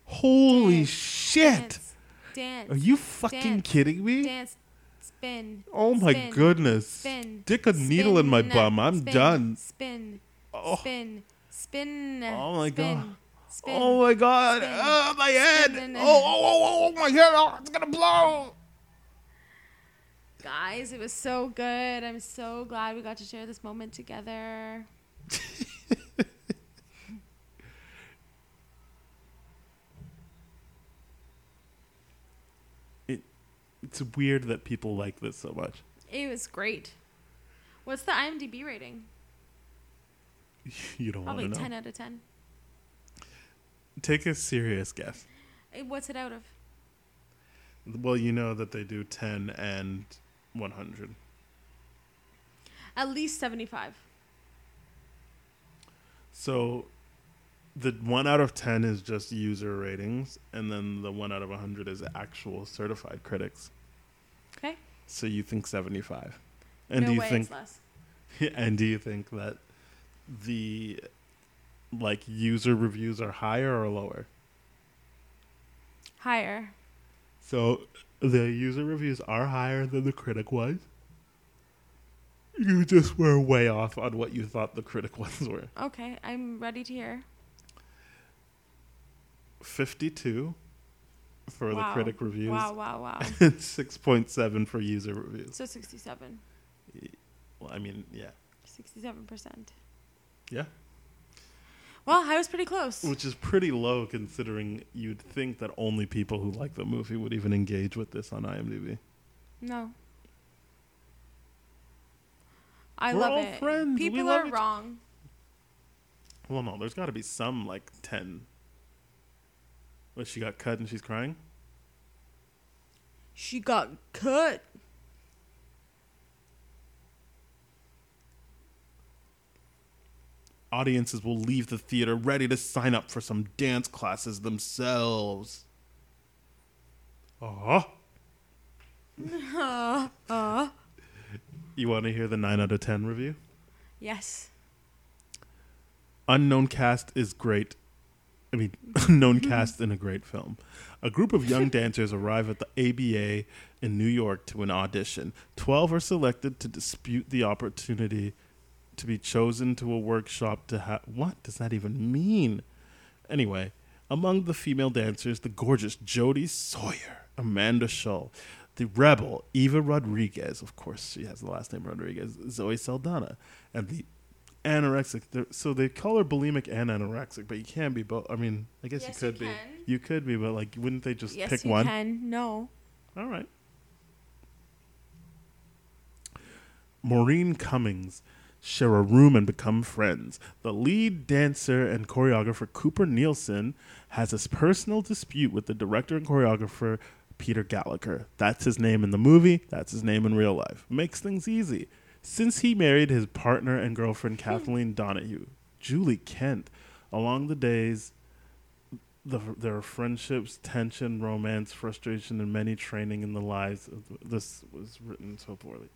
Holy
Dance,
shit!
Dance, dance.
Are you fucking
dance,
kidding me?
dance, spin.
Oh my
spin,
goodness.
Spin.
Stick a needle in my
spin,
bum. I'm
spin,
done.
Spin,
Oh,
Spin. Spin.
Oh my
spin,
God.
Spin.
oh my god.
Spin.
Ah, my head. Oh,
Spin.
oh, oh, oh, my head. Oh, it's gonna blow.
Guys, it was so good. I'm so glad we got to share this moment together.
It's weird that people like this so much.
It was great. What's the IMDb rating?
You don't want
Probably
to know.
10 out of 10.
Take a serious guess.
Eh, What's it out of?
Well, you know that they do 10 and 100.
At least 75.
So the 1 out of 10 is just user ratings, and then the 1 out of 100 is actual certified critics.
Okay.
So you think 75. And
no
do you
way
think
it's less.
and do you think that the like user reviews are higher or lower?
Higher.
So the user reviews are higher than the critic ones. You just were way off on what you thought the critic ones were.
Okay, I'm ready to hear.
52 for the
Wow.
critic reviews
Wow, wow, wow.
and 6.7 for user reviews.
so 67.
Well, I mean, yeah.
67%.
Yeah.
Well, I was pretty close.
Which is pretty low considering you'd think that only people who like the movie would even engage with this on IMDb.
No. I
We're
love
all
it.
friends. We
People
love
are
each-
wrong.
Well, no, there's got to be some like 10. But she got cut and she's crying?
She got cut.
Audiences will leave the theater ready to sign up for some dance classes themselves. Uh huh. You want to hear the 9 out of 10 review?
Yes.
Unknown cast is great. I mean, unknown cast in a great film. A group of young dancers arrive at the ABA in New York to an audition. Twelve are selected to dispute the opportunity to be chosen to a workshop to have. What does that even mean? Anyway, among the female dancers, the gorgeous Jodie Sawyer, Amanda Shull, the rebel Eva Rodriguez, of course, she has the last name Rodriguez, Zoe Saldana, and the anorexic. they're- So they call her bulimic and anorexic, but you can't be both. I mean, I guess
Yes,
you
you
could be.
can.
You could be, but like, wouldn't they just
Yes,
pick
you
one?
can. No.
All right. Maureen Cummings share a room and become friends. The lead dancer and choreographer Cooper Nielsen has a personal dispute with the director and choreographer Peter Gallagher. That's his name in the movie, that's his name in real life. Makes things easy. Since he married his partner and girlfriend Kathleen Donahue, Julie Kent, along the days the, their friendships, tension, romance, frustration, and many training in the lives. Of, this was written so poorly.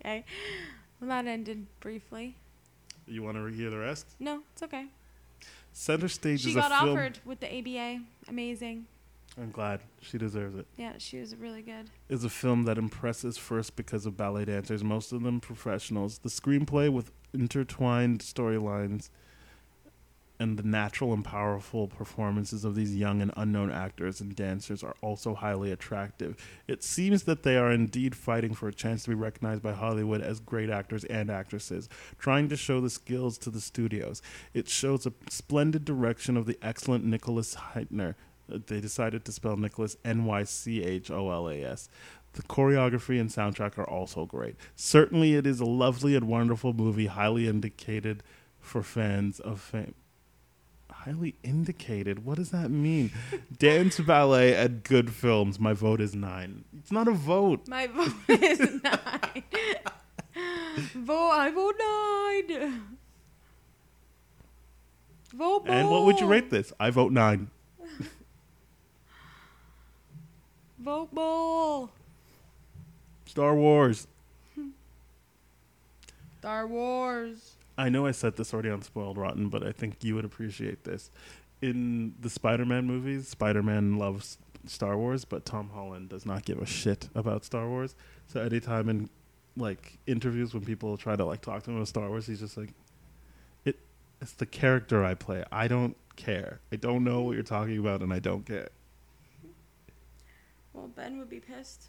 Okay. Well, that ended briefly.
You want to hear the rest?
No, it's okay.
Center stage
She
is
got
a film.
offered with the ABA. Amazing.
I'm glad she deserves it.
Yeah, she was really good.
Is a film that impresses first because of ballet dancers, most of them professionals. The screenplay with intertwined storylines and the natural and powerful performances of these young and unknown actors and dancers are also highly attractive. It seems that they are indeed fighting for a chance to be recognized by Hollywood as great actors and actresses, trying to show the skills to the studios. It shows a splendid direction of the excellent Nicholas Heitner. Uh, They decided to spell Nicholas N Y C H O L A S. The choreography and soundtrack are also great. Certainly, it is a lovely and wonderful movie, highly indicated for fans of fame highly indicated. What does that mean? Dance, ballet, and good films. My vote is nine. It's not a vote.
My vote is nine. vote, I vote nine. Vote
And what would you
bold.
rate this? I vote nine.
Vote bowl.
Star Wars.
Star Wars.
I know I said this already on Spoiled Rotten, but I think you would appreciate this. In the Spider Man movies, Spider Man loves Star Wars, but Tom Holland does not give a shit about Star Wars. So anytime in like interviews when people try to like talk to him about Star Wars, he's just like, "It, it's the character I play. I don't care. I don't know what you're talking about, and I don't care."
Well, Ben would be pissed.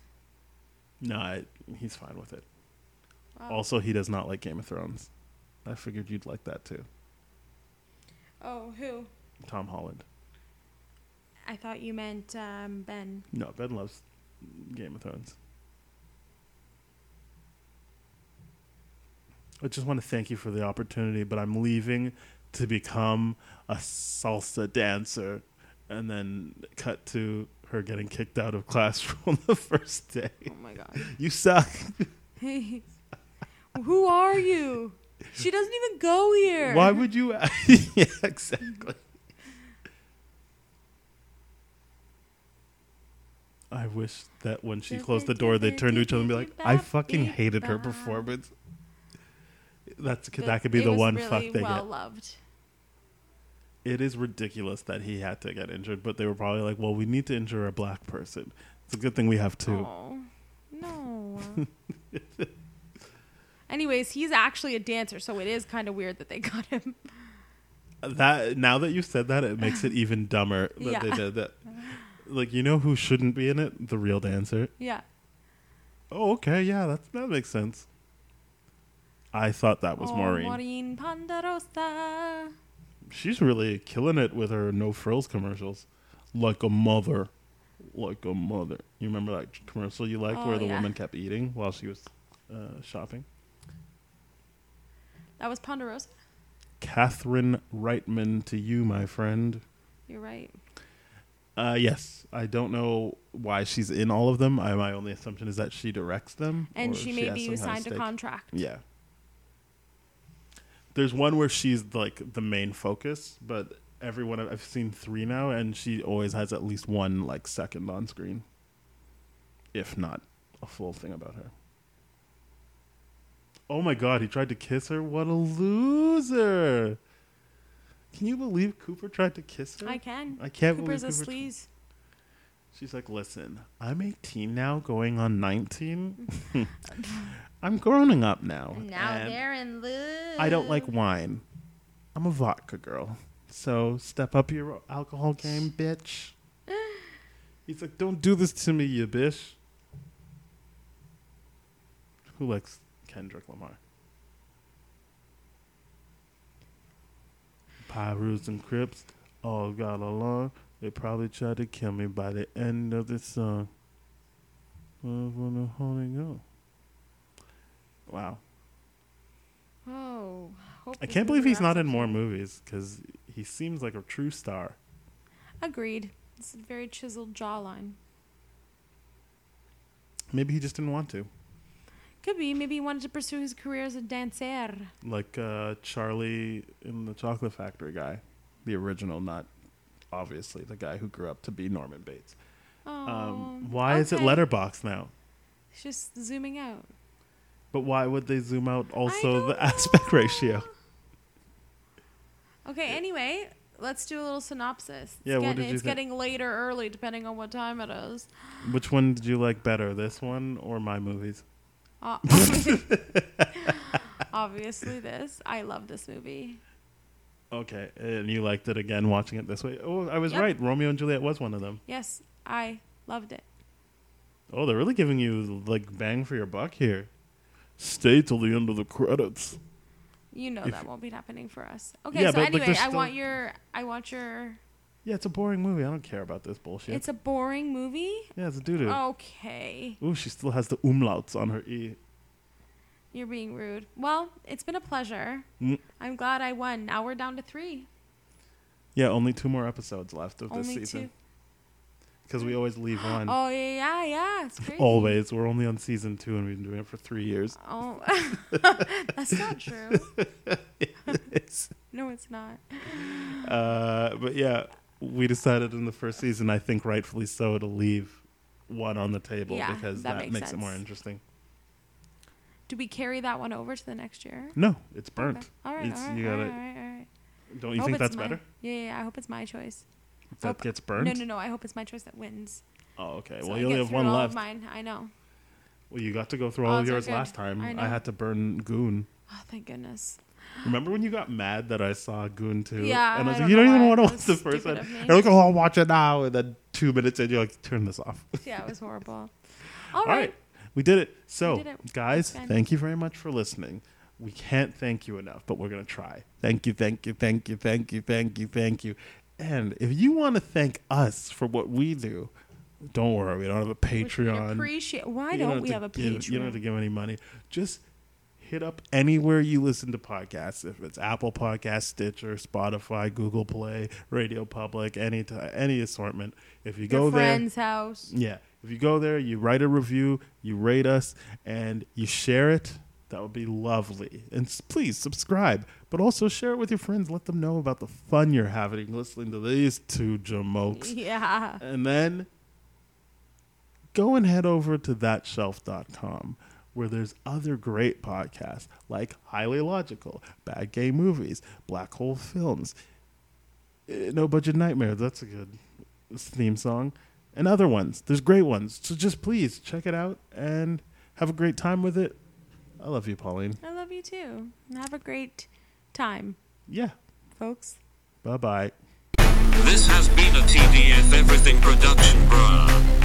No, I, he's fine with it.
Wow.
Also, he does not like Game of Thrones. I figured you'd like that too,
Oh, who?
Tom Holland.
I thought you meant um, Ben.
No, Ben loves Game of Thrones. I just want to thank you for the opportunity, but I'm leaving to become a salsa dancer. And then cut to her getting kicked out of class from the first day.
Oh my god.
You suck.
Hey, who are you? She doesn't even go here.
Why would you? yeah, exactly. I wish that when she closed the door, they turned to each other and be like, "I fucking hated her performance." That's that could be
It
the
was
one
really
fuck they
well
get.
loved.
It is ridiculous that he had to get injured, but they were probably like, "Well, we need to injure a black person." It's a good thing we have two.
Oh, no. Anyways, he's actually a dancer, so it is kind of weird that they got him.
That now that you said that, it makes it even dumber that they
Yeah.
did that. Like you know who shouldn't be in it? The real dancer.
Yeah.
Oh, okay. Yeah, that that makes sense. I thought that was
oh,
Maureen.
Maureen Ponderosa.
She's really killing it with her no frills commercials, like a mother, like a mother. You remember that commercial you liked
Oh,
where the
yeah.
woman kept eating while she was uh, shopping?
That was Ponderosa.
Catherine Reitman to you, my friend.
You're right.
Uh, yes, I don't know why she's in all of them. I, my only assumption is that she directs them,
And
or
she
has
maybe
some kind of
signed a
stake.
contract.
Yeah. There's one where she's like the main focus, but everyone I've seen three now, and she always has at least one like second on screen, if not a full thing about her. Oh my god, he tried to kiss her. What a loser! Can you believe Cooper tried to kiss her?
I can.
I can't
Cooper's a
believe Cooper.
sleaze.
She's like, listen, I'm 18 now, going on 19. I'm growing up now. and
in love.
I don't like wine. I'm a vodka girl. So step up your alcohol game, bitch. He's like, don't do this to me, you bitch. Who likes Kendrick Lamar? Pyrus and Crips all got along. They probably tried to kill me by the end of this song. I wanna hold it go. Wow.
Oh, hope
I
this
can't believe
movie
he's not
wraps
in
up
more
soon.
movies because he seems like a true star.
Agreed. It's a very chiseled jawline.
Maybe he just didn't want to,
Could be. Maybe he wanted to pursue his career as a dancer.
like uh, Charlie in the Chocolate Factory guy, the original, not obviously the guy who grew up to be Norman Bates.
Oh,
Um, why is it
okay.
letterbox now?
It's Just zooming out.
But why would they zoom out also
don't
the aspect
know.
ratio?
Okay. Anyway, let's do a little synopsis.
Yeah, what
It's, getting,
did you
it's
think?
getting later, early, depending on what time it is.
Which one did you like better, this one or my movies?
Uh, obviously, this. I love this movie.
Okay, and you liked it again watching it this way. Oh, I was
Yep.
right. Romeo and Juliet was one of them.
Yes, I loved it.
Oh, they're really giving you like bang for your buck here. Stay till the end of the credits.
You know
If-
that won't be happening for us. Okay,
Yeah,
so
but, like,
anyway,
there's
I
still-
want your I want your
Yeah, it's a boring movie. I don't care about this bullshit.
It's Oh. a boring movie?
yeah, it's a doo doo.
Okay.
Ooh, she still has the umlauts on her e.
You're being rude. Well, it's been a pleasure.
Mm.
I'm glad I won. Now we're down to 3.
Yeah, only two more episodes left of this
Only
season. Because we always leave one.
Oh yeah, yeah, yeah. It's crazy.
Always. We're only on season two and we've been doing it for three years.
Oh. That's not true. no, it's not.
Uh, but yeah, we decided in the first season, I think rightfully so, to leave one on the table
Yeah,
because that,
that
makes,
makes
it more
sense.
interesting.
Do we carry that one over to the next year?
No, it's burnt.
Okay. All right.
It's-
all right,
you gotta-
all right, all right.
Don't you
I hope
think
it's
that's
my-
better?
Yeah, yeah, yeah, I hope it's my choice.
That
hope-
gets burnt?
No, no, no. I hope it's my choice that wins.
Oh, okay.
So
well,
I
you only
get
have
through
one
all of
left.
Mine. I know.
Well, you got to go through all
Oh,
of
it's all
yours
good.
last time.
I
I,
know.
had to burn Goon.
Oh, thank goodness.
Remember when you got mad that I saw Goon too?
Yeah,
and I was
I
like,
don't
you
know
don't even
why.
want to
That
watch
was
the
stupid
first one.
of me.
And like, oh, I'll watch it now. And then two minutes in, you're like, turn this off.
Yeah, it was horrible.
All right. We did it. So,
did it.
guys,
Fine.
thank you very much for listening. We can't thank you enough, but we're going to try. Thank you, thank you, thank you, thank you, thank you, thank you. And if you want to thank us for what we do, don't worry. We don't have a Patreon.
Appreciate. Why
You
don't,
have
we
to
have a
give-
Patreon?
You don't have to give any money. Just hit up anywhere you listen to podcasts. If it's Apple Podcasts, Stitcher, Spotify, Google Play, Radio Public, any ti- any assortment. If you go
Your
there,
friend's house.
yeah. If you go there, you write a review, you rate us, and you share it, that would be lovely. And s- please subscribe, but also share it with your friends. Let them know about the fun you're having listening to these two jamokes.
Yeah.
And then go and head over to thatshelf.com where there's other great podcasts like Highly Logical, Bad Gay Movies, Black Hole Films, eh, No Budget Nightmare. That's a good theme song. And other ones. There's great ones. So just please check it out and have a great time with it. I love you, Pauline.
I love you too. Have a great time,
Yeah.
folks.
Bye bye.
This has been a TDF Everything production, bruh.